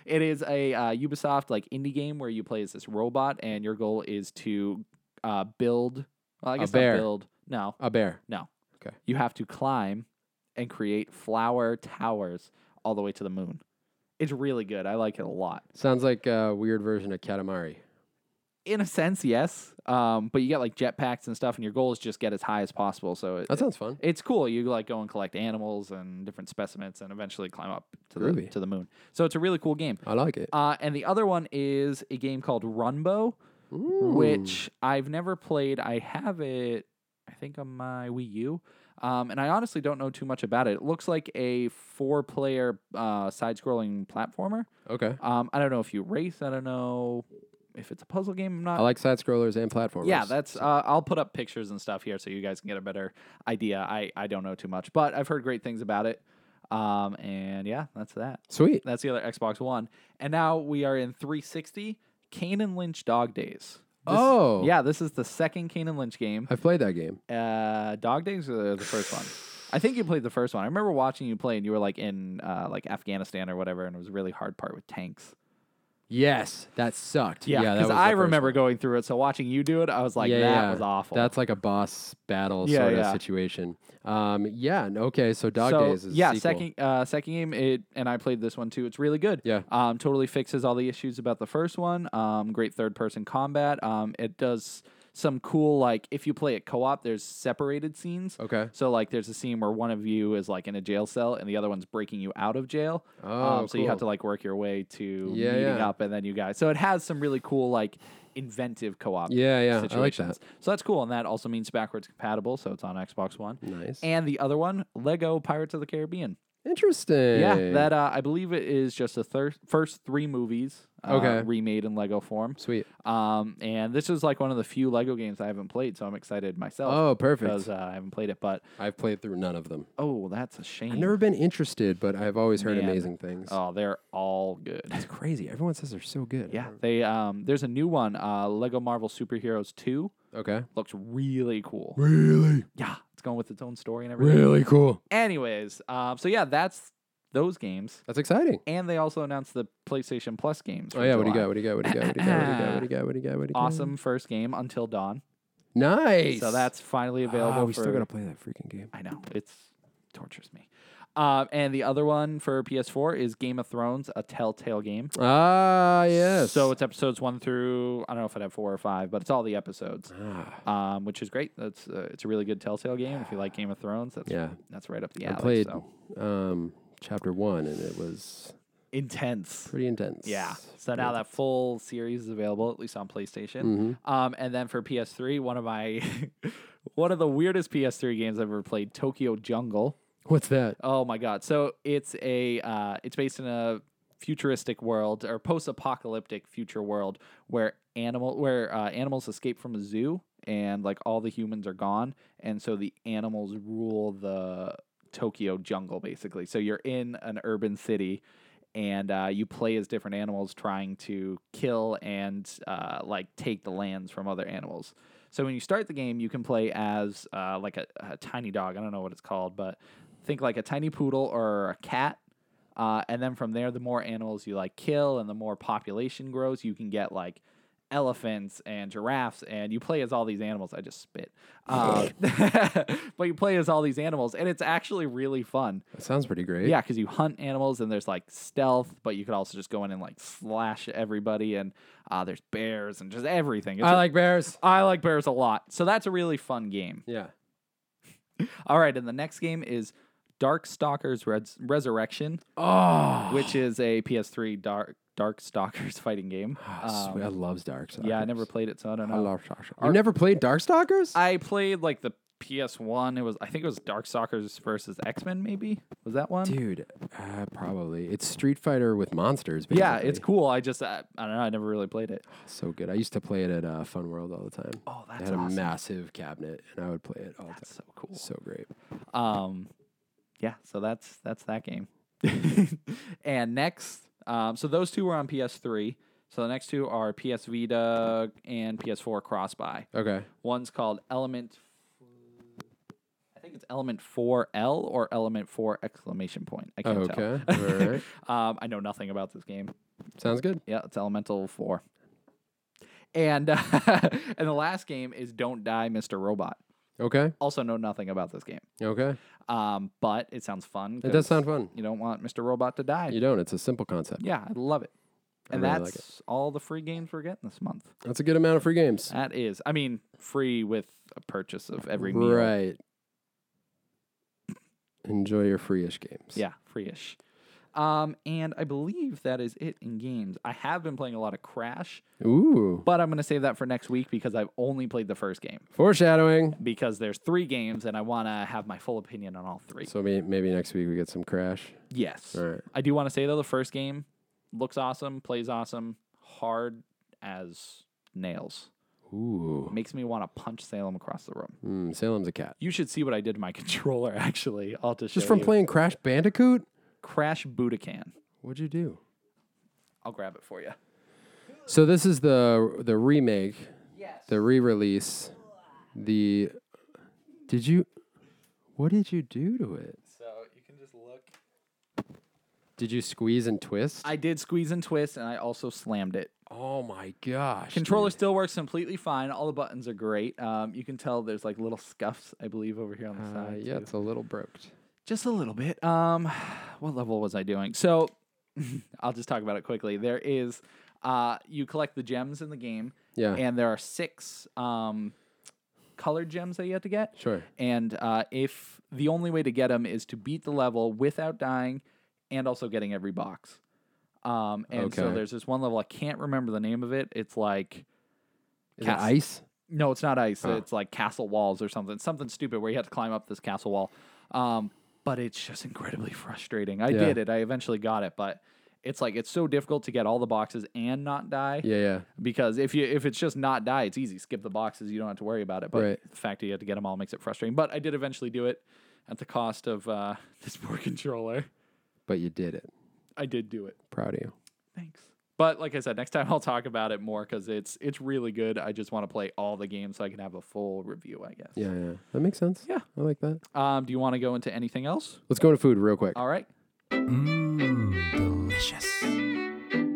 It is a uh, Ubisoft like indie game where you play as this robot, and your goal is to uh, build. Well, I guess not bear. build. No, A bear. no. Okay. You have to climb and create flower towers all the way to the moon. It's really good. I like it a lot. Sounds like a weird version of Katamari. In a sense, yes. Um, but you get like jetpacks and stuff, and your goal is just get as high as possible. So it, That sounds fun. it's cool. You like go and collect animals and different specimens, and eventually climb up to the Groovy. to the moon. So it's a really cool game. I like it. Uh, and the other one is a game called Runbo, Hmm. which I've never played. I have it, I think, on my Wii U. Um, and I honestly don't know too much about it. It looks like a four-player uh, side-scrolling platformer. Mm, Okay. Um, I don't know if you race. I don't know if it's a puzzle game. I'm not I like side scrollers and platformers. yeah, that's. Uh, I'll put up pictures and stuff here so you guys can get a better idea. I I don't know too much, but I've heard great things about it. Um, and yeah, that's that. sweet. That's the other Xbox One. And now we are in 360 Kane and Lynch Dog Days. This- oh, yeah, this is the second Kane and Lynch game. I've played that game. Uh, Dog Days or the first one. I think you played the first one. I remember watching you play, and you were like in uh, like Afghanistan or whatever, and it was a really hard part with tanks. Yes, that sucked. Yeah, that was because the I first remember one. going through it. So watching you do it, I was like, Yeah, that yeah. was awful. That's like a boss battle Yeah, sort of yeah. situation. Um, yeah. n- Okay. So Dog so, Days is a yeah sequel. second uh, second game it and I played this one too. It's really good. Yeah. um, totally fixes all the issues about the first one. Um, great third person combat. Um, it does some cool like if you play it co op, there's separated scenes. Okay. So like there's a scene where one of you is like in a jail cell and the other one's breaking you out of jail. Oh, um, so you have cool. to like work your way to Yeah, meeting yeah. up and then you guys. So it has some really cool like inventive co-op Yeah, yeah, I like situations. that. So that's cool and that also means backwards compatible so it's on Xbox 1. Nice. And the other one, Lego Pirates of the Caribbean. Interesting. Yeah, that uh, I believe it is just the thir- first three movies uh, Okay. remade in Lego form. sweet. Um, and this is like one of the few Lego games I haven't played, so I'm excited myself. Oh, perfect. Because uh, I haven't played it, but I've played through none of them. oh, that's a shame. I've never been interested, but I've always heard Man. amazing things. Oh, they're all good. It's crazy. Everyone says they're so good. yeah, they um, there's a new one, uh, Lego Marvel Superheroes Two. Okay. Looks really cool. Really, Yeah, it's going with its own story and everything. really cool. Anyways, um, so yeah, that's those games, That's exciting. and they also announced the PlayStation Plus games. Oh for yeah, what do you July. got? What do you got? What do you got? What do you got? What do you got? What do you got? What do you got? What do you got? Awesome first game, Until Dawn. Nice. So that's finally available. Ah, we for, still gotta play that freaking game. I know it's tortures me. Uh, and the other one for PS4 is Game of Thrones, a Telltale game. Ah yes. So it's episodes one through I don't know if I'd have four or five, but it's all the episodes, Ah, um, which is great. That's uh, it's a really good Telltale game. If you like Game of Thrones, that's yeah. that's right up the I alley. played so. um, chapter one, and it was intense. pretty intense. Yeah. So now that full series is available, at least on PlayStation. Mm. Mm-hmm. Um, and then for PS3, one of my one of the weirdest PS3 games I've ever played, Tokyo Jungle. What's that? Oh my god! So it's a uh, it's based in a futuristic world or post-apocalyptic future world where animal where uh, animals escape from a zoo and like all the humans are gone, and so the animals rule the Tokyo jungle basically. So you're in an urban city. And uh, you play as different animals trying to kill and uh, like take the lands from other animals. So when you start the game, you can play as uh, like a, a tiny dog. I don't know what it's called, but think like a tiny poodle or a cat. Uh, and then from there, the more animals you like kill and the more population grows, you can get like elephants and giraffes. And you play as all these animals. I just spit. Uh, but you play as all these animals, and it's actually really fun. That sounds pretty great. Yeah, because you hunt animals and there's like stealth, but you could also just go in and like slash everybody. And uh, there's bears and just everything. It's I a- like bears. I like bears a lot. So that's a really fun game. Yeah. All right, and the next game is Darkstalkers Res- Resurrection, Oh, which is a PS3 Dark Darkstalkers fighting game. Um, ah, I loves Darkstalkers. yeah, I never played it, so I don't I know. love Darkstalkers. You never played Darkstalkers? I played like the PS1. It was I think it was Darkstalkers versus X Men. Maybe was that one? Dude, uh, probably. It's Street Fighter with monsters. Basically. yeah, it's cool. I just I, I don't know. I never really played it. so good. I used to play it at uh, Fun World all the time. Oh, I that's had a awesome. massive cabinet, and I would play it all the time. That's so cool. So great. Um, yeah, so that's that's that game. and next, um, so those two were on PS3. So the next two are PS Vita and PS4 cross buy. Okay. One's called Element. I think it's Element Four L or Element Four exclamation point. I can't Okay. tell. all right. um, I know nothing about this game. Sounds good. Yeah, it's Elemental Four. And uh, and the last game is Don't Die, Mr. Robot. Okay. Also know nothing about this game. Okay. Um, but it sounds fun. It 'cause does sound fun. You don't want Mr. Robot to die. You don't. It's a simple concept. Yeah, I love it. I And really like that's all the free games we're getting this month. That's a good amount of free games. That is, I mean, free with a purchase of every meal. Right. Enjoy your free-ish games. Yeah, free-ish. Um, and I believe that is it in games. I have been playing a lot of Crash, Ooh. but I'm going to save that for next week because I've only played the first game Foreshadowing. because there's three games and I want to have my full opinion on all three. So may- maybe next week we get some Crash. Yes. All right. I do want to say though, the first game looks awesome, plays awesome, hard as nails. Ooh. Makes me want to punch Salem across the room. Mm, Salem's a cat. You should see what I did to my controller. Actually, I'll just Just show from you. playing Crash Bandicoot? Crash Budokan. What'd you do? I'll grab it for you. So this is the the remake, Yes. the re-release, the. Did you? What did you do to it? So you can just look. Did you squeeze and twist? I did squeeze and twist, and I also slammed it. oh my gosh! Controller still works completely fine. All the buttons are great. Um, you can tell there's like little scuffs, I believe, over here on the dude. Uh, side. yeah, it's a little broked. Just a little bit. Um, what level was I doing? So, I'll just talk about it quickly. There is, uh, you collect the gems in the game, Yeah. and there are six um, colored gems that you have to get. Sure. And uh, if the only way to get them is to beat the level without dying, and also getting every box. Um, and so Okay. there's this one level I can't remember the name of it. It's like Is it Cast- ice? no, it's not ice. Oh. It's like castle walls or something, something stupid where you have to climb up this castle wall. Um, but it's just incredibly frustrating. I Yeah. did it. I eventually got it, but it's like it's so difficult to get all the boxes and not die Yeah, yeah. because if you if it's just not die, it's easy. Skip the boxes, you don't have to worry about it. But Right. the fact that you have to get them all makes it frustrating. But I did eventually do it at the cost of uh, this poor controller. But you did it. I did do it. Proud of you. Thanks. But like I said, next time I'll talk about it more because it's it's really good. I just want to play all the games so I can have a full review. I guess. Yeah, yeah. That makes sense. Yeah. I like that. Um, do you want to go into anything else? Let's go to food real quick. All right. Mmm, delicious.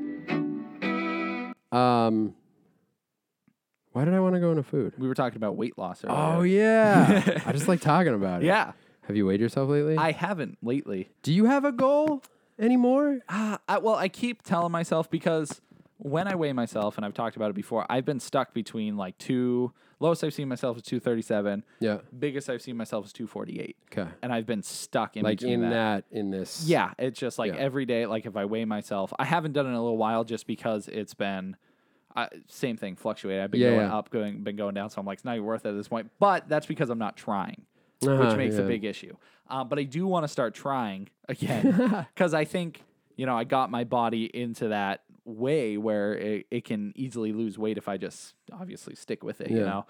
Um, why did I want to go into food? We were talking about weight loss earlier. Oh yeah, I just like talking about it. Yeah. Have you weighed yourself lately? I haven't lately. Do you have a goal anymore? Ah, I, well, I keep telling myself because when I weigh myself, and I've talked about it before, I've been stuck between like two. Lowest I've seen myself is two thirty seven. Yeah. Biggest I've seen myself is two forty eight. Okay. And I've been stuck in Like between in that. that, in this. Yeah, it's just like Yeah. every day. Like if I weigh myself, I haven't done it in a little while just because it's been uh, same thing, fluctuate. I've been Yeah, going yeah. up, going been going down. So I'm like, it's not even worth it at this point. But that's because I'm not trying, Uh-huh, which makes yeah. a big issue. Uh, but I do want to start trying again because I think you know I got my body into that way where it, it can easily lose weight if I just obviously stick with it. You Yeah.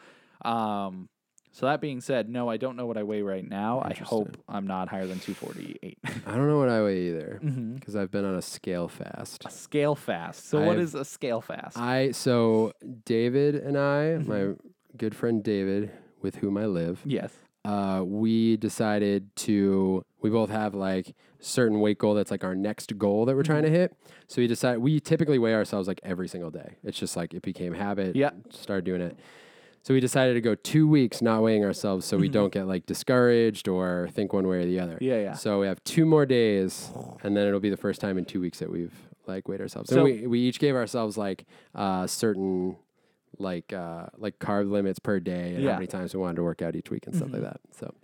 know. Um, so that being said, no, I don't know what I weigh right now. I hope I'm not higher than 248. I don't know what I weigh either because I've been on a scale fast. Mm-hmm. A scale fast. So what I've- is a scale fast? I so David and I, Mm-hmm. my good friend David, with whom I live, yes. uh, we decided to we both have like certain weight goal that's like our next goal that we're trying Mm-hmm. to hit. So we decide we typically weigh ourselves like every single day. It's just like it became habit. Yeah. Started doing it. So we decided to go two weeks not weighing ourselves so we don't get like discouraged or think one way or the other. Mm-hmm. Yeah, yeah. So we have two more days and then it'll be the first time in two weeks that we've like weighed ourselves. So- and we, we each gave ourselves like uh, certain like uh, like carb limits per day and Yeah. how many times we wanted to work out each week and stuff like that. So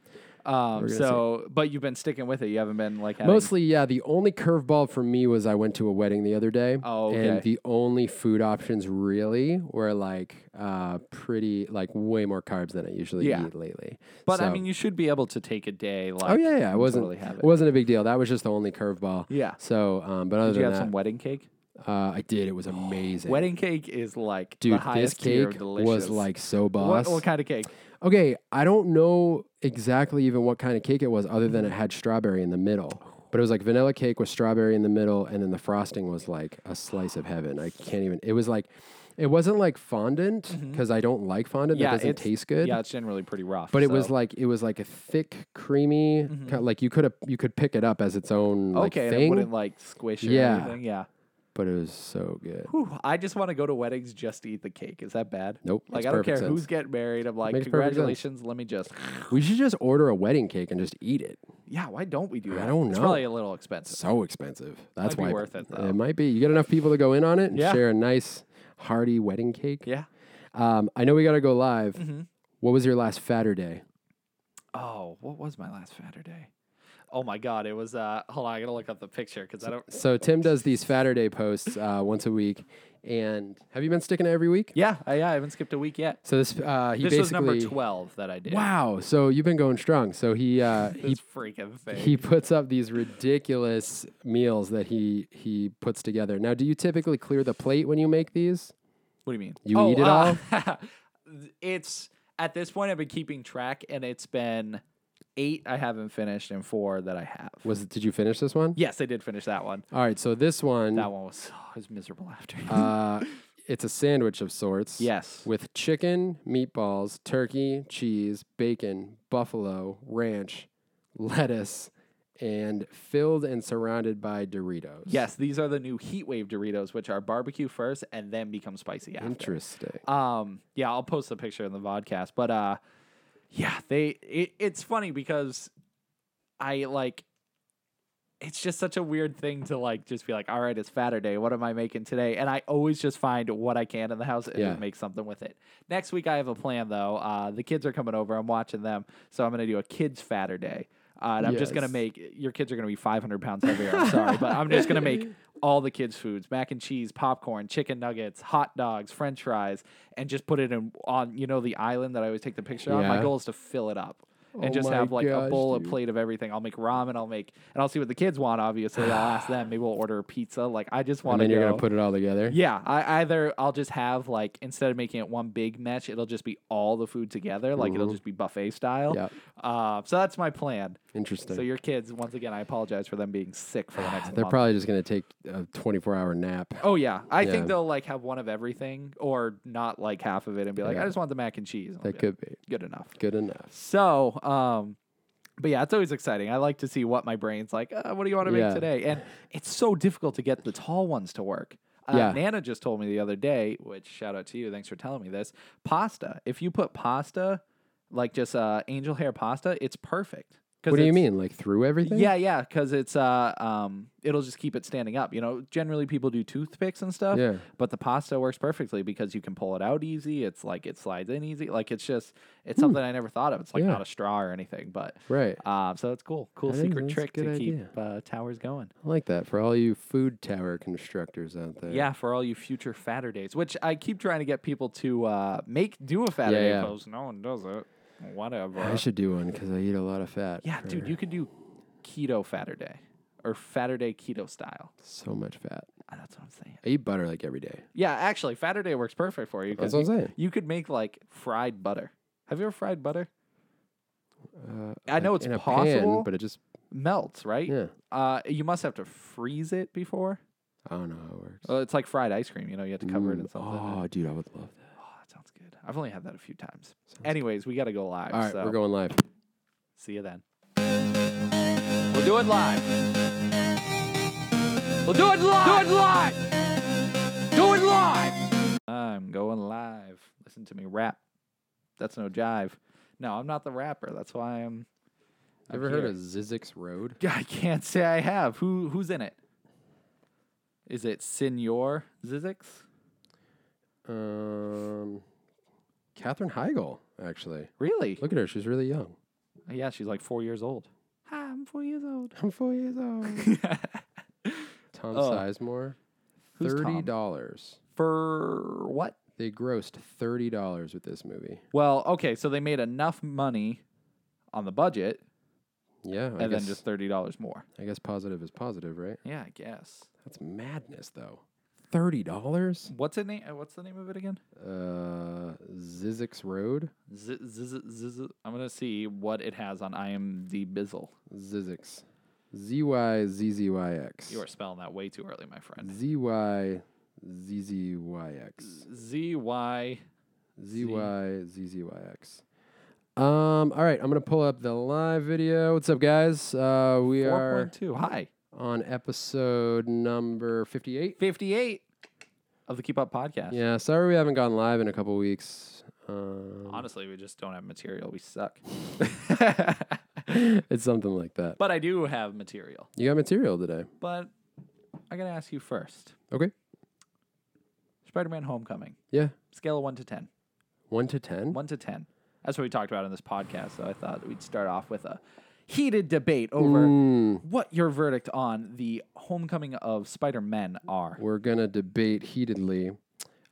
Um, gonna see. so, but you've been sticking with it. You haven't been like having, mostly, yeah. The only curveball for me was I went to a wedding the other day, Oh, okay. and the only food options really were like uh, pretty like way more carbs than I usually Yeah. eat lately. But I So- mean, you should be able to take a day. Like, oh yeah, yeah. It wasn't totally have it. it. wasn't a big deal. That was just the only curveball. Yeah. So, um, but other Did you than have that, some wedding cake? uh, I did. It was amazing. Wedding cake is like the Dude, this highest tier of cake delicious. was like so what, boss. what kind of cake? Okay, I don't know exactly even what kind of cake it was, other than it had strawberry in the middle. But it was like vanilla cake with strawberry in the middle, and then the frosting was like a slice of heaven. I can't even. It was like, it wasn't like fondant because I don't like fondant. Mm-hmm. yeah, that doesn't it's- taste good. Yeah, it's generally pretty rough. but it was so- Mm-hmm. like it was like a thick, creamy. Kind of like you could have you could pick it up as its own like okay, and it thing. wouldn't like squish or Yeah. anything. Yeah. but it was so good. Whew, I just want to go to weddings just to eat the cake. Is that bad? Nope, Like makes I don't care perfect who's sense. getting married. I'm like, Makes perfect sense. congratulations. Let me just. We should just order a wedding cake and just eat it. Yeah. Why don't we do that? don't It's know. probably a little expensive. so expensive. That's be why worth it, though. It might be. You get enough people to go in on it and Yeah. share a nice hearty wedding cake. Yeah. Mm-hmm. Um, I know we got to go live. What was your last fatter day? Oh, what was my last Saturday? Oh my God, it was. Uh, hold on, I gotta look up the picture because I don't. So Tim does these fatter day posts uh, once a week, and have you been sticking to every week? Yeah, I, yeah, I haven't skipped a week yet. So this uh, he This basically was number twelve that I did. wow. So you've been going strong. So he uh, he this freaking thing. he puts up these ridiculous meals that he he puts together. Now, do you typically clear the plate when you make these? what do you mean? You Oh, eat it uh, it's at this point I've been keeping track, and it's been eight I haven't finished and four that I have. Was did you finish this one? yes, I did finish that one. All right. So this one That one was oh, it was miserable after. Uh, it's a sandwich of sorts. yes. With chicken, meatballs, turkey, cheese, bacon, buffalo, ranch, lettuce, and filled and surrounded by Doritos. Yes, these are the new heat wave Doritos, which are barbecue first and then become spicy after. Interesting. Um, yeah, I'll post the picture in the podcast. But uh, yeah, they it, it's funny because I like it's just such a weird thing to like just be like, all right, it's fatter day. What am I making today? And I always just find what I can in the house and Yeah. just make something with it. Next week I have a plan though. Uh, the kids are coming over. I'm watching them, so I'm gonna do a kids fatter day. Uh, and I'm just gonna Yes. make your kids are gonna be 500 pounds heavier. I'm sorry, but I'm just gonna make all the kids' foods: mac and cheese, popcorn, chicken nuggets, hot dogs, French fries, and just put it in on you know the island that I always take the picture on. My Yeah. goal is to fill it up and Oh just my have like a gosh, bowl, a dude. plate of everything. I'll make ramen. I'll make and I'll see what the kids want. Obviously, I'll ask them. Maybe we'll order a pizza. Like I just want And to. then you're go- gonna put it all together. yeah, I either I'll just have like instead of making it one big mesh, it'll just be all the food together. Like it'll just be buffet style. Yep. Uh, so that's my plan. Interesting. So your kids, once again, I apologize for them being sick for the next. Ah, They're month. probably just gonna take a 24 hour nap. Oh yeah, I think Yeah. they'll like have one of everything or not like half of it and be like, I Yeah. just want the mac and cheese. And I'll That be like, could be good enough. good enough. So, um, But yeah, it's always exciting. I like to see what my brain's like. Uh, what do you want to Yeah. make today? And it's so difficult to get the tall ones to work. Uh, Yeah. Nana just told me the other day, which shout out to you. Thanks for telling me this. Pasta. If you put pasta, like just uh, angel hair pasta, it's perfect. 'Cause What do you it's- mean? Like through everything? Yeah, yeah, because it's uh, um, it'll just keep it standing up. You know, generally people do toothpicks and stuff. Yeah. But the pasta works perfectly because you can pull it out easy. It's like it slides in easy. Like it's just it's something I never thought of. It's like Hmm. Yeah. not a straw or anything, but Right. uh, so it's cool, cool That is- secret that's a trick to good idea. keep uh, towers going. I like that for all you food tower constructors out there. Yeah, for all you future fatter days, which I keep trying to get people to uh, make do a fatter Yeah, day yeah. post. No one does it. Whatever. I should do one because I eat a lot of fat. yeah, dude, for- you could do keto fatter day or fatter day keto style. so much fat. Uh, That's what I'm saying. I eat butter like every day. Yeah, actually, fatter day works perfect for you. 'cause That's what I'm you- saying. You could make like fried butter. Have you ever fried butter? Uh, I know like, it's in a pan, possible. but it just Melts, right? yeah. Uh, you must have to freeze it before. I don't know how it works. Well, it's like fried ice cream. You know, you have to cover it Mm, in something. and- Oh, dude, I would love that. Oh, that sounds good. I've only had that a few times. Anyways, we got to go live. All right, so we're going live. see you then. We'll do it live. We'll do it live. Do it live. Do it live. I'm going live. Listen to me rap. That's no jive. No, I'm not the rapper. That's why I'm. I'm Ever heard here. of Zizix Road? I can't say I have. Who who's in it? Is it Senor Zizix? Um, Katherine Heigl, actually. Really? Look at her; she's really young. Yeah, she's like four years old. Hi, I'm four years old. I'm four years old. Tom Oh. Sizemore, Who's thirty Tom? dollars. For what? They grossed thirty dollars with this movie. Well, okay, so they made enough money on the budget Yeah, I and guess then just thirty dollars more. I guess positive is positive, right? Yeah, I guess. That's madness, though. Thirty dollars? What's it name? uh, What's the name of it again? Uh, Zizix Road, Z- z- z- z- z- I'm gonna see what it has on IMDb. Bizzle. Zizix, Z Y Z Z Y X. You are spelling that way too early, my friend. Z Y Z Z Y X. Z Y. Z Y Z Z Y X. Um, all right, I'm gonna pull up the live video. What's up, guys? Uh, we Four are point two. Hi. on episode number 58. 58 of the Keep Up podcast. Yeah, sorry we haven't gone live in a couple weeks. Um, Honestly, we just don't have material. We suck. it's something like that. but I do have material. You got material today. But I got to ask you first Okay. Spider Man Homecoming, Yeah. scale of 1 to 10. One to ten. 1 to 10. That's what we talked about in this podcast. So I thought we'd start off with a heated debate over Mm, what your verdict on the homecoming of Spider Men are. we're gonna debate heatedly.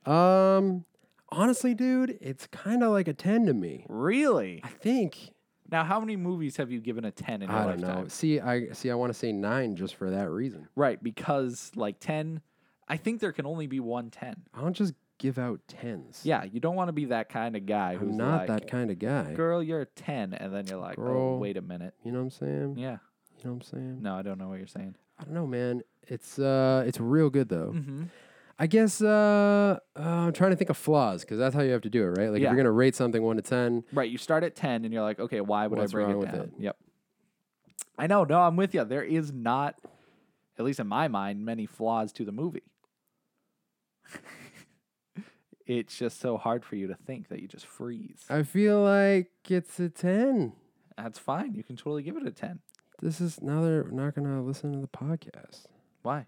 Um, honestly, dude, it's kind of like a ten to me. Really? I think Now, how many movies have you given a 10 in your I don't lifetime? know. See, I see. I want to say nine just for that reason. Right, because like 10, I think there can only be one 10. I don't just give out tens. Yeah, you don't want to be that kind of guy who's I'm not like, that kind of guy. girl, you're a 10. And then you're like, oh, Girl. wait a minute. You know what I'm saying? Yeah. You know what I'm saying? No, I don't know what you're saying. I don't know, man. It's uh, it's real good though. Mm-hmm. I guess uh, uh, I'm trying to think of flaws because that's how you have to do it, right? Like if Yeah. you're gonna rate something one to ten, Right. You start at 10 and you're like, okay, why would What's I bring wrong it with down? it? Yep. I know. No, I'm with you. There is not, at least in my mind, many flaws to the movie. it's just so hard for you to think that you just freeze. I feel like it's a ten. That's fine. You can totally give it a 10. This is now they're not gonna listen to the podcast Why?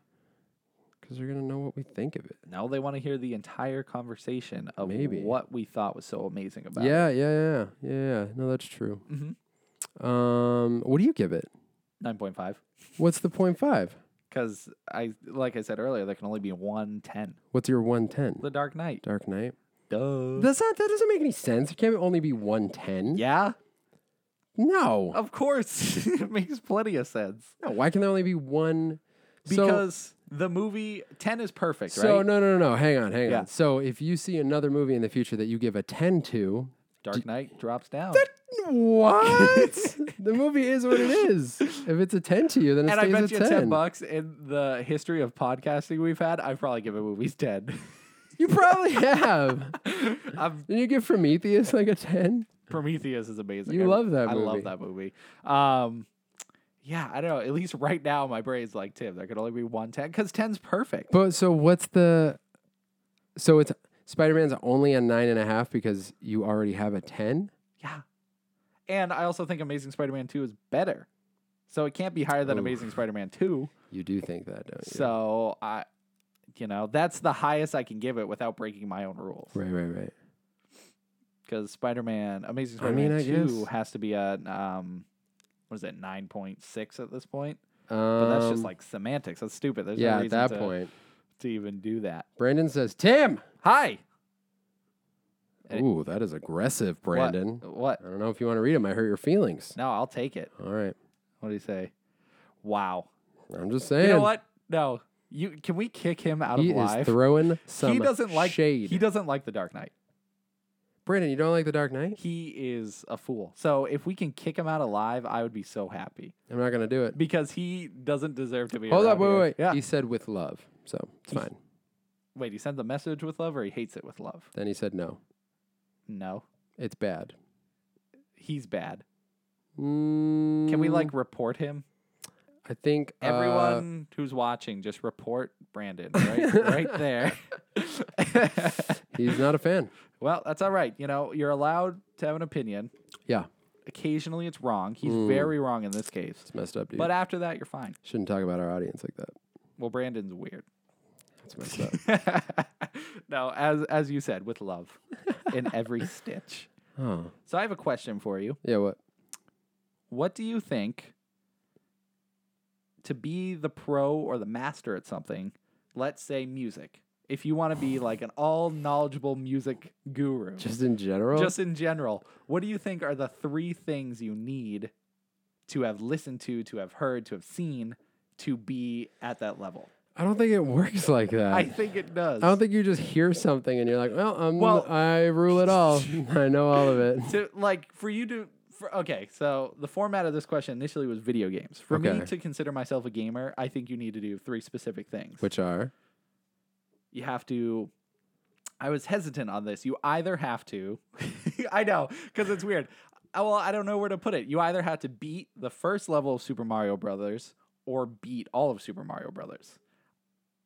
because they're gonna know what we think of it. Now they want to hear the entire conversation of Maybe. what we thought was so amazing about it. yeah, yeah, yeah, yeah, yeah. No, that's true. Mhm. Um, what do you give it? 9.5. What's the point five? Because, I, like I said earlier, there can only be one 10. What's your one ten? The Dark Knight. Dark Knight. Duh. That's not. That doesn't make any sense. It can't only be one ten. yeah, Oh. No. of course. it makes plenty of sense. No, Why can there only be one? So- Because the movie 10 is perfect, So right? no, no, no, no. Hang on, hang Yeah. on. So if you see another movie in the future that you give a ten to, Dark Knight drops down. what? the movie is what it is. If it's a ten to you, then it and I stays bet at you 10. bucks in the history of podcasting we've had, I've probably given movies 10. You probably have. I'm Didn't you give Prometheus like a ten? Prometheus is amazing. You I- love that I love movie. that movie. Um, yeah, I don't know. At least right now, my brain's like Tim. There could only be one ten because ten's perfect. But so what's the? So it's Spider Man's only a nine and a half because you already have a ten. yeah, and I also think Amazing Spider-Man two is better, so it can't be higher than Oof. Amazing Spider-Man two. You do think that, don't you? So I, you know, that's the highest I can give it without breaking my own rules. right, right, right. Because Spider-Man, Amazing I mean, Spider-Man I two guess. has to be a um, what is it, nine point six at this point? Um, But that's just like semantics. That's stupid. There's yeah. no at reason that to, point, to even do that. Brandon says Tim. Hi, Eh. Ooh, that is aggressive, Brandon. What? what? I don't know if you want to read him. I hurt your feelings. No, I'll take it. All right. What do you say? Wow. I'm just saying. You know what? No. You can we kick him out He of is live? throwing some he doesn't like shade. He doesn't like the Dark Knight. Brandon, you don't like The Dark Knight? He is a fool. So if we can kick him out alive, I would be so happy I'm not going to do it. because he doesn't deserve to be. Hold around up, wait, here. wait, wait. Yeah. He said with love, so it's fine. Wait, he sent the message with love, or he hates it with love. Then he said no, No, it's bad. he's bad. Mm, Can we like report him? I think uh, Everyone who's watching, just report Brandon right, right there. he's not a fan. well, that's all right. You know, you're allowed to have an opinion. Yeah, Occasionally, it's wrong. He's Mm. very wrong in this case. it's messed up, dude. But after that, you're fine. Shouldn't talk about our audience like that. Well, Brandon's weird. That's messed up. no, as as you said, with love in every stitch. oh, So I have a question for you. yeah. What? What do you think to be the pro or the master at something, let's say music. If you want to be like an all knowledgeable music guru, Just in general. just in general, what do you think are the three things you need to have listened to, to have heard, to have seen, to be at that level? I don't think it works like that. Uh, I think it does. I don't think you just hear something and you're like, well, I'm, Well- I rule it all. I know all of it. to like for you to for, okay so the format of this question initially was video games for me Okay. to consider myself a gamer i think you need to do three specific things Which are? you have to i was hesitant on this you either have to i know because it's weird Uh, well i don't know where to put it you either have to beat the first level of super mario brothers or beat all of super mario brothers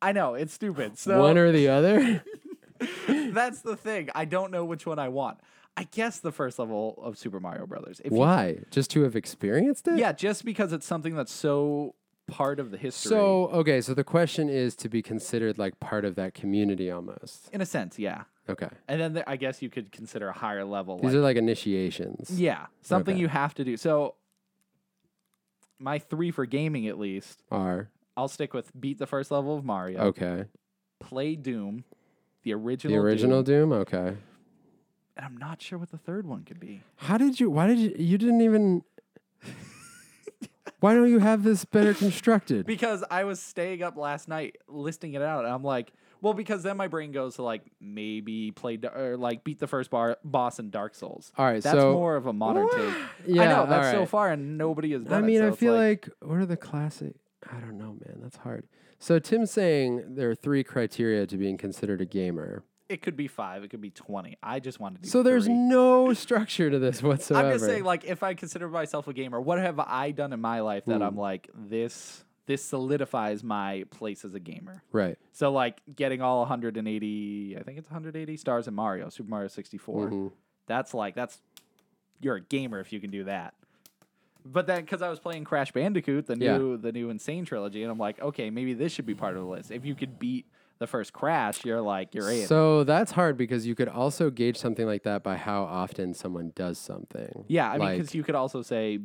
i know it's stupid so One or the other? that's the thing i don't know which one i want i guess the first level of super mario brothers if you Why? Just to have experienced it? Yeah, just because it's something that's so part of the history. So, okay, so the question is to be considered like part of that community almost. in a sense, yeah. Okay. And then there, I guess you could consider a higher level. These like- are like initiations. yeah, something Okay. you have to do. So my three for gaming, at least, Are. I'll stick with beat the first level of Mario, Okay. play Doom, the original, The original Doom, Doom? Okay. and I'm not sure what the third one could be. How did you, why did you, you didn't even, why don't you have this better constructed? Because I was staying up last night listing it out, and I'm like, well, because then my brain goes to like maybe play da- or like beat the first bar boss in Dark Souls. all right, That's so more of a modern take. yeah, I know that's all so right. far, and nobody has done I it, mean, so I it's feel like, what are the classic? I don't know, man. That's hard. So Tim's saying there are three criteria to being considered a gamer. it could be five, it could be twenty. I just wanted to. So there's three. no structure to this whatsoever. I'm just saying, like, if I consider myself a gamer, what have I done in my life that I'm Hmm. like this? This solidifies my place as a gamer. right. So like getting all 180, I think it's 180 stars in Mario, Super Mario 64. Mhm. That's like that's you're a gamer if you can do that. But then cuz I was playing Crash Bandicoot, the Yeah. new the new Insane trilogy and I'm like, okay, maybe this should be part of the list. If you could beat the first Crash, you're like you're in. So that's hard because you could also gauge something like that by how often someone does something. yeah, I mean like, cuz you could also say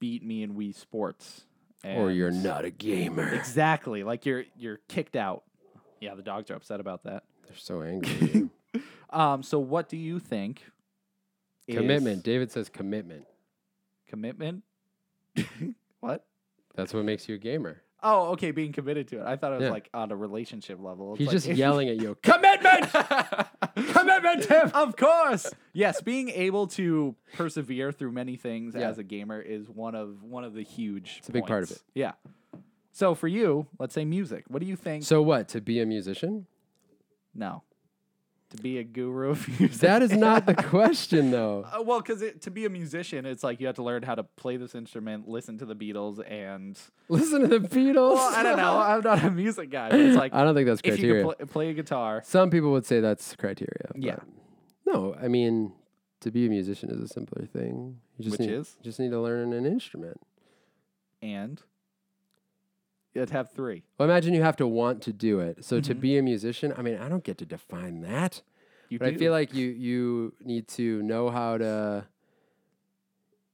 beat me in Wii Sports. or and- you're not a gamer. Exactly. Like you're you're kicked out. Yeah, the dogs are upset about that. They're so angry. at you. Um so what do you think? is- commitment. David says commitment. commitment. what? That's what makes you a gamer. Oh, okay, being committed to it. I thought it was Yeah. like on a relationship level. It's He's like- just yelling at you. commitment, commitment, Tim. Of course, yes. Being able to persevere through many things Yeah. as a gamer is one of one of the huge. It's a big part of it. Yeah. So for you, let's say music. What do you think? So what? To be a musician? no, to be a guru of music? That is not the question, though. Uh, well, because to be a musician, it's like you have to learn how to play this instrument, listen to the Beatles, and Listen to the Beatles. well, I don't know. I'm not a music guy, but it's like I don't think that's if you Uh, criteria. could pl- play a guitar, Some people would say that's criteria. Yeah. but No, I mean, to be a musician is a simpler thing. You just Which need, is? you just need to learn an instrument. and you'd have three. Well, imagine you have to want to do it. So to Mhm. be a musician, I mean, I don't get to define that. You But I do. feel like you you need to know how to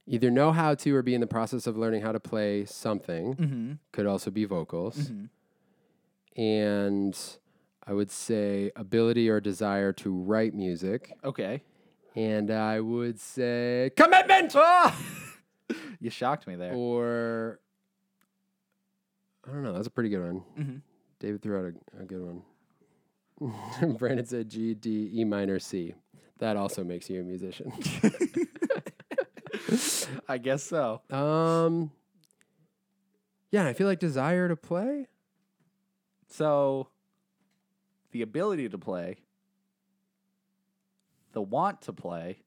either know how to or be in the process of learning how to play something. hmm Could also be vocals. hmm Mm-hmm. And I would say ability or desire to write music. Okay. And I would say Commitment. Ah! you shocked me there. Oh. or I don't know, that's a pretty good one. Mhm. David threw out a, a good one. Brandon said G D E minor C. That also makes you a musician. I guess so. Um, yeah, I feel like desire to play. So, the ability to play, the want to play,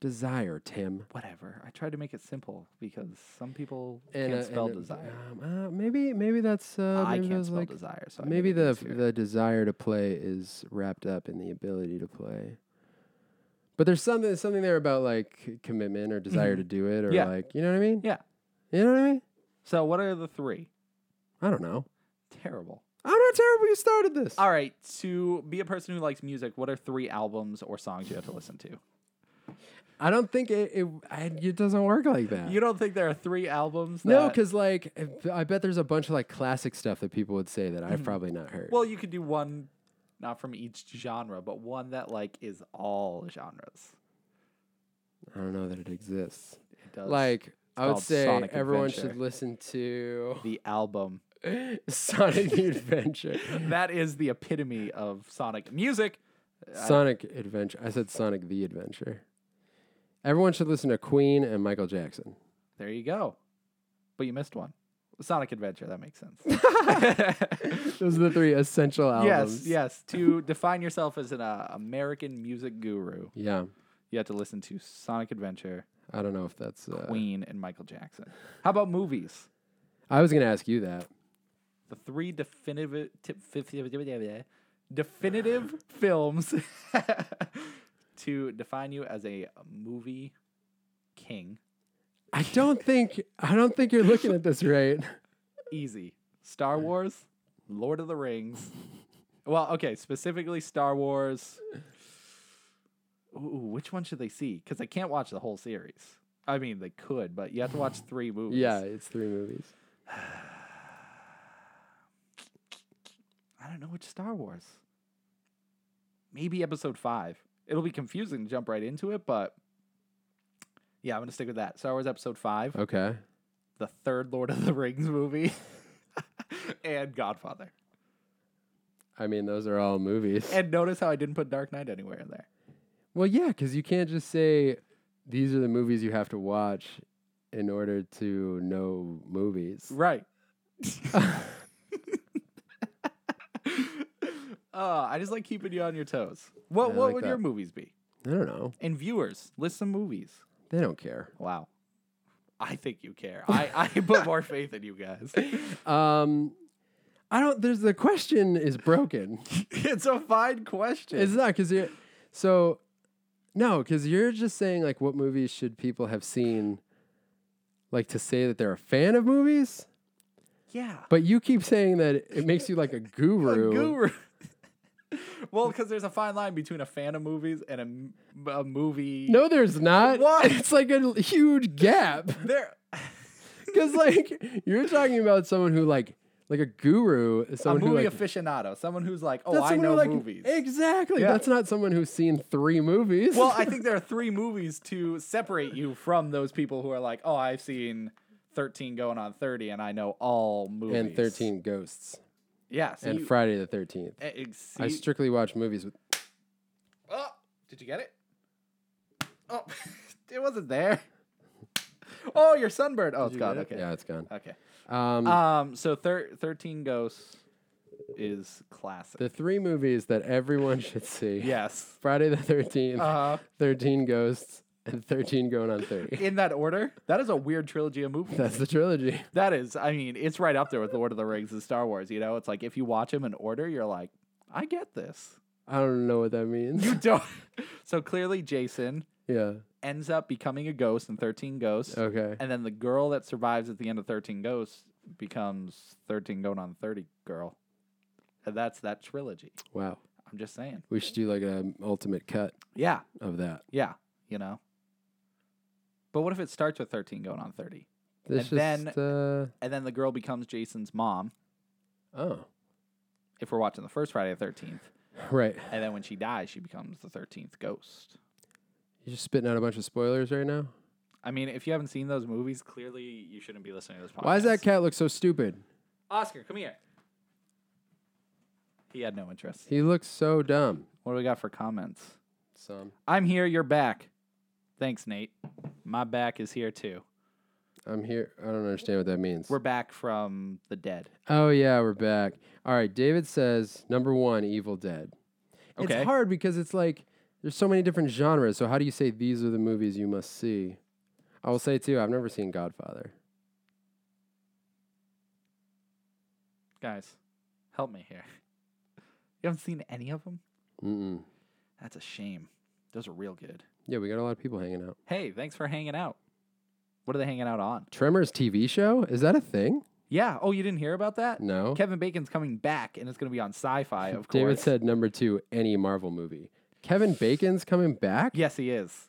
Desire, Tim. whatever. I tried to make it simple because some people And, can't uh, spell and, uh, desire. Um, uh, maybe, maybe that's. Uh, I maybe can't those, spell like, desire, so I made Maybe it the easier. the desire to play is wrapped up in the ability to play. But there's something something there about like commitment or desire to do it or Mm-hmm. Yeah. like you know what I mean. Yeah. You know what I mean? So, what are the three? I don't know. Terrible. I'm not terrible. You started this. All right. To be a person who likes music, what are three albums or songs you have to listen to? I don't think it it, I, it doesn't work like that. You don't think there are three albums? That, no, because like if- I bet there's a bunch of like classic stuff that people would say that I've probably not heard. Mm-hmm. well, you could do one, not from each genre, but one that like is all genres. I don't know that it exists. It does. Like I would uh, called say Sonic everyone Adventure. should listen to the album Sonic Adventure. that is the epitome of Sonic music. Sonic Adventure. I said Sonic the Adventure. Everyone should listen to Queen and Michael Jackson. There you go. But you missed one. Sonic Adventure. That makes sense. Those are the three essential albums. yes, yes. To define yourself as an uh, American music guru, Yeah. you have to listen to Sonic Adventure, I don't know if that's. Uh, Queen, and Michael Jackson. How about movies? I was going to ask you that. the three definitive ti- fi- fi- fi- fi- definitive films to define you as a movie king. I don't think I don't think you're looking at this right. Easy. Star Wars, Lord of the Rings. Well, okay, specifically Star Wars. Ooh, which one should they see? Because they can't watch the whole series. I mean, they could, but you have to watch three movies. Yeah, it's three movies. I don't know which Star Wars. Maybe episode five. It'll be confusing to jump right into it, but yeah, I'm gonna stick with that. Star Wars episode five, Okay. the third Lord of the Rings movie, and Godfather. I mean, those are all movies. And notice how I didn't put Dark Knight anywhere in there. well, yeah, because you can't just say these are the movies you have to watch in order to know movies. Right. uh, I just like keeping you on your toes. What I what like would your that. movies be? I don't know. And viewers, list some movies. They don't care. Wow. I think you care. I, I put more faith in you guys. Um, I don't. There's the question is broken. It's a fine question. it's not because you're so no because you're just saying like what movies should people have seen, like to say that they're a fan of movies. yeah. But you keep saying that it makes you like a guru. A guru. well, because there's a fine line between a fan of movies and a m- a, movie. No, there's not. What? It's like a l- huge gap There. because like you're talking about someone who like like a guru is A someone who movie like. aficionado. Someone who's like, oh, that's I someone who, know like, movies. Exactly. Yeah. That's not someone who's seen three movies. well, I think there are three movies to separate you from those people who are like, oh, I've seen 13 going on 30 and I know all movies. and 13 Ghosts Yeah. So and you- Friday the 13th. eh, eh, see- I strictly watch movies with. Oh, did you get it? Oh, it wasn't there. Oh, your sunbird. Oh, it's gone. Okay. Yeah, it's gone. Okay. Um, Um. So thir- thirteen ghosts. is classic. The three movies that everyone should see. yes. Friday the 13th, Uh, 13 Ghosts, and 13 Going on 30. in that order, that is a weird trilogy of movies. That's the trilogy. That is, I mean, it's right up there with Lord of the Rings and Star Wars. You know, it's like if you watch them in order, you're like, I get this. I don't know what that means. You don't. so clearly, Jason yeah. ends up becoming a ghost in 13 Ghosts. Okay. And then the girl that survives at the end of 13 Ghosts becomes 13 going on 30 girl. And that's that trilogy. Wow. I'm just saying. We should do like an ultimate cut Yeah. of that. Yeah. You know? But what if it starts with 13 going on 30? This And just, uh, And then the girl becomes Jason's mom oh, if we're watching the first Friday the 13th. right. And then when she dies, she becomes the 13th ghost. You're just spitting out a bunch of spoilers right now. I mean, if you haven't seen those movies, clearly you shouldn't be listening to this podcast. Why does that cat look so stupid? Oscar, come here. He had no interest. He looks so dumb. What do we got for comments? Some. I'm here. You're back. Thanks, Nate. My back is here too. I'm here. I don't understand what that means. We're back from the dead. oh yeah, we're back. All right. David says number one, Evil Dead. Okay. It's hard because it's like there's so many different genres. So how do you say these are the movies you must see? I will say too. I've never seen Godfather. Guys, help me here. You haven't seen any of them? Mm-mm. That's a shame. Those are real good. Yeah, we got a lot of people hanging out. Hey, thanks for hanging out. What are they hanging out on? Tremors TV show is that a thing? Yeah. Oh, you didn't hear about that? No. Kevin Bacon's coming back, and it's going to be on Sci-Fi, of course. David said number two, any Marvel movie. Kevin Bacon's coming back "Yes, he is,"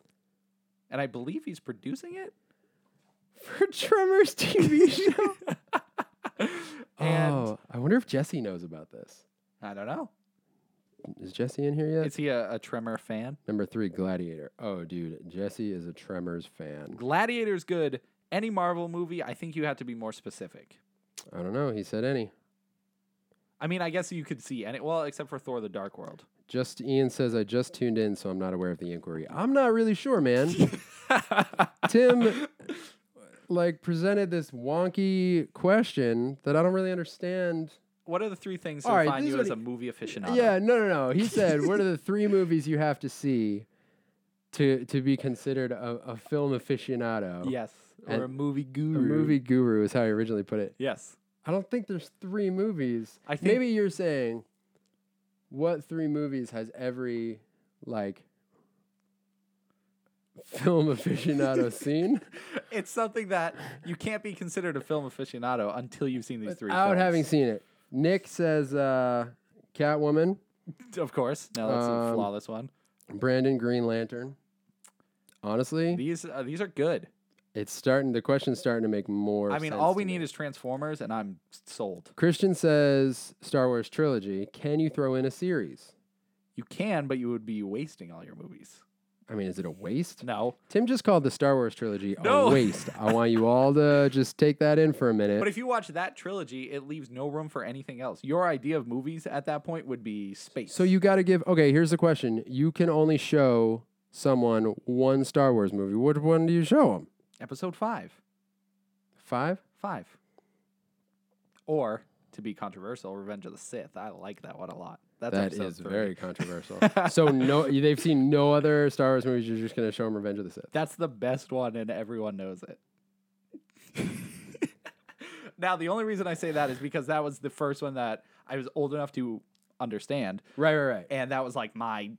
and I believe he's producing it. for Tremors TV show. And oh, I wonder if Jesse knows about this. I don't know. Is Jesse in here yet? Is he a, a Tremor fan? number three, Gladiator. Oh, dude, Jesse is a Tremors fan. Gladiator's good. Any Marvel movie, I think you have to be more specific. I don't know. He said any. I mean, I guess you could see any. Well, except for Thor: The Dark World. Just Ian says I just tuned in, so I'm not aware of the inquiry. I'm not really sure, man. Tim like presented this wonky question that I don't really understand. what are the three things that All right, define this you is as a what movie aficionado? Yeah, no, no, no. He said, "What are the three movies you have to see to to be considered a, a film aficionado?" Yes. Or And a movie a guru. movie guru is how he originally put it. Yes. I don't think there's three movies. I think- Maybe you're saying, "What three movies has every like film aficionado seen It's something that you can't be considered a film aficionado until you've seen these three. without films. having seen it?" Nick says, uh, "Catwoman." Of course. No, that's a Um, flawless one. Brandon Green Lantern. Honestly, These uh, these are good. It's starting. The question's starting to make more. I mean, all we need is Transformers, and I'm s- sold. Christian says Star Wars trilogy. Can you throw in a series? You can, but you would be wasting all your movies. I mean, is it a waste? No, Tim just called the Star Wars trilogy No. a waste. I want you all to just take that in for a minute. but if you watch that trilogy, it leaves no room for anything else. Your idea of movies at that point would be space. so you got to give. Okay, here's the question. You can only show someone one Star Wars movie. Which one do you show them? episode five, Five. five, or to be controversial, Revenge of the Sith. I like that one a lot. That's That episode is three. very controversial. so no, they've seen no other Star Wars movies. You're just gonna show them Revenge of the Sith. That's the best one, and everyone knows it. now, the only reason I say that is because that was the first one that I was old enough to understand, Right, right, right. and that was like my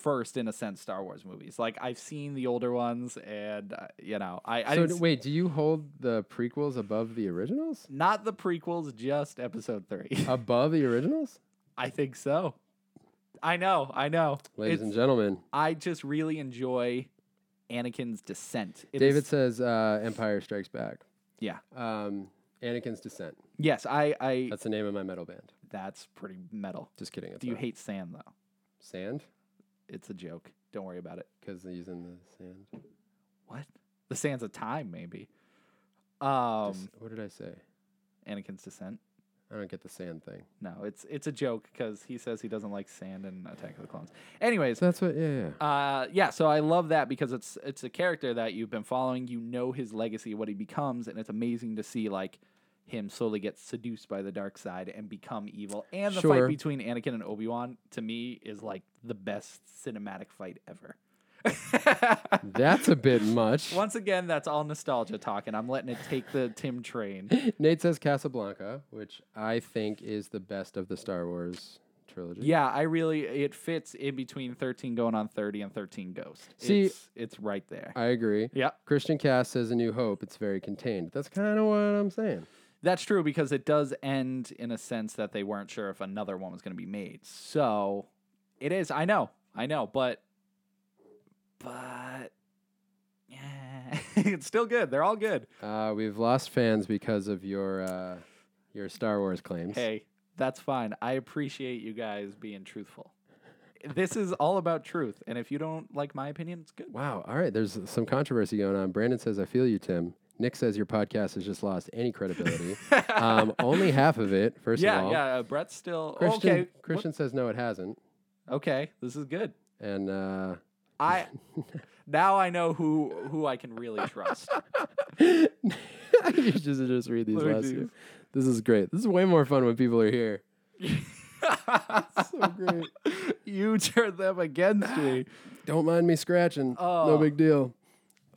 first, in a sense, Star Wars movies. Like I've seen the older ones, and uh, you know, I, I so didn't d- s- wait, do you hold the prequels above the originals? not the prequels, just Episode Three. above the originals? I think so. I know, I know. Ladies It's- and gentlemen, I just really enjoy Anakin's descent. It David is- says uh, Empire Strikes Back. yeah, Um, Anakin's Descent. yes, I, I. That's the name of my metal band. That's pretty metal. Just kidding. It's Do you not. hate sand though? sand? It's a joke. Don't worry about it. Because they're using the sand. What? The sands of time, maybe. Um, Dis- what did I say? Anakin's descent. I don't get the sand thing. No, it's it's a joke because he says he doesn't like sand in Attack of the Clones. Anyways, So that's what, yeah, yeah. uh, yeah. So I love that because it's it's a character that you've been following. You know his legacy, what he becomes, and it's amazing to see like him slowly gets seduced by the dark side and become evil. And the Sure. fight between Anakin and Obi Wan to me is like the best cinematic fight ever. That's a bit much. Once again, that's all nostalgia talk, and I'm letting it take the Tim train. Nate says Casablanca, which I think is the best of the Star Wars trilogy. Yeah, I really it fits in between 13 going on 30 and 13 Ghost. See- it's, it's right there. I agree. yeah, Christian Cass says A New Hope. It's very contained. That's kind of what I'm saying. that's true because it does end in a sense that they weren't sure if another one was going to be made. So it is. I know, I know, but but yeah, it's still good. They're all good. Uh, we've lost fans because of your uh, your Star Wars claims. Hey, that's fine. I appreciate you guys being truthful. This is all about truth, and if you don't like my opinion, it's good. Wow. All right. There's some controversy going on. Brandon says, I feel you, Tim. Nick says your podcast has just lost any credibility. um, only half of it, first yeah, of all. yeah. Uh, Brett's still Christian, okay. what- Christian says no, it hasn't. Okay, this is good. And uh, I now I know who who I can really trust. you should just read these Let me last do two. This is great. This is way more fun when people are here. So great. you turned them against me. Don't mind me scratching. No Oh. big deal.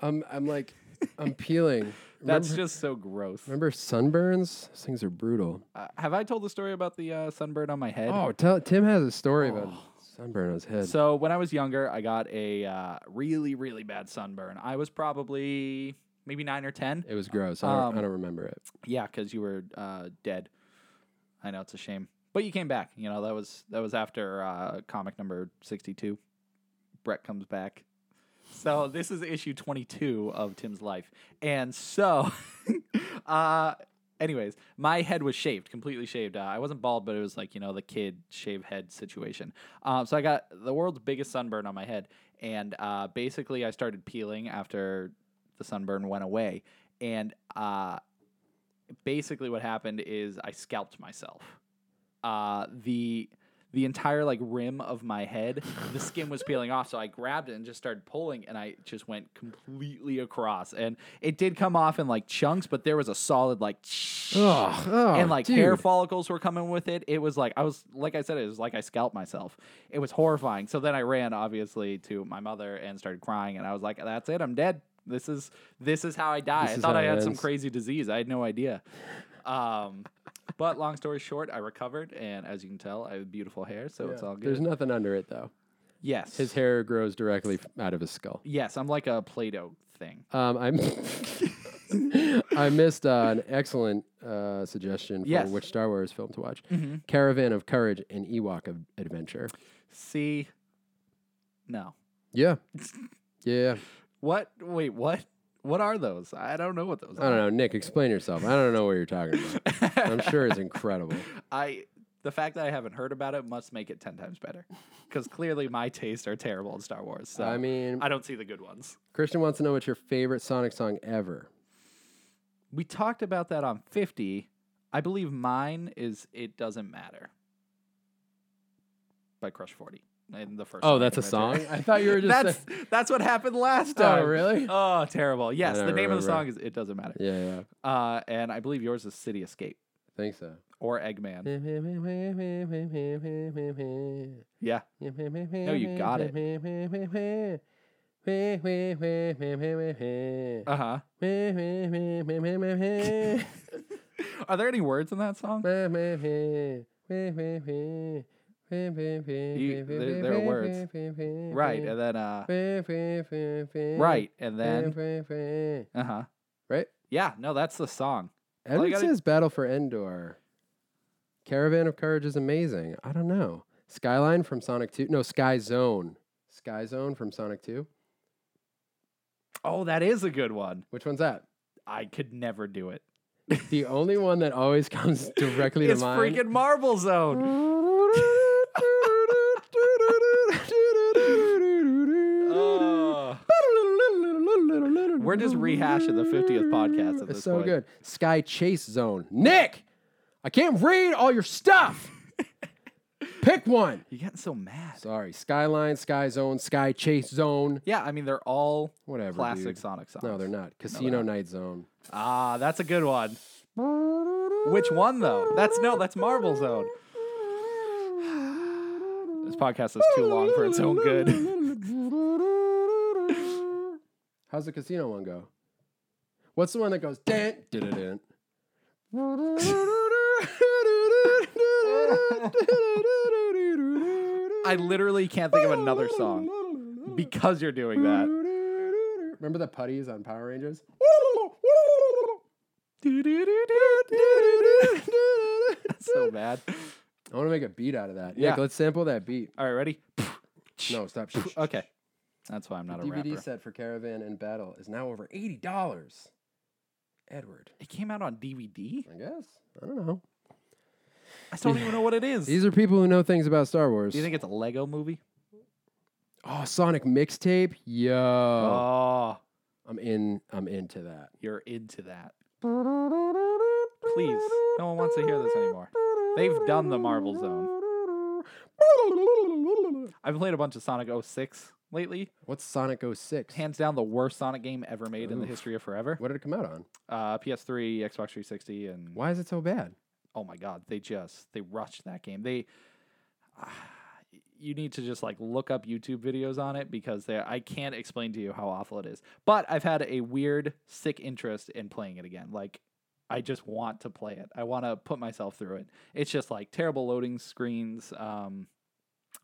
I'm I'm like I'm peeling. That's remember, just so gross. remember sunburns? Those things are brutal. Uh, have I told the story about the uh, sunburn on my head? Oh, tell Tim has a story about sunburn on his head. Oh. So when I was younger, I got a uh, really really bad sunburn. I was probably maybe nine or ten. it was gross. I don't, I Um, don't remember it. Yeah, because you were uh, dead. I know it's a shame, but you came back. You know that was that was after uh, comic number sixty two. Brett comes back. So this is issue twenty two of Tim's life, and so, uh, anyways, my head was shaved, completely shaved. Uh, I wasn't bald, but it was like you know the kid shave head situation. Uh, so I got the world's biggest sunburn on my head, and uh, basically I started peeling after the sunburn went away, and uh, basically what happened is I scalped myself. Uh, the the entire like rim of my head, the skin was peeling off, so I grabbed it and just started pulling, and I just went completely across, and it did come off in like chunks, but there was a solid like. Ugh, oh, and like dude. hair follicles were coming with it. It was like I was like I said, it was like I scalped myself. It was horrifying. So then I ran obviously to my mother and started crying, and I was like, "That's it, I'm dead. This is this is how I die." This I is thought how I it had some ends. crazy disease. I had no idea. Um, but long story short, I recovered, and as you can tell, I have beautiful hair, so it's all There's good. nothing under it though. yes, His hair grows directly f- out of his skull. yes, I'm like a Play-Doh thing. Um, I I missed uh, an excellent uh, suggestion for Yes. which Star Wars film to watch: Caravan of Courage and Ewok of Adventure. See, no, Yeah, yeah. what? Wait, what? What are those? I don't know what those. I don't know, Nick. Explain yourself. I don't know what you're talking about. I'm sure it's incredible. I the fact that I haven't heard about it must make it ten times better, because clearly my tastes are terrible in Star Wars. So I mean, I don't see the good ones. Christian wants to know what's your favorite Sonic song ever. We talked about that on fifty. I believe mine is "It Doesn't Matter" by Crush Forty in the first. Oh, Sonic that's a Adventure. song? I thought you were just that's that's what happened last time. really? Oh, terrible. Yes, the don't name of the song remember. is "It Doesn't Matter," Yeah, yeah. uh, and I believe yours is "City Escape" I think so. or "Eggman." Yeah, No, you got it. uh huh. uh-huh. Are there any words in that song? there- there are words. Right, and then uh, right, and then Then. uh huh. Right? Yeah, no, that's the song. All you Edward gotta- says Battle for Endor. Caravan of Courage is amazing. I don't know. Skyline from Sonic 2. No, Sky Zone. Sky Zone from Sonic 2. Oh, that is a good one. Which one's that? I could never do it. The only one that always comes directly to It's mind. freaking Marble Zone. Oh. We're just rehashing the 50th podcast at It's this so point. good. Sky Chase Zone. Nick, I can't read all your stuff. Pick one. You're getting so mad. Sorry, Skyline, Sky Zone, Sky Chase Zone, Yeah, I mean they're all whatever. classic dude. Sonic songs. No, they're not. Casino Night Zone. Ah, that's a good one. Which one though? That's no, that's Marble Zone. This podcast is too long for its own good. How's the casino one go? What's the one that goes dun, dun, dun, dun? I literally can't think of another song because you're doing that. Remember the putties on Power Rangers? so bad. I want to make a beat out of that. Yeah. Nick, let's sample that beat. All right, ready? No, stop. Shh, shh, shh. Okay. That's why I'm not a DVD rapper. set for Caravan and Battle is now over eighty dollars. Edward, It came out on DVD? I guess I don't know. I still don't even know what it is. Do These are people who know things about Star Wars. you think it's a Lego movie? oh, Sonic mixtape, yo! Oh, I'm in. I'm into that. you're into that. Please. No one wants to hear this anymore. They've done the Marvel Zone. I've played a bunch of Sonic 06 lately. What's Sonic 06? Hands down the worst Sonic game ever made in the history of forever. What did it come out on? Uh, PS3, Xbox 360, and Why is it so bad? oh my god they just they rushed that game they you need to just like look up youtube videos on it because they i can't explain to you how awful it is but i've had a weird sick interest in playing it again like i just want to play it i want to put myself through it it's just like terrible loading screens um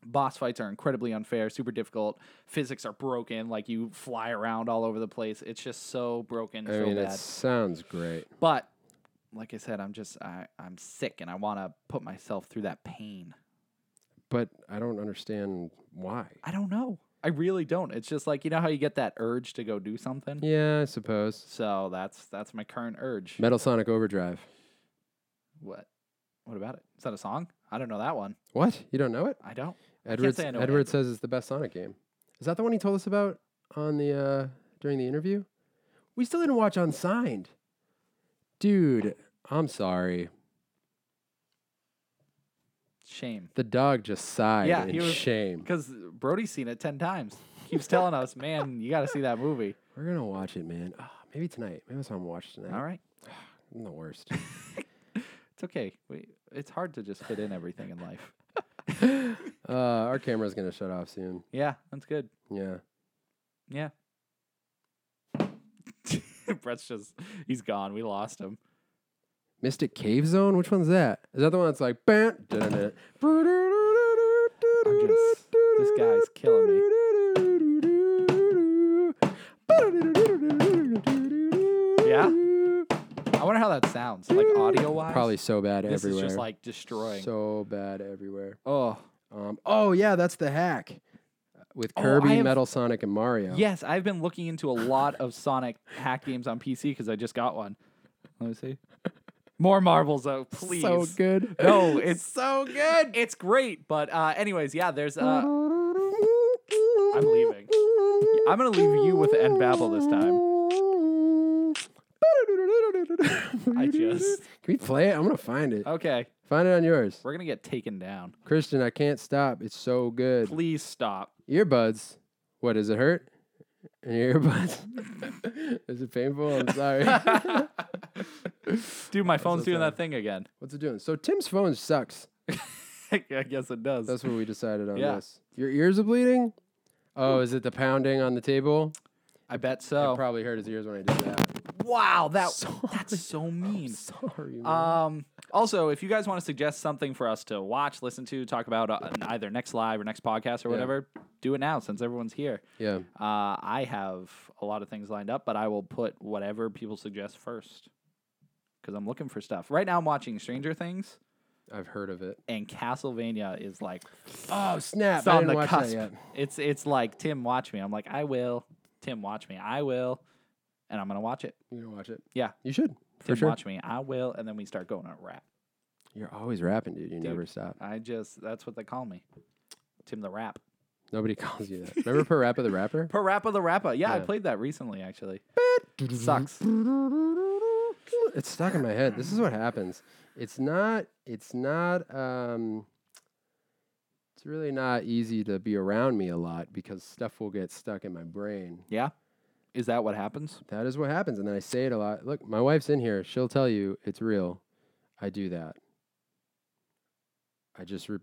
boss fights are incredibly unfair super difficult physics are broken like you fly around all over the place it's just so broken I so mean, bad it sounds great. but like I said, I'm just I, I'm sick and I want to put myself through that pain. but I don't understand why. I don't know. I really don't. It's just like you know how you get that urge to go do something. Yeah, I suppose. So that's that's my current urge. Metal Sonic Overdrive. What? What about it? Is that a song? I don't know that one. What? You don't know it? I don't. Edwards, say I know it. Edward says it's the best Sonic game. Is that the one he told us about on the uh, during the interview? We still didn't watch Unsigned. Dude, I'm sorry. Shame. The dog just sighed Yeah, in he was- shame. Because Brody's seen it ten times. Keeps telling us, man, you got to see that movie. We're gonna watch it, man. Ah, maybe tonight. Maybe that's what I'm watch tonight. All right. I'm the worst. It's okay. We, it's hard to just fit in everything in life. uh, our camera's gonna shut off soon. Yeah, that's good. Yeah. Yeah. Brett's just he's gone. We lost him. Mystic Cave Zone? Which one's that? Is that the one that's like bam? dun-dun-dun, I'm just this guy's killing me. Yeah. I wonder how that sounds, like audio wise. Probably so bad this everywhere. is just like destroying. so bad everywhere. oh Um, oh yeah, that's the hack with Oh, I Kirby, have- Metal Sonic, and Mario. yes, I've been looking into a lot of Sonic hack games on PC because I just got one. Let me see. More marbles, though, please. so good. No, it's so good. Oh, it's great, but uh, anyways, yeah. There's uh, I'm leaving. I'm gonna leave you with Ed Babel this time. I just- Uh, Can we play it? I'm gonna find it. Okay, Find it on yours, we're gonna get taken down. Christian. I can't stop. It's so good. Please stop. Earbuds. What does it hurt? In your earbuds. Is it painful? I'm sorry. Dude, my phone's so doing sorry. that thing again. What's it doing? So Tim's phone sucks. I guess it does. That's what we decided on Yeah. this. Your ears are bleeding? Oh, is it the pounding on the table? I bet I so. probably hurt his ears when I did that. wow, that that's so mean. Sorry. man. Um, also, if you guys want to suggest something for us to watch, listen to, talk about on either next live or next podcast or whatever, do it now since everyone's here. yeah. Uh, I have a lot of things lined up, but I will put whatever people suggest first because I'm looking for stuff. Right now, I'm watching Stranger Things, I've heard of it. and Castlevania is like Oh, snap. it's on the cusp. It's it's like Tim, watch me. I'm like, I will. Tim, watch me. I will, and I'm gonna watch it. You gonna watch it? Yeah. You should. Tim, For sure. watch me. I will, and then we start going on a rap. You're always rapping, dude. You never stop. I just that's what they call me. Tim the Rap. Nobody calls you that. Remember Per Rappa the Rapper? Per Rappa the Rappa. Yeah, I Yeah. Mm-hmm. played that recently actually. Sucks. It's stuck in my head. This is what happens. It's not it's not um it's really not easy to be around me a lot because stuff will get stuck in my brain. Yeah. Is that what happens? That is what happens. And then I say it a lot. Look, my wife's in here. She'll tell you it's real. I do that. I just. Re-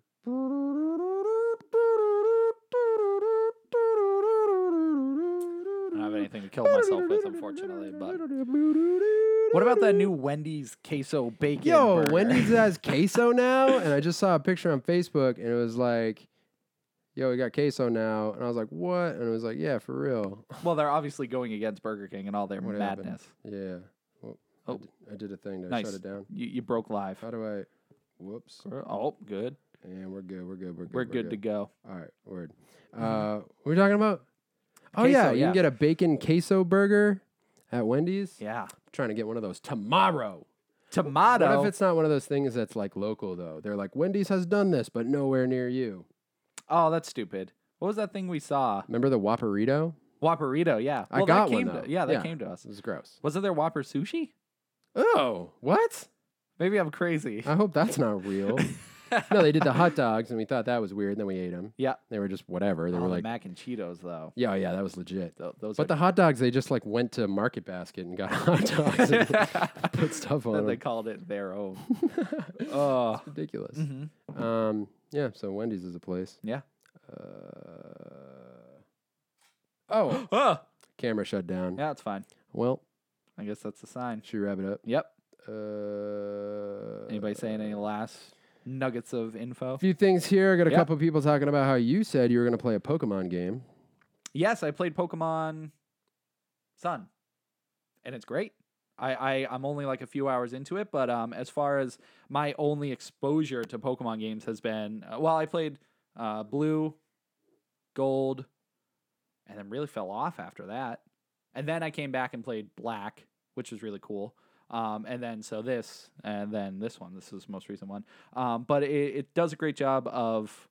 I don't have anything to kill myself with, unfortunately. But what about that new Wendy's queso bacon? Yo, burger? Wendy's has queso now, and I just saw a picture on Facebook, and it was like, "Yo, we got queso now," and I was like, "What?" And it was like, "Yeah, for real." Well, they're obviously going against Burger King and all their What happened? madness. Yeah. Well, I, Oh. d- I did a thing to Nice. shut it down. You, you broke live. How do I? Whoops. Oh, good. And we're good. We're good. We're good. We're good to go. All right. Word. Uh, what we're talking about. Oh Queso, yeah, you yeah. can get a bacon queso burger at Wendy's. Yeah. trying to get one of those tomorrow. Tomato. What if it's not one of those things that's like local though? They're like Wendy's has done this, but nowhere near you. oh, that's stupid. What was that thing we saw? Remember the Whopperito? Whopperito. Yeah. I Well, got that one, came though. To, yeah, that Yeah. came to us. This is gross. Wasn't there Whopper sushi? Oh, what? Maybe I'm crazy. I hope that's not real. no, they did the hot dogs, and we thought that was weird. Then we ate them. Yeah. They were just whatever. They Oh, were the like, mac and Cheetos though. yeah, yeah, that was legit. Tho- Those But the hot dogs, they just like went to Market Basket and got hot dogs and put stuff on then they them. called it their own. oh. Ridiculous. Mhm. Um, yeah. So Wendy's is a place. Yeah. Uh, oh, Oh. camera shut down. Yeah, it's fine. Well, I guess that's the sign. should we wrap it up? Yep. Uh, Anybody saying any last nuggets of info? A few things here. I got a Yeah. couple people talking about how you said you were going to play a Pokemon game. Yes, I played Pokemon Sun, and it's great. I, I I'm only like a few hours into it, but um, as far as my only exposure to Pokemon games has been, uh, well, I played uh, Blue, Gold, and then really fell off after that. And then I came back and played Black, which was really cool. Um, and then so this, and then this one. This is the most recent one. Um, but it, it does a great job of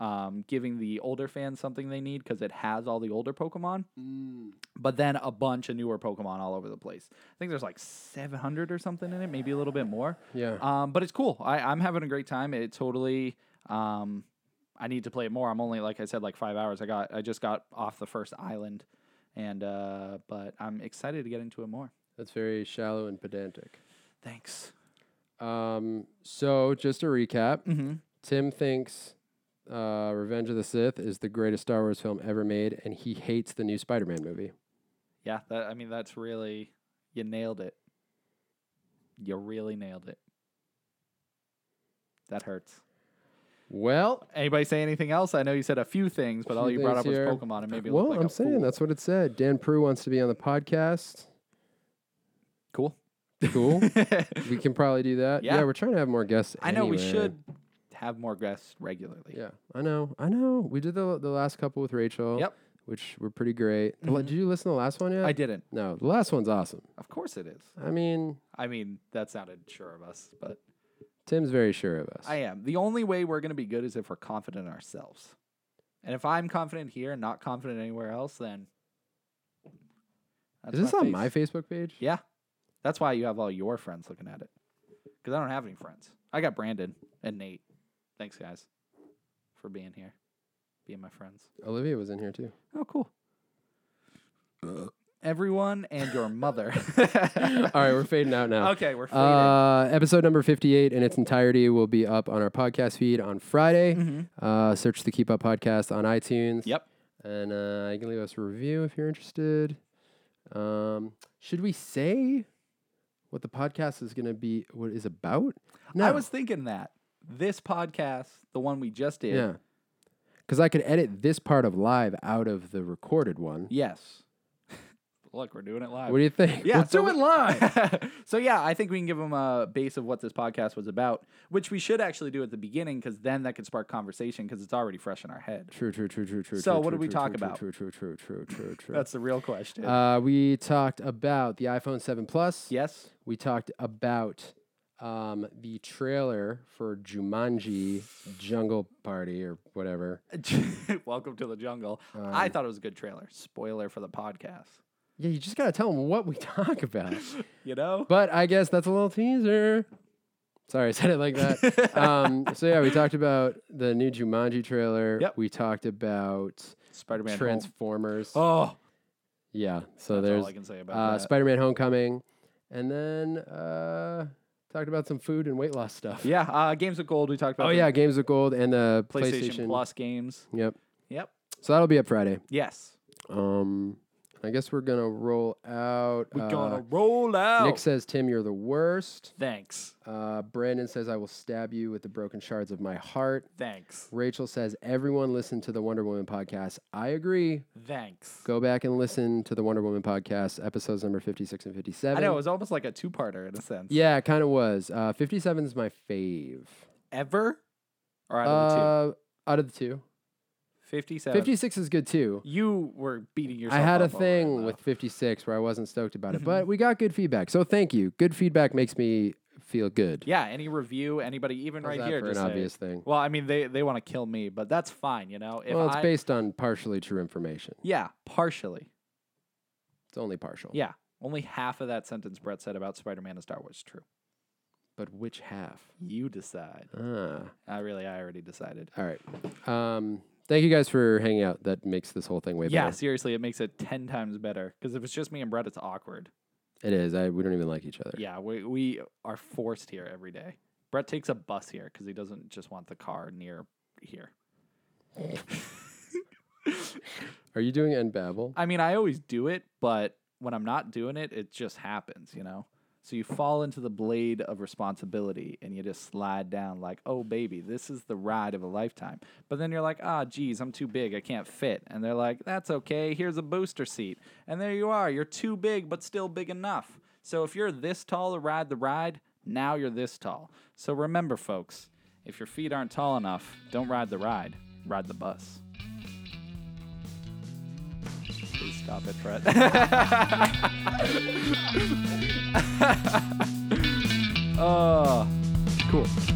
um, giving the older fans something they need because it has all the older Pokemon, Mm. but then a bunch of newer Pokemon all over the place. I think there's like 700 or something in it, maybe a little bit more. Yeah. Um, but it's cool. I, I'm having a great time. It totally. Um, I need to play it more. I'm only like I said, like five hours. I got. I just got off the first island, and uh, but I'm excited to get into it more. That's very shallow and pedantic. Thanks. Um, so just to recap, Mm-hmm. Tim thinks uh, Revenge of the Sith is the greatest Star Wars film ever made, and he hates the new Spider-Man movie. Yeah. That, I mean, that's really you nailed it. You really nailed it. That hurts. Well, Anybody say anything else? I know you said a few things, but Few all you brought things up here. was Pokemon and maybe. well, looked like I'm a saying fool. that's what it said. Dan Prue wants to be on the podcast. cool. Cool. we can probably do that. Yeah. we're trying to have more guests. I know we anyway. should have more guests regularly. Yeah, I know. I know. We did the the last couple with Rachel. Yep. Mm-hmm. Which were pretty great. The la- Did you listen to the last one yet? I didn't. No, the last one's awesome. Of course it is. I mean, I mean, that sounded sure of us, but Tim's very sure of us. I am. The only way we're going to be good is if we're confident in ourselves. And if I'm confident here and not confident anywhere else, then. that's Is this on my face. Facebook page? Yeah. That's why you have all your friends looking at it. Because I don't have any friends. I got Brandon and Nate. Thanks, guys, for being here, being my friends. Olivia was in here too. Oh, cool. Uh. Everyone and your mother. All right, we're fading out now. okay, we're fading. Uh, episode number 58 in its entirety will be up on our podcast feed on Friday. Uh, search the Keep Up Podcast on iTunes. yep. And uh, you can leave us a review if you're interested. Um, should we say what the podcast is going to be, what is about? No. I was thinking that this podcast, the one we just did, Yeah. Because I could edit this part of live out of the recorded one. yes. Look, we're doing it live. What do you think? yeah, Let's so do we- it live. so yeah, I think we can give them a base of what this podcast was about, which we should actually do at the beginning because then that could spark conversation because it's already fresh in our head. true, true, true, true, true. So true, what true, did we true, talk true, about? True, true, true, true, true, true. That's the real question. Uh, we talked about the iPhone 7 Plus. yes. We talked about um, the trailer for Jumanji Jungle Party or whatever. Welcome to the jungle. I thought it was a good trailer. Spoiler for the podcast. Yeah, you just got to tell them what we talk about. You know? but I guess that's a little teaser. Sorry, I said it like that. uh, um, so, yeah, we talked about the new Jumanji trailer. Yep. We talked about Spider Man. Transformers. Oh, Yeah. So That's there's all I can say about uh, that. Spider-Man: Homecoming, and then uh, talked about some food and weight loss stuff. yeah, uh, games of gold. We talked about. Oh the yeah, Games of Gold and the PlayStation, PlayStation. Plus games. Yep. Yep. So that'll be up Friday. Yes. Um, I guess we're gonna roll out. We're uh, gonna roll out. Nick says, "Tim, you're the worst." Thanks. Uh, Brandon says, "I will stab you with the broken shards of my heart." Thanks. Rachel says, "Everyone listen to the Wonder Woman podcast." I agree. Thanks. Go back and listen to the Wonder Woman podcast episodes number fifty-six and fifty-seven. I know it was almost like a two-parter in a sense. Yeah, it kind of was. Uh, 57 is my fave. Ever or out of the two? uh, out of the two. Fifty-seven. 56 is good too. You were beating yourself. I had a up over it, thing though. with 56 where I wasn't stoked about it, but we got good feedback. So thank you. Good feedback makes me feel good. Yeah. Any review? Anybody? Even How's right that here? for an just say- obvious thing. Well, I mean, they they want to kill me, but that's fine. You know. If well, it's I, based on partially true information. Yeah, partially. It's only partial. Yeah. Only half of that sentence Brett said about Spider-Man and Star Wars is true. But which half? You decide. Ah. I really, I already decided. All right. Um, thank you guys for hanging out. That makes this whole thing way Yeah, better. seriously, it makes it ten times better. Because if it's just me and Brett, it's awkward. It is. I, we don't even like each other. Yeah, we we are forced here every day. Brett takes a bus here because he doesn't just want the car near here. Are you doing end babble? I mean, I always do it, but when I'm not doing it, it just happens, you know. So you fall into the blade of responsibility and you just slide down like, "Oh baby, this is the ride of a lifetime." But then you're like, "Ah, geez, I'm too big. I can't fit." And they're like, "That's okay. Here's a booster seat." And there you are. You're too big, but still big enough. So if you're this tall to ride the ride, now you're this tall. So remember, folks, if your feet aren't tall enough, don't ride the ride. Ride the bus. Please stop it, Brett. oh, cool.